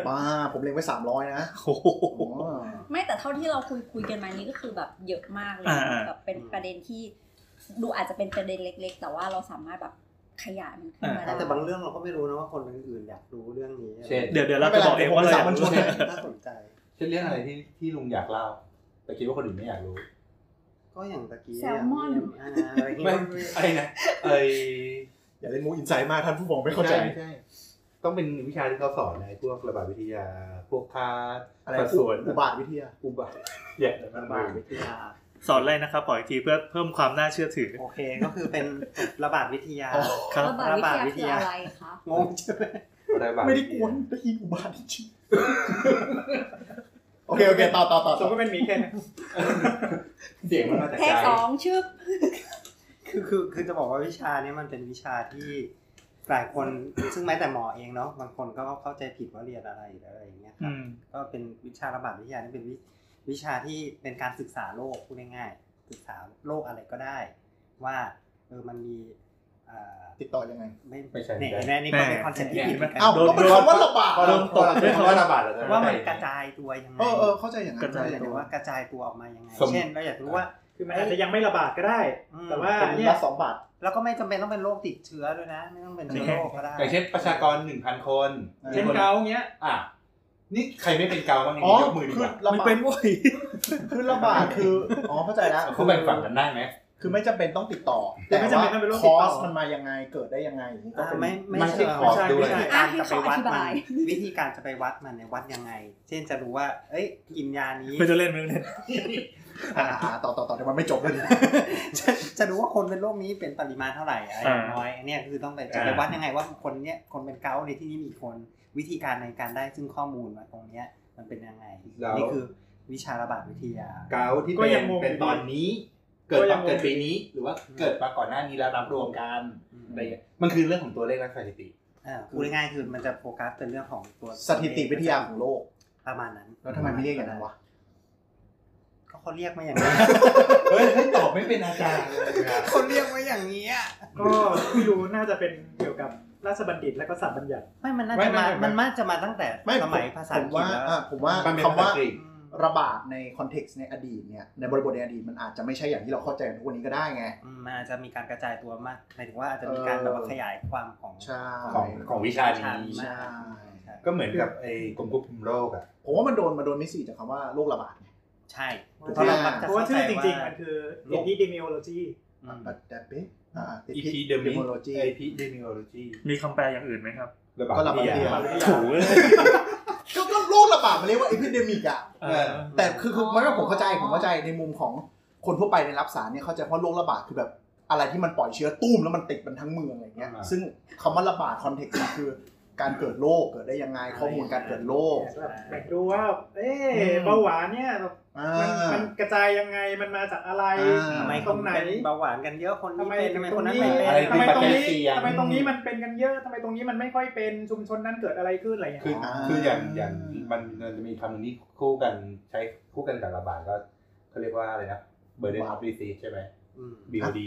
S4: มาผมเล็งไว้สามร้อยนะ
S3: โอ้โห
S4: อ๋อ
S2: ไม่แต่เท่าที่เราคุยคุยกันมานี่ก็คือแบบเยอะมากเลย
S3: อ่าๆ
S2: แบบเป็นประเด็นที่ ดูอาจจะเป็นประเด็นเล็ก ๆ แต่ว่าเราสามารถแบบขยายมันขึ้นมา
S3: อ่า
S2: ได้
S6: แต่บางเรื่องเราก็ไม่รู้นะว่าคนอื่นๆอยากรู้เรื่องนี้
S7: เช่น
S3: เดี๋ยวเดี๋ยวเราจะบอกเองว่าเราอยากรู้
S6: ถ้าสนใจ
S7: เช่นเรื่องอะไรที่ที่ลุงอยากเล่า แต่คิดว่าคนอื่นไม่อยากรู้
S6: ก็อย่างตะกี้
S2: แซลมอน
S6: อ่าอะไรเงี้
S7: ไม่
S6: ย
S7: ไอ้นะไอ้
S4: อย่าเล่นมูอินไซด์มากท่านผู้ฟังไม่เข้าใจ
S7: ช่ช่ต้องเป็นวิชาที่เขาสอนในพวกระบาดวิทยา พวกคา
S4: อะไร
S7: สัดส่วน
S4: อุบาทวิทยา
S7: อุบัติอย่า
S6: ระ
S7: ระ
S6: บา
S7: บา
S6: ด
S7: ด
S6: วิทยา
S3: สอนอะไรนะครับขออีกทีเพื่อเพิ่มความน่าเชื่อถือ
S6: โอเค ก็คือเป็นระบาดวิทยา
S4: อ๋อ
S3: ครับ
S2: ระบาดวิทยา
S6: ระบาด
S2: คือ
S6: วิ
S2: ย
S6: ทา
S2: อะไรคะ
S6: งงใช่ไหม
S7: ระบาด
S4: ไม่ได้กวน
S7: *laughs*
S4: ได้ยินอุบาทจริงโอเคโอเคต่อต่อต่อ
S5: สมก็เป็นหมีเคน
S7: เสียงมันมาจาก
S2: เทค
S7: ใจ
S2: สองชึบ
S6: คือคือคือจะบอกว่าวิชาเนี้มันเป็นวิชาที่หลายคนซึ่งแม้แต่หมอเองเนาะบางคนก็เข้าใจผิดว่าเรียนอะไรหรืออะไรอย่างเงี้ยค
S3: อืม
S6: รับก็เป็นวิชาระบาดวิทยานี่เป็นวิวิชาที่เป็นการศึกษาโรคพูดง่ายๆศึกษาโรคอะไรก็ได้ ว่าเออมันมีเอ่อ
S4: ติดต่อยังไง
S6: ไม่
S7: ไม่ใช่
S6: เนี่ย
S7: ไม่ใช่
S6: แน่นี่ก็เป็นคอนเซ็ปต์ที่ผิดเหมือนกัน
S4: อ้าว
S3: โด
S4: ก็
S3: น
S4: เป็นคำว่าระบาด
S7: พอเราพอเราใช้คำว่าระบาดเราจะ
S6: ว่า
S7: เข้
S6: มัน
S7: ใจ
S6: กระจายตัวยังไง
S4: เออเออเข้าใจอย่างนั้น
S3: กระจาย
S6: ห
S4: ตั
S6: มายถึง
S4: ว
S6: ว่ากระจายตัวออกมายังไง
S7: สม
S6: เช่นเราอยากรู้ว่า
S5: คือมันอาจจะยังไม่ระบาดก็ได้
S6: อืม
S5: แต่ว่า
S4: คน
S5: เนี่
S4: ละ
S5: ย
S4: สองบาท
S6: แล้วก็ไม่จำเป็นต้องเป็นโรคติดเชื้อด้วยนะ ไม่ต้องเป็นเชื้อโรคก็ได้
S7: อย่างเช่นประชากรหนึ่งพันคน
S5: เช่นเกาเงี้ย
S7: อ่ะนี่ใครไม่เป็นเกาบ้างเนี่ย
S4: อ๋อย
S7: กมือดี
S4: คือ
S7: กว่า
S4: ระ
S3: ไม่
S4: บา
S3: เป็
S4: ด
S3: นเว้ย
S4: คือระบาดคืออ๋อเข้าใจแล้ว
S7: *laughs* เขาแบ่งฝั่งกันได้ไหม
S4: คือไม่จำเป็นต้องติดต่อ
S5: แต่
S4: แต่
S5: ไม่จำเป็น
S4: ว่า
S5: ต้อง
S4: ค
S5: เป็นโรคติด
S4: อ
S5: ต่อ
S4: สมันมายังไงเกิดได้ยังไงอย่างนี้ก็
S6: อ่า
S4: เป็น
S6: ไม่ไม่
S7: ไม่ใช่
S6: เชิง
S7: ของ
S5: ใช่ไม่
S7: ด้วย
S5: ใช่
S6: วิธี
S2: อ่ะให้เขา
S6: การจะไปวัด
S2: อธิบา
S6: มั
S2: น ย
S6: วิธีการจะไปวัดมันเนี่ยวัดยังไง เช่นจะรู้ว่า เอ้ยกินยานี้
S3: ไม่ต้องเล่นไม่ต้องเล่น
S4: อ่าอ่าต่อต่อต่อแต่มันไม่จบเลยดิ
S6: จะจะดูว่าคนเป็นโรคนี้เป็นปริมาณเท่าไหร่อะไรอย่างน้อยอันเนี้ยคือต้องไปจะไปวัดยังไงว่าคนเนี้ยคนเป็นเกาต์ในที่นี้มีคนวิธีการในการได้ซึ่งข้อมูลมาตรงเนี้ยมันเป็นยังไงนี่คือวิชาระบาดวิทยา
S7: เกาที่
S5: ก็
S7: เป็
S5: ยั
S7: น
S5: งงง
S7: เป็นตอนนี้ เกิด
S5: ก็ยั
S7: ปัก
S5: งงง
S7: เกิดปีนี้ หรือว่าเกิดมาก่อนหน้านี้แล้วรับรวมกันอะไรเงี้ยมันคือเรื่องของตัวเลขและสถิติ
S6: เออพูดง่ายๆคือมันจะโฟกัสเป็นเรื่องของตัว
S4: สถิติวิทยาของโลก
S6: ประมาณนั้น
S4: แล้วทำไมไม่เรียกอย่างนั้นวะ
S6: ก็เขาเรียกมาอย่าง *laughs* นี้น
S7: เฮ้ยให้ตอบไม่เป็นอาจารย์เลยอะ
S6: เขาเรียกมาอย่างนี้อะ
S5: ก็ไม่รู้น่าจะเป็นเกี่ยวกับราชบัณฑิตและก็ศาสตร์บัญญัติ
S6: ไม่มันน่า
S4: ไม่
S6: จะ
S4: ไม่
S6: มา
S4: ไม่
S6: มันน่าจะมาตั้งแต่
S4: ไม่
S6: สมัยภาษา
S4: ผ
S6: อั
S4: ม
S6: งกฤษ
S4: ว่า
S6: แล้ว
S4: อ่ะผมว่า
S7: มันเป็น
S4: คำว่า
S7: ภษอังกฤษ
S6: อืม
S4: ระบาดในคอนเท็กซ์ในอดีตเนี่ยในบริบทในอดีตมันอาจจะไม่ใช่อย่างที่เราเข้าใจกันทุกวันนี้ก็ได้ไง
S6: อืมมันอาจจะมีการกระจายตัวมากหมายถึงว่าอาจจะมีการแบบว่าขยายความของ
S4: ใช่
S7: ของของวิชานี้
S6: นี้มากใช่
S7: ก็เหมือนกับไอ้กรมควบคุมโรคอะ
S4: ผมว่ามันโดนมันโดนมิสซีจากคำว่าโรคระบาดไง
S6: ใช่
S5: เพราะ
S6: เพราะเรามัก
S4: แต่
S6: จะ
S5: เพราะว่าชื่อจ
S6: เข้าใจ
S5: ริงๆ
S6: ว่า
S5: มันคือ epidemiology
S6: อืม
S4: แบบแบบเป๊ะอ่า
S7: Epidemiology
S4: โมโลจี
S7: epidemiology
S3: มีคำแปลอย่างอื่นไหมครับ
S7: ระบาด
S4: ก็ระบาด
S7: วิท
S4: วิท
S7: ยา
S4: ยา
S3: ถูเว้ย
S4: ก็ก็โรคระบาดมันเรียกว่าเอพิเดมิกอ่ะ
S7: เออ
S4: แต่คือคือ
S2: อ๋อ
S4: ไม่ว่าผมเข้าใจผมเข้าใจในมุมของคนทั่วไปในรับสารเนี่ยเข้าใจว่าโรคระบาดคือแบบอะไรที่มันปล่อยเชื้อตุ้มแล้วมันติดมันทั้งเมืองอะไรเงี้ย
S7: อ่า
S4: ซึ่งคำว่าระบาดคอนเทกต์คือ การเกิดโรคเกิดได้ยังไงข้อมูลการเกิดโรค
S5: แบบแบ่งดูว่า เอ๊ะ
S4: อืม
S5: เบาหวานเนี่ยแบบ
S4: อ่า
S5: มันมันกระจายยังไงมันมาจากอะไร
S4: อ่า
S6: ทำไม
S5: ตรงไหน
S6: เป็เบาหวานกันเยอะคนนี้
S5: ทำไม
S6: เป็น
S5: ถึ
S6: ทำ
S5: งตร
S6: ไมคน
S5: ง
S6: นั้น
S5: นี้
S6: ไม่เป็น
S7: อะไร
S5: ทำไม
S7: ที่
S5: ตรง
S7: ปัจ
S5: นี้
S7: จัยเสี่ยง
S5: ทำไมตรงนี้มันเป็นกันเยอะทำไมตรงนี้มันไม่ค่อยเป็นชุมชนนั้นเกิดอะไรขึ้นอะไรอย่างเงี้ย
S7: คือ
S4: อ่า
S7: คืออย่างอย่างมันมันจะมีคำหนึงที่คู่กันใช้คู่กันกับระบาดก็เขาเรียกว่าอะไรนะ burden of disease ใช่ไหม
S6: อืม
S7: BOD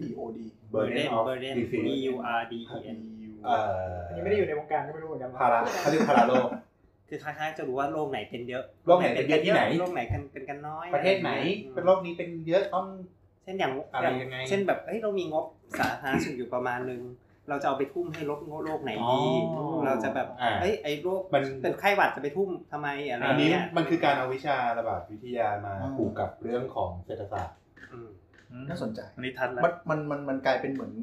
S4: BOD
S7: burden of
S6: burden B
S7: disease
S6: U R D E N
S7: เอ่
S5: อันนี้ไม่ได้อยู่ในวงการก็ไม่รู้เหมือนกันว่า
S7: ภาระเขาเรียกภาระโลก
S6: คือคล้ายๆจะรู้ว่าโรคไหนเป็นเยอะ
S7: โรคไหนเป็นเยอะที่ไหน
S6: โรคไหนกันเป็นกันน้อย
S7: ประเทศไหน
S6: อืม
S7: เป็นโรคนี้เป็นเยอะต้อง
S6: เช่นอย่าง
S7: อะไรยังไง
S6: เช่นแบบเอ้ยเรามีงบสาธารณสุขอยู่ประมาณนึง เราจะเอาไปทุ่มให้ลดโรคไหนดี
S3: อ๋อ
S6: เราจะแบบ
S7: อ่า
S6: เอ้ยไอ้โรค
S7: มัน
S6: เป็นไข้หวัดจะไปทุ่มทำไมอะไร
S7: อันนี้
S6: เงี้ย
S7: มันคือการเอาวิชาระบาดวิทยามา
S4: อืม
S7: ผูกกับเรื่องของเศรษฐศาสตร์
S6: อืม
S4: น่าสนใจ
S3: อันนี้ทัดแล้ว
S4: มันมันมันมันกลายเป็นเหมือน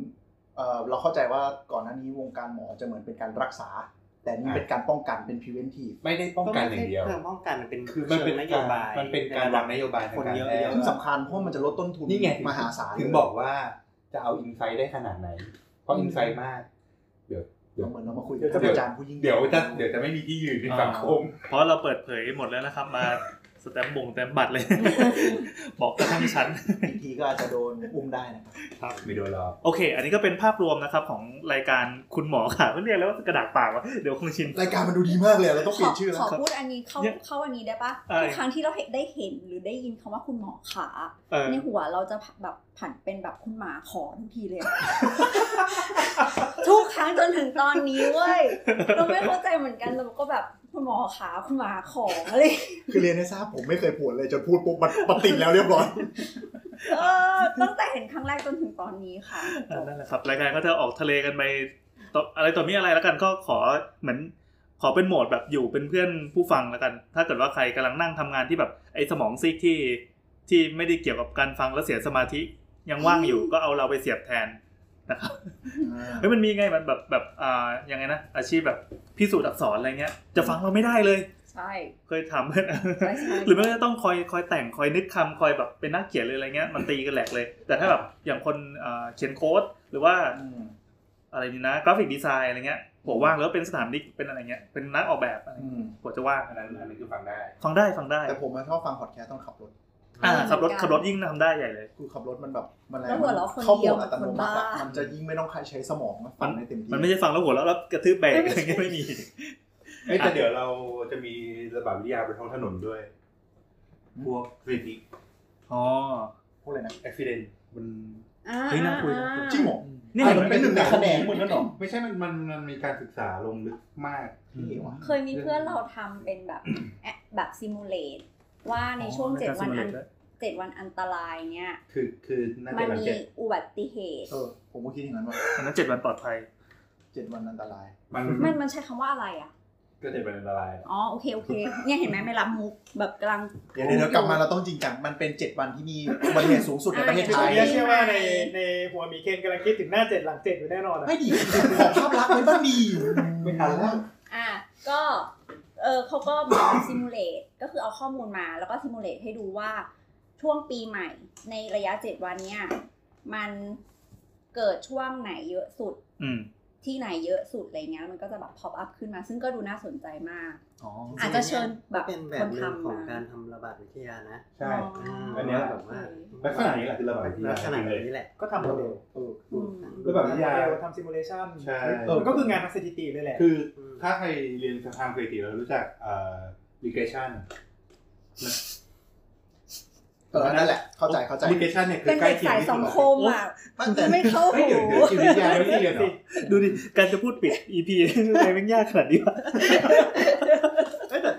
S4: เอ่อเราเข้าใจว่าก่อนหน้านี้วงการหมอจะเหมือนเป็นการรักษา แต่นี่
S7: อ่า
S4: เป็นการป้องกันเป็น preventive
S7: ไม่ได้ป้องกันอย่างเดียว
S6: ก็ไม่ใช่เพื่อป้องกันมันเป็น
S7: คือมันเป็น
S6: ชิงนโย
S7: การ
S6: บาย
S7: มันเป็นการวางนโยบายทาง
S6: คน
S7: การ
S6: เยอะ
S7: แพทย์
S6: เยอะ
S4: ซึ่งสำคัญเพราะมันจะลดต้นทุน
S7: นี่ไงถึง
S4: มหาศาล
S7: ถึงบอกว่าจะเอาอินไซต์ได้ขนาดไหน เพราะอินไซต์มาก เดี๋ยว
S4: เราเหมือนเรามาคุยกับท่านอาจารย์ผู้ยิ่งใหญ่
S7: เดี๋ยวจะเดี๋ยวจะไม่มีที่ยืนในสังคม
S3: เพราะเราเปิดเผยหมดแล้วนะครับ มาสแตมป์บงสแตมป์บัตรเลย *laughs* บอกกระทั่งชั้น
S4: อีกทีก็อาจจะโดนอุ้มได้นะครับ
S7: ไม่โดนหรอก
S3: โอเค อันนี้ก็เป็นภาพรวมนะครับของรายการคุณหมอค่ะเรียกแล้วว่ากระดาษเปล่าวะเดี๋ยวคงชิน
S4: รายการมันดูดีมากเลยเราต้องเปลี่ยนชื่อ
S2: ข
S4: แล้ว
S2: อพูดอันนี้เข้า
S3: เนี่ย
S2: เข้าอันนี้ได้ปะ
S3: อะไร
S2: ทุกครั้งที่เราเห็นได้เห็นหรือได้ยินคำว่าคุณหมอขา
S3: เออ
S2: ในหัวเราจะแบบผันเป็นแบบคุณหมาขอทุกทีเลย ทุกครั้งจนถึงตอนนี้เว้ยเราไม่เข้าใจเหมือนกันเราก็แบบคุณหมอขาคุณหมาขออะไร
S4: คือเรียนให้ทราบผมไม่เคยปวดเลยจนพูดปุ๊บมันปฏิดแล้วเรียบร้อย
S2: เออตั้งแต่เห็นครั้งแรกจนถึงตอนนี้ค่ะ
S3: นั่นแหละครับรายการก็จะออกทะเลกันไปต่ออะไรต่อมีอะไรแล้วกันก็ขอเหมือนขอเป็นโหมดแบบอยู่เป็นเพื่อนผู้ฟังแล้วกัน ถ้าเกิดว่าใครกำลังนั่งทำงานที่แบบไอ้สมองซีกที่ที่ไม่ได้เกี่ยวกับการฟังแล้วเสียสมาธิยังว่างอยู่ ก็เอาเราไปเสียบแทนนะครับเฮ้ยมันมีไงมันแบบแบบอ่ายังไงนะอาชีพแบบพิสูจน์อักษรอะไรเงี้ยจะฟังเราไม่ได้เลย
S2: ใช่
S3: เคยทำ *laughs* หรือไม่ก็ต้องคอยคอยแต่งคอยนึกคำคอยแบบเป็นนักเขียนเลยอะไรเงี้ยมันตีกันแหลกเลย แต่ถ้าแบบอย่างคนอ่าเขียนโค้ดหรือว่า อะไรนี่นะกราฟิกดีไซน์อะไรเงี้ยหัวว่างแล้วเป็นสถาปนิกเป็นอะไรเงี้ยเป็นนักออกแบบอะไรเงี้ยหัวจะว่าง
S7: อันนั้นอันนี้คือฟังได้
S3: ฟังได้ฟังได้
S4: แต่ผมอะชอบฟังพอดแคสต์ต้องขับรถ
S3: อ่า
S2: เหมือนกัน
S3: ขับรถขับรถยิ่งทำได้ใหญ่เลย
S4: คือขับรถมันแบบมันอะไร
S2: แล้วหัวเราะคน
S4: เข้าโห
S2: เดี
S4: ม
S2: ยว
S4: ดอัตโนมัติ
S2: ค
S4: อะ
S2: นบ้ามั
S4: มันจะยิ่งไม่ต้องใช้สมองมันฟังได้เต็มที่
S3: มันไม่ใช่ฟังแล้วหัวแล้วแล้วกระทืบแบรกอะไรเงี้ยไม่มี
S7: เอ้ยแต่เดี๋ยวเราจะมีระบาดวิทยาบนท้องถนนด้วย
S4: อืม
S7: พวกสถิติ
S3: อ๋อ
S4: พวกอะไรนะ
S7: อุบิเหตุบน
S2: อ่า
S3: เฮ้ยน่าคุยนะ
S4: จริงเหรอ
S3: นี่เห็นไหม
S4: มันเป็นหนึ่งในคะแนนมึงนั่นหรอ
S7: ไม่ใช่มันมันมันมีการศึกษาลงลึกมาก
S4: นี่วะ
S2: เคยมีเพื่อนเราทำเป็นแบบแอะแบบซิมูเลตว่าในช่วง
S3: อ๋อ
S2: เจ็ด
S3: การ
S2: วันอัน
S3: simulate ด้วย
S2: เจ็ดวันอันตรายเนี่ย
S7: คือคือน่า
S2: มั
S7: จะ
S2: น
S7: หลัง
S2: มี
S7: เจ็ด
S2: อุบัติเหตุ
S4: เออ ผมก็คิดอย่างนั้นว่า
S3: อันนั้นเจ็ดวันปลอดภัย
S4: เจ็ดวันอันตราย
S7: มัน
S2: มันมันใช้คำว่าอะไรอ่ะ
S7: ก็จะเป็นอันตราย
S2: อ๋อโอเคโอเค เนี่ยเห็นไหมไม่รับมุกแบบกำลัง
S4: เดี๋ยวเดี๋ยวเดี๋ยวกลับมาเราต้องจริงจัง มันเป็นเจ็ดวันที่มีอุบัติเหตุสูงสุดในประเทศไท
S5: อัน
S4: ย
S5: นี้เชื่อว่าในในหัวหมีเคนกำลังคิดถึงหน้าเจ็ดหลังเจ็ดอยู่แน่นอนอะ
S4: ไม่ดีขอภาพลักษณ์มันบ้างดี
S7: ไม่ทันแล้ว
S2: อ่ะก็เออเขาก็เหมือนซิมูเลตก็คือเอาข้อมูลมาแล้วก็ซิมูเลตให้ดูว่าช่วงปีใหม่ในระยะเจ็ดวันเนี่ยมันเกิดช่วงไหนเยอะสุด
S3: อืม
S2: ที่ไหนเยอะสุดอะไรเงี้ยมันก็จะแบบพอปอัพขึ้นมา ซึ่งก็ดูน่าสนใจมาก
S4: อ๋อ
S2: อาจจะเชิญแบบ
S6: เป็นแบ
S2: ค
S6: บ
S2: น
S6: หนึ่ง
S2: ทำ
S6: ของ
S2: มา
S6: การทำระบาดวิทยานะ
S7: ใช่
S6: า
S7: อันเนี้ย
S6: แบบว่า
S7: ลักษณะนี้แหละคือระบาดวิทยา
S6: ลักษณะ
S7: จริงเลย
S6: นี้แหละ
S5: ก็ทำโมเดล
S6: ถูกถูก
S7: ระบาดวิทยา
S5: โมเดลทำซิมูเลชัน
S7: ใช่
S5: เออก็คืองานทางสถิติเลยแหละ
S7: คือถ้าใครเรียนทางสถิติแล้วรู้จักเอ่อ regression
S4: เออนั่นแหละ เข้าใจ เข้าใจ
S7: regression เนี่ยคื
S2: เป็น
S7: อใกล้
S2: เด็ก
S7: เคียง
S2: สาย
S7: ที่
S2: สั
S7: สุ
S2: ง
S7: ด
S2: คมอ่ะ
S4: ตั้งแต่
S2: ไม่เข้า
S7: เฮ้ย
S2: หู
S7: เดี๋ยวเดี๋ยวจิตวิทยาไม่ได้เรียนเหรอ
S3: ดูดิ การจะพูดปิด EP อะไรแม่งยากขนาดนี้วะ
S4: เอ้ยแต่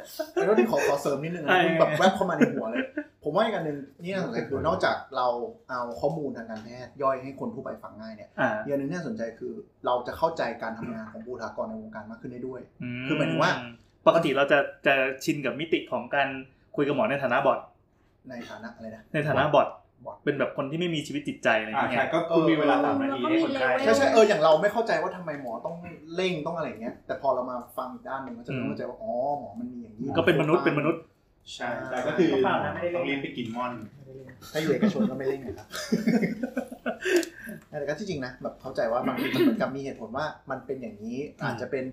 S4: แล้วที่ขอขอเสริมนิดนึงนะ
S3: อ่า
S4: มันแบบแวบเข้ามาในหัวเลย ผมว่าอีกอันหนึ่งนี่น่าสนใจคือนอกจากเราเอาข้อมูลทางการแพทย์ย่อยให้คนทั่วไปฟังง่ายเนี่ย
S3: อ่า
S4: อีกอันหนึ่งที่น่าสนใจคือ เราจะเข้าใจการทำงานของบุคลากรในวงการมากขึ้นได้ด้วย คือหมายถึงว่า
S3: ปกติเราจะจะชินกับมิติของการคุยกับหมอในฐานะบอท
S4: ในฐานะอะไรนะ
S3: ในฐานะบอท
S4: บอท
S3: เป็นแบบคนที่ไม่มีชีวิตจิตใจอะไรอย่าง
S7: อ่า
S3: เงี้
S7: ใช่
S3: ย
S7: ก็คุณมีเวลาสามนาทีให้คนไข้
S4: ใช่ใช่เอออย่างเราไม่เข้าใจว่าทำไมหมอต้องเร่งต้องอะไรอย่างเงี้ยแต่พอเรามาฟังอีกด้านหนึ่งก็จะเริ่มเข้าใจว่าอ๋อหมอมันมีอย่างนี้
S3: ก็เป็นมนุษย์เป็นมนุษย์
S4: ใช่
S7: แต่ก็คือ
S5: เปล่านะไม่ได้เล่น
S7: ต้องรีบไปกินม่อน
S4: ถ้าอยู่เอกชนก็ไม่เร่ง
S6: *laughs*
S4: นะครับแต่ก็ที่จริงนะแบบเข้าใจว่าบางทีมันเหมือนกับมีเหตุผลว่ามันเป็นอย่างนี้อาจจะเป็น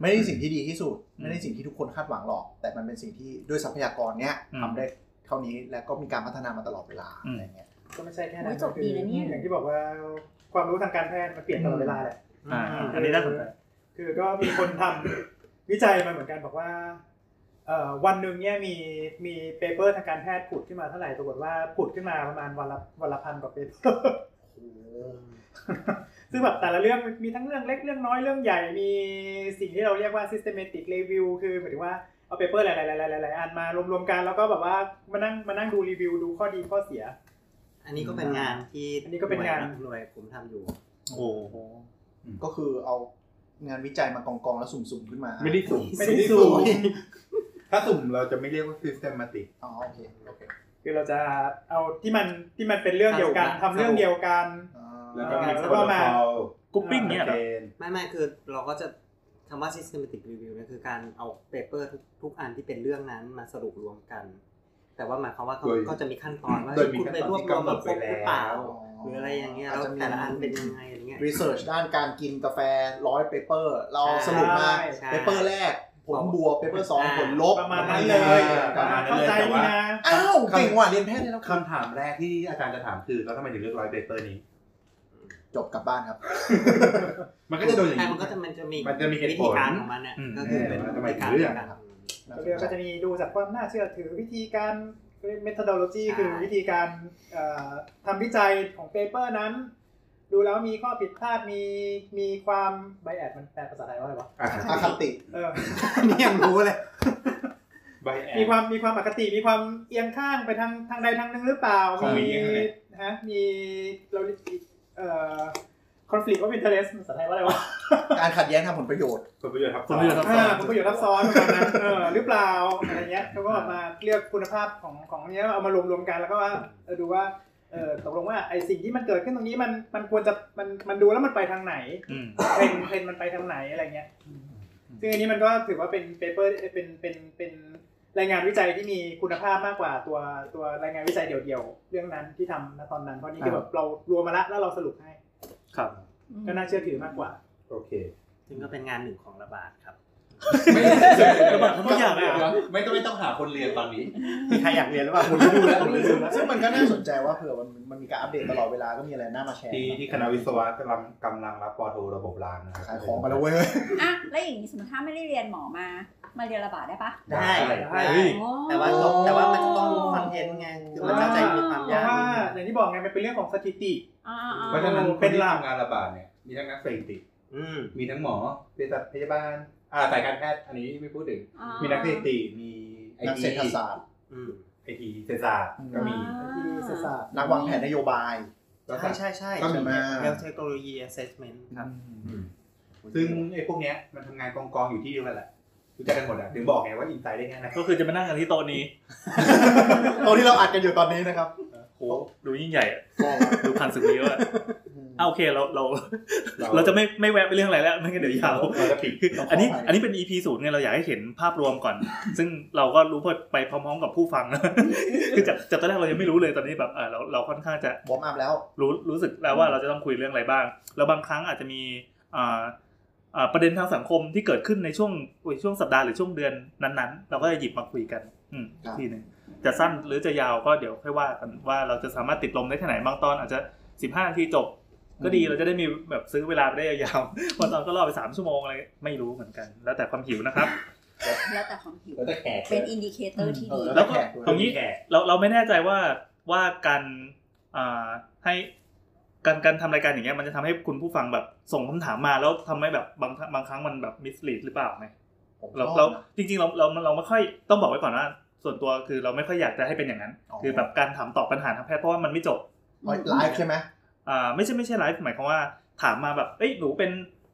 S4: ไม่ได้สิ่งที่ดีที่สุด ไม่ได้สิ่งที่ทุกคนคาดหวังหรอก แต่มันเป็นสิ่งที่ด้วยทรัพยากรเนี้ย
S3: อืม
S4: ทำได้เท่านี้แล้วก็มีการพัฒนามาตลอดเวลา
S3: อืม
S4: อะไรเงี้ย
S5: ก็ไม่ใช่แค่
S2: โอ้
S5: นั้
S2: ย
S5: น
S2: จบดีนะเนี่ย
S5: อย่างที่บอกว่าความรู้ทางการแพทย์มันเปลี่ยนตลอดเวลาแหละ
S3: อ่าอันนี้น่าสนใจ
S5: คือก็มีคนทำ *coughs* วิจัยมาเหมือนกันบอกว่าเอ่อวันหนึ่งเนี่ยมีมีเปเปอร์ทางการแพทย์ผุดขึ้นมาเท่าไหร่ปรากฏว่าผุดขึ้นมาประมาณวันละวันละพันกว่าเปเปอร์ *laughs* ซึ่งแบบแต่ละเรื่องมีทั้งเรื่องเล็กเรื่องน้อยเรื่องใหญ่มีสิ่งที่เราเรียกว่า systematic review คือหมายถึงว่าเอาเปเปอร์หลายๆหลายๆหลายๆอันมารวมๆกันแล้วก็แบบว่ามานั่งมานั่งดูรีวิวดูข้อดีข้อเสีย
S6: อันนี้ก็เป็นงานที่
S5: อันนี้ก็เป็นงาน
S6: หน่วยผมทำอยู่
S3: โอ้โห
S4: ก็คือเอางานวิจัยมากองกองๆแล้วสุ่มๆขึ้นมา
S7: ไม่ได้สุ่ม
S5: ไม่ได้สุ่ม
S7: ถ้าสุ่มเราจะไม่เรียกว่า systematic
S4: อ๋อโอเคโอเค
S5: คือเราจะเอาที่มันที่มันเป็นเรื่องเดียวกันทำเรื่องเดียวกัน
S4: อ่
S7: แล้ว
S4: า
S7: ก็มี
S5: แล้ว
S7: protocol
S5: ก็มา
S3: กรุ๊ปปิ้งเนี่ยเหรอ
S7: campaign
S6: ไม่ไม่คือเราก็จะคำว่า systematic review เนี่ยคือการเอาเปเปอร์ทุกทุกอันที่เป็นเรื่องนั้นมาสรุปรวมกัน แต่ว่าหมายความว่าเขา
S7: โดย
S6: ก็จะมีขั้นตอนว่า
S7: โดยมี
S6: คุณ
S7: ขั้นต
S6: ไป
S7: อนที่
S6: รวบรวม
S7: กำหน
S6: มา
S7: ด
S6: ครบ
S7: ไว้
S6: หรื
S7: แล้
S6: อ
S7: ว
S6: เปล่า
S4: อ๋อ
S6: หรืออะไรอย่างเงี้ย
S4: อาจ
S6: แล้ว
S4: จะมี
S6: แต่ละอันเป็นยังไงอะไรเงี้ย
S4: รีเสิร์ชด้านการกินกาแฟร้อยเปเปอร์เราสรุปมา
S6: ใช่
S4: เปเปอร์แรก ผลบวกเปเปอร์สอง
S6: อ่า
S4: ผลลบ
S5: ประมาณนั้นเลย
S7: ประมาณนั้นเลย
S5: เข้าใจดีนะ
S4: อ้าวเก่งว่ะเรียนแพทย์ได้แล้วครับ
S7: คำถามแรกที่อาจารย์จะถามคือแล้วทำไมถึงเลือกร้อยเปเปอร์นี้
S4: จบกลับบ้านครับ
S7: มันก็จะโดนอย่าง
S6: แต่
S7: นี้
S6: มันก็จะมันจะมี
S7: มันจะมีเหตุ
S6: วิ
S7: ผล
S6: ธีการของมันเนี่ย
S3: อืม
S6: ก็คือเป็น
S7: มันจะ
S6: วิธีการ
S7: หมายถึงเรื่อง
S6: ในการท
S5: ก็เรียกก็จะมีดูจากความน่าเชื่อถือวิธีการ methodology
S6: อ่า
S5: คือวิธีการเอ่อทำวิจัยของเปเปอร์นั้น ดูแล้วมีข้อผิดพลาดมีมีความ bias มันแปลภาษาไทยว่าอะไรวะ
S7: อ่ะ
S4: อคติ
S5: เออ
S6: ำนี่ยังรู้เลย
S7: ใบแอ
S5: มี
S7: น
S5: ความมีความอคติมีความเอียงข้างไปทางทางใดทางหนึ่งหรือเปล่า
S7: ของมี
S5: มี
S7: เอียงข้างไหน
S5: ฮะมีเราเอ่อ conflict of interest ภาษาไทยว่าอะไรวะ
S4: การขัดแย้งทางผลประโยชน์
S7: ผลประโยชน์ทับ
S3: ผล
S7: ซ้อ
S3: ประโยชน์ทั
S7: น
S3: ซ้อน
S5: อ่าผมก็อยู่รับซ้อนประมาณนั้นเออหรือเปล่าอะไรเงี้ยเขาก็ออกมาเลือกคุณภาพของของเนี้ยเอามารวมรวมๆกันแล้วก็ว่าเออดูว่าเออตกลงว่าไอสิ่งที่มันเกิดขึ้นตรงนี้มันมันควรจะมันมันดูแล้วมันไปทางไหน
S3: อืม
S5: เทรนด์เทรนด์มันไปทางไหนอะไรเงี้ยซึ่งอันนี้มันก็ถือว่าเป็นเปเปอร์เป็นเป็นเป็นรายงานวิจัยที่มีคุณภาพมากกว่าตัวตัวรายงานวิจัยเดี่ยวๆเรื่องนั้นที่ทำณตอนนั้นเพราะนี่คือแบบเรารวมมาละแล้วเราสรุปให้
S3: ครับ
S5: ก็น่าเชื่อถือมากกว่า
S7: โอเค
S6: ซึ่งก็เป็นงานหนึ่งของระบาดครับ
S7: ไม่
S3: ระบาดทั้งทุกอย่างเลยเหรอ
S7: ไม่ต้องไม่ต้องหาคนเรียนตอนนี้
S6: มีใครอยากเรียนหรือเปล่า
S7: ผมรู้แล้วผมรู้แล้ว
S4: ซึ่งมันก็น่าสนใจว่าเผื่อมันมันมีการอัปเดตตลอดเวลาก็มีอะไรน่ามาแชร์
S7: ที่ที่คณะวิศวะกำลังกำลังรับปอโทระบบรางนะครั
S4: ขายของกันแล้วเว้ย
S2: อ่ะแล้วอย่างนี้สมมติถ้าไม่ได้เรียนหมอมา มาเรียนระบาดได้ปะ
S6: ได้
S5: ได้
S6: แต่ว่าต้องแต่ว่ามันจะต้องรู้คอนเทนต์ไง คือมันจะใจมีความ
S5: เพ
S6: ยา
S5: ราะ
S6: ก
S5: ว่า
S6: นิดนึง
S5: อย่างที่บอกไงมันเป็นเรื่องของสถิติ
S2: อ่า
S7: เพราะฉะ
S2: ๆ
S7: นั้นค
S5: เป็น น
S7: ที่
S5: หลัก
S7: ทำงานระบาดเนี่ยมีทั้งนักสถิติ
S6: อืม
S7: มีทั้งหมอเภสัชพยาบาลอ่าสายการแพทย์อันนี้ไม่พูดถึง
S2: ๆอ่าๆ
S7: มีนักสถิติมีไอ
S4: นัก
S7: ที
S4: เศรษฐศาสตร์
S6: อืม
S7: ไอทีเศรษฐศาสตร์ก็มี
S5: ที่เศรษฐศาสตร์
S4: นักวางแผนนโยบาย
S7: แล้ว
S6: ใช่
S7: ก็
S6: ใช่ใช่
S7: ก็มีมา
S6: เทคโนโลยี assessment ครับ
S7: อืมซึ่งไอ้พวกเนี้ยมันทำงานกองกองๆอยู่ที่เดียวกันแหละรู้จักกันหมดอะถึงบอกไงว่าอินไซด์ได้แค่นั้น
S3: ก็คือจะมานั่งกันที่โต๊ะนี้
S4: ตรงที่เราอัดกันอยู่ตอนนี้นะครับ
S3: โหดูยิ่งใหญ่อะดูผ่านสื่อเยอะ *laughs* อะอ่ะโอเคเราเรา เราจะไม่ไม่แวะไปเรื่องอะไรแล้วไม่งั้นเดี๋ยวยาว
S7: เราจะปิด
S3: อันนี้
S4: ขออภัย
S3: อันนี้เป็น EP ศูนย์เนี่ยเราอยากให้เห็นภาพรวมก่อน ซึ่งเราก็รู้ไปพร้อมๆกับผู้ฟังนะ *laughs* คือจากจากตอนแรกเรายังไม่รู้เลยตอนนี้แบบเออเราเราค่อนข้างจะ
S4: บอมอัพแล้ว
S3: รู้รู้สึกแล้วว่าเราจะต้องคุยเรื่องอะไรบ้าง แล้วบางครั้งอาจจะมีอ่า อ่าประเด็นทางสังคมที่เกิดขึ้นในช่วงอุ๊ยช่วงสัปดาห์หรือช่วงเดือนนั้นๆ เราก็จะหยิบมาคุยกัน อืม
S4: ครับ
S3: ทีหนึ่งจะสั้นหรือจะยาวก็เดี๋ยวค่อยว่ากันว่าเราจะสามารถติดลมได้แค่ไหนบางตอนอาจจะ 15นาทีจบ ก็ดีเราจะได้มีแบบซื้อเวลาไปได้ยาวๆบ *laughs* างตอนก็รอไปสามชั่วโมงอะไรไม่รู้เหมือนกัน แล้วแต่ความหิวนะครับ
S2: แล้วแต่ความหิว
S7: แล้วแต่แขก
S2: เป็นอินดิเคเตอร์ที่ดี
S4: เออ
S3: แล้วก็
S4: แขกด้วย
S3: ตรงนี้เราเราไม่แน่ใจว่าว่าการอ่าให้การการทำรายการอย่างเงี้ยมันจะทำให้คุณผู้ฟังแบบส่งคำถามมาแล้วทำให้แบบบางบางครั้งมันแบบมิสลีดหรือเปล่าไหม
S4: ผม
S3: เรา
S4: ชอบ
S3: เรา
S4: นะ
S3: จริงๆเราเราเราไม่ค่อยต้องบอกไว้ก่อนว่า ส่วนตัวคือเราไม่ค่อยอยากจะให้เป็นอย่างนั้น
S4: อ๋อ
S3: คือแบบการถามตอบปัญหาทางแพทย์เพราะว่ามันไม่จบ
S4: ไลฟ์ใช่ไหม
S3: อ่าไม่ใช่ไม่ใช่ไลฟ์หมายความว่าถามมาแบบเอ้ยหนูเป็น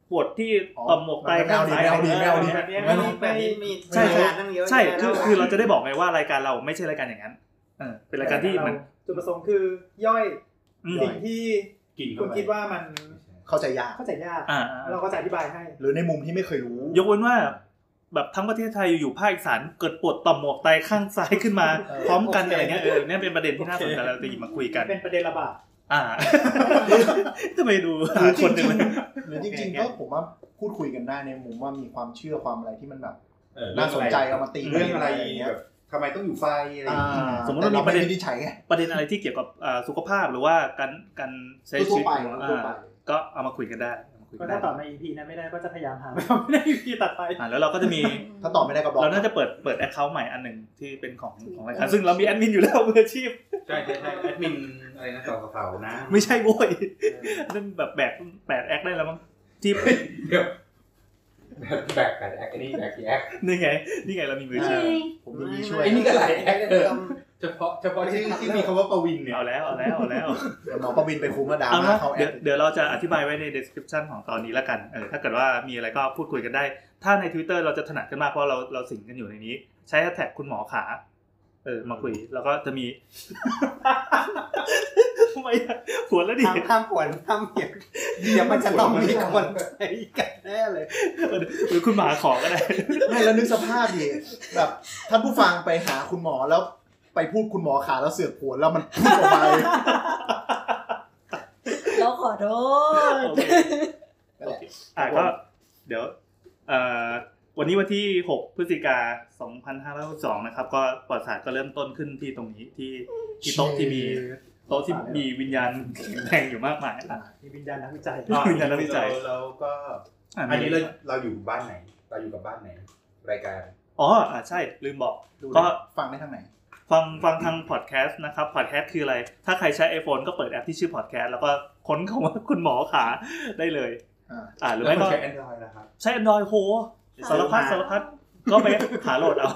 S3: ปวดที่
S4: อ๋อ
S3: ต่อมหมวกไต
S4: ไม่เอาดิไม่เอาดิไม่เอาดิ
S3: ะรแบบนี้ย
S4: ไม่รู้
S6: แบบนี้มี
S3: ใช่ใช่
S6: งานตั้งเยอะ
S3: ใช่
S6: แยะ
S3: คือ
S6: แล้ว
S3: คือเราจะได้บอกไงว่ารายการเราไม่ใช่รายการอย่างนั้นเออเป็นรายการที่เหมือน
S5: จุดประสงค์คือย่อย
S3: อืม
S5: สิ่งที่
S7: กินเข้
S5: คุณ
S7: ไป
S5: คิดว่ามัน
S4: เข้าใจยาก
S5: เข้าใจยาก
S3: อ่า
S5: แล้วเราก็จะอธิบายให้
S4: หรือในมุมที่ไม่เคยรู้
S3: ยกเว้นว่า แบบทั้งประเทศไทยอยู่ๆภาคอีสานเกิดปวดต่อมหมวกไตข้างซ้ายขึ้นมา
S4: เออ
S3: พร้อมกันอะไรเงี้ยเออเนี่ยเป็นประเด็นที่น่าสนใจเราจะหยิบมาคุยกัน
S5: *laughs* เป็นประเด็นระบาด
S3: อ่า *laughs* ทำไมดู
S4: หรือจ
S3: คนห
S4: ริ
S3: นึ่
S4: ง
S3: ง
S4: ๆหรือจริงๆก็ผมว่าพูดคุยกันได้ในมุมว่ามีความเชื่อความอะไรที่มันแบบ
S7: เออ
S4: น่าสนใจเอามาตี
S7: เรื่องอะไร
S4: เรื่องอะไรอย่างเงี้ย
S7: แบบทำไมต้องอยู่ไฟอะไรอย่าง
S4: อ่า
S7: เงี้ย
S3: สมมติว่า
S4: แต่
S3: มี
S4: เ
S3: ประเด็น
S4: ไวินิจฉัยไง
S3: ประเด็นอะไรที่เกี่ยวกับอ่าสุขภาพหรือว่าการการใช้ชี
S4: ทั่ว
S3: วิต
S4: ๆไป
S3: ของ
S4: ทั่วๆไป
S3: อ่า ก็เอามาคุยกันได้เอามาคุย
S5: ก็
S3: กันได้
S5: ถ้าตอบใน EP นั้นไม่ได้ก็จะพยายามหาไม่ได้ใน EP ตัดไป
S3: อ่าแล้วเราก็จะมี
S4: ถ้าตอบไม่ได้ก็บล็อก
S3: เราน่าจะเปิดเปิดแอคเคาท์ใหม่อันหนึ่งที่เป็นของของรายการซึ่งเรามีแอดมินอยู่แล้ว *laughs* มืออาชีพ
S7: ใช่ใช่ใช่แอดมินอะไรนะต่อกระเป๋านะ
S3: ไม่ใช่โว้ยนั่นแบบแบกแปดแอคได้แล้วมั้งที่
S7: เดี๋ยว *laughs* แบกแบกแอคไอ้นี่แบกกี่แอค
S3: นี่ไง นี่ไงเรามีมืออา
S4: อ่า
S3: ชีพ
S4: ผมยินดีช่วย
S7: ไอ้นี่ก็หลายแอคเดิม เฉพาะเฉพาะที่ที่มีคำว่าประวินเนี่ย
S3: เอาแล้วเอาแล้วเอาแล้ว
S4: เดี๋ยวหมอประวินไปคุมระดา
S3: เอา
S4: มา
S3: ละ
S4: เขาแอ
S3: เดี๋ยว
S4: ด
S3: เดี๋ยวเราจะอธิบายไว้ใน description ของตอนนี้ละกันเออถ้าเกิดว่ามีอะไรก็พูดคุยกันได้ ถ้าใน Twitter เราจะถนัดกันมากเพราะเราเราสิงกันอยู่ในนี้ ใช้แฮชแท็กคุณหมอขาเออมาคุยแล้วก็จะมี *laughs* ทำไมอะหัวแล้วดิ
S6: ห้ามห้ามขวนห้ามเก็บเดี๋ยวมันจะต้องมีคนไปกันแน่เลย
S3: หรือคุณหมาขอก็ได้
S4: ไม่แล้วนึกสภาพดิแบบท่านผู้ฟังไปหาคุณหมอแล้วไปพูดคุณหมอขาแล้วเสือกผวนแล้วมันพูดออกมาเลย
S2: เราขอโทษ
S3: โอเค
S4: นั่นแหละ
S3: อ่ะก็เดี๋ยวเอ่อวันนี้วันที่ 6 พฤศจิกา2562นะครับ ก็ปลอดสารก็เริ่มต้นขึ้นที่ตรงนี้ที่ที่โต๊ะที่มีโต๊ะที่มีวิญญาณ *laughs* แข็งแรงอยู่มากมายอ่ะ
S5: มีวิญญาณนักวิจัย
S3: อ่ะ วิญญณนักวิจัย
S7: เราเราก็
S3: อ่ะ
S7: อันนี้เรา
S3: มี
S7: เราอยู่บ้านไหน เราอยู่กับบ้านไหน รายการ
S3: อ๋ออ่ะใช่ลืมบอก
S4: ดู
S3: ก็
S4: ก็ฟังได้ทางไหน
S3: ฟังฟังทางพอดแคสต์นะครับพอดแคสต์คืออะไร ถ้าใครใช้ iPhone ก็เปิดแอปที่ชื่อพอดแคสต์แล้วก็ค้นคำว่าคุณหมอขาได้เลย
S4: อ่า
S3: อ่าหรือ
S7: แล้ว
S3: ไม่
S7: คน
S3: ก็
S7: ใช้ Android นะครับ
S3: ใช้ Android โหสารพัดสารพัดก็ไป *laughs* หาโหลดเอา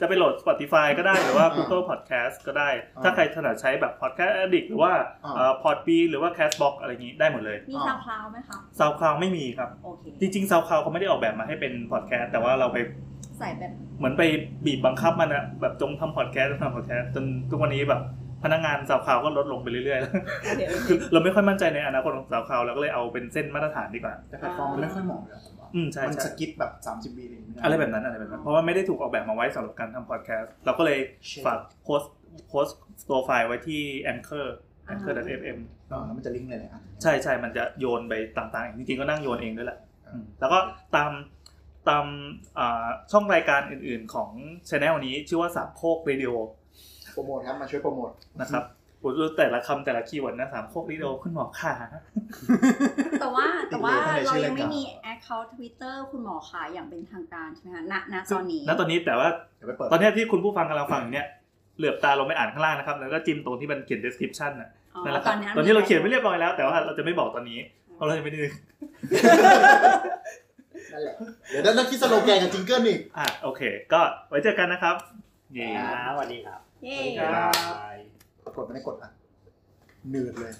S3: จะไปโหลด Spotify ก็ได้หรือว่า Google Podcast ก็ได้
S4: อ่า
S3: ถ้าใครถนัดใช้แบบ Podcast Addict หรือว่า
S4: อ่า
S3: พอดบีหรือว่า Castbox อะไรอย่างนี้ได้หมดเลย
S2: มีซาวคลาวไหมคะ
S3: SoundCloud ไม่มีครับ
S2: โอเค
S3: จริงๆ SoundCloud เขาไม่ได้ออกแบบมาให้เป็น Podcast แต่ว่าเราไป
S2: ใส่แบบ
S3: เหมือนไปบีบบังคับมันอะแบบจงทำ Podcast จงทำ Podcast จนทุกวันนี้แบบพนักงาน SoundCloud ก็ลดลงไปเรื่อยๆ *laughs* แล้ว
S2: เดี๋ยว
S3: คือเราไม่ค่อยมั่นใจในอนาคตของ SoundCloud เราก็เลยเอาเป็นเส้นมาตรฐานดีกว่า
S4: แต่แพลตฟอร์มมันไม่ค่อยเหมาะเลยอะผมว่า
S3: อืมใช่
S4: มัน
S3: ใช่
S4: สกิปแบบ 30วิอะไรอย่างเงี้ย
S3: อะไรแบบนั้นอะไรแบบนั้น เพราะว่าไม่ได้ถูกออกแบบมาไว้สำหรับการทำพอดแคสต์เราก็เลยฝากโพสต์โพสต์ตัวไฟล์ไว้ที่ Anchor
S2: อ่า
S3: Anchor.fm
S4: อ่าแล้วมันจะลิงก์เลยแหละอัน
S3: ใช่ใช่มันจะโยนไปต่างๆ จริงๆก็นั่งโยนเองด้วยแหละ
S4: ครับ
S3: อืมแล้วก็ตามตามอ่าช่องรายการอื่นๆของช anel นี้ชื่อว่าสามโคก r ร d ิโอ
S4: โปรโมทครับ มาช่วยโปรโมท
S3: นะครับผมรู้แต่ละคำแต่ละคีย์เวิร์ดนะสามโคก r ร d ิโอคุณหมอขา
S2: แต่
S3: *laughs*
S2: ว่า
S4: ติ
S2: แต่
S4: ดเลย
S2: ว่าเรา
S4: ข้างในชื่อ
S2: ยัง
S4: รายการ
S2: ไม่มีแอคเคาท์ทวิตเตอร์คุณหมอขาอย่างเป็นทางการใช่ไหมคะณณตอนนี้
S3: ณตอนนี้แต่ว่า
S4: เดี๋ยวไปเปิด
S3: ตอนเนี้ยที่คุณผู้ฟังกำลังฟังอยู่เนี่ยเหลือบตาลงไปอ่านข้างล่างนะครับแล้วก็จิ้มตรงที่มันเขียน description น่ะ
S2: อ๋อ
S3: นั่นแหละครับ
S2: มั
S3: ตอนนี้เราเขียนไม่เรียบร้อยแล้วแต่ว่าเราจะไม่บอกตอน *laughs* นี้เพราะเราจะไม่ได้นึก
S4: นั่นแหละ เดี๋ยวต้องคิดสโลแกนกับจิงเกิลอีก
S3: อ่ะโอเค ก็ไว้เจอกันนะครับเย้
S6: สวัสดีครับ
S2: เย้
S5: ครับ
S4: กดไม่ได้กดอ่ะเหนื่อยเลย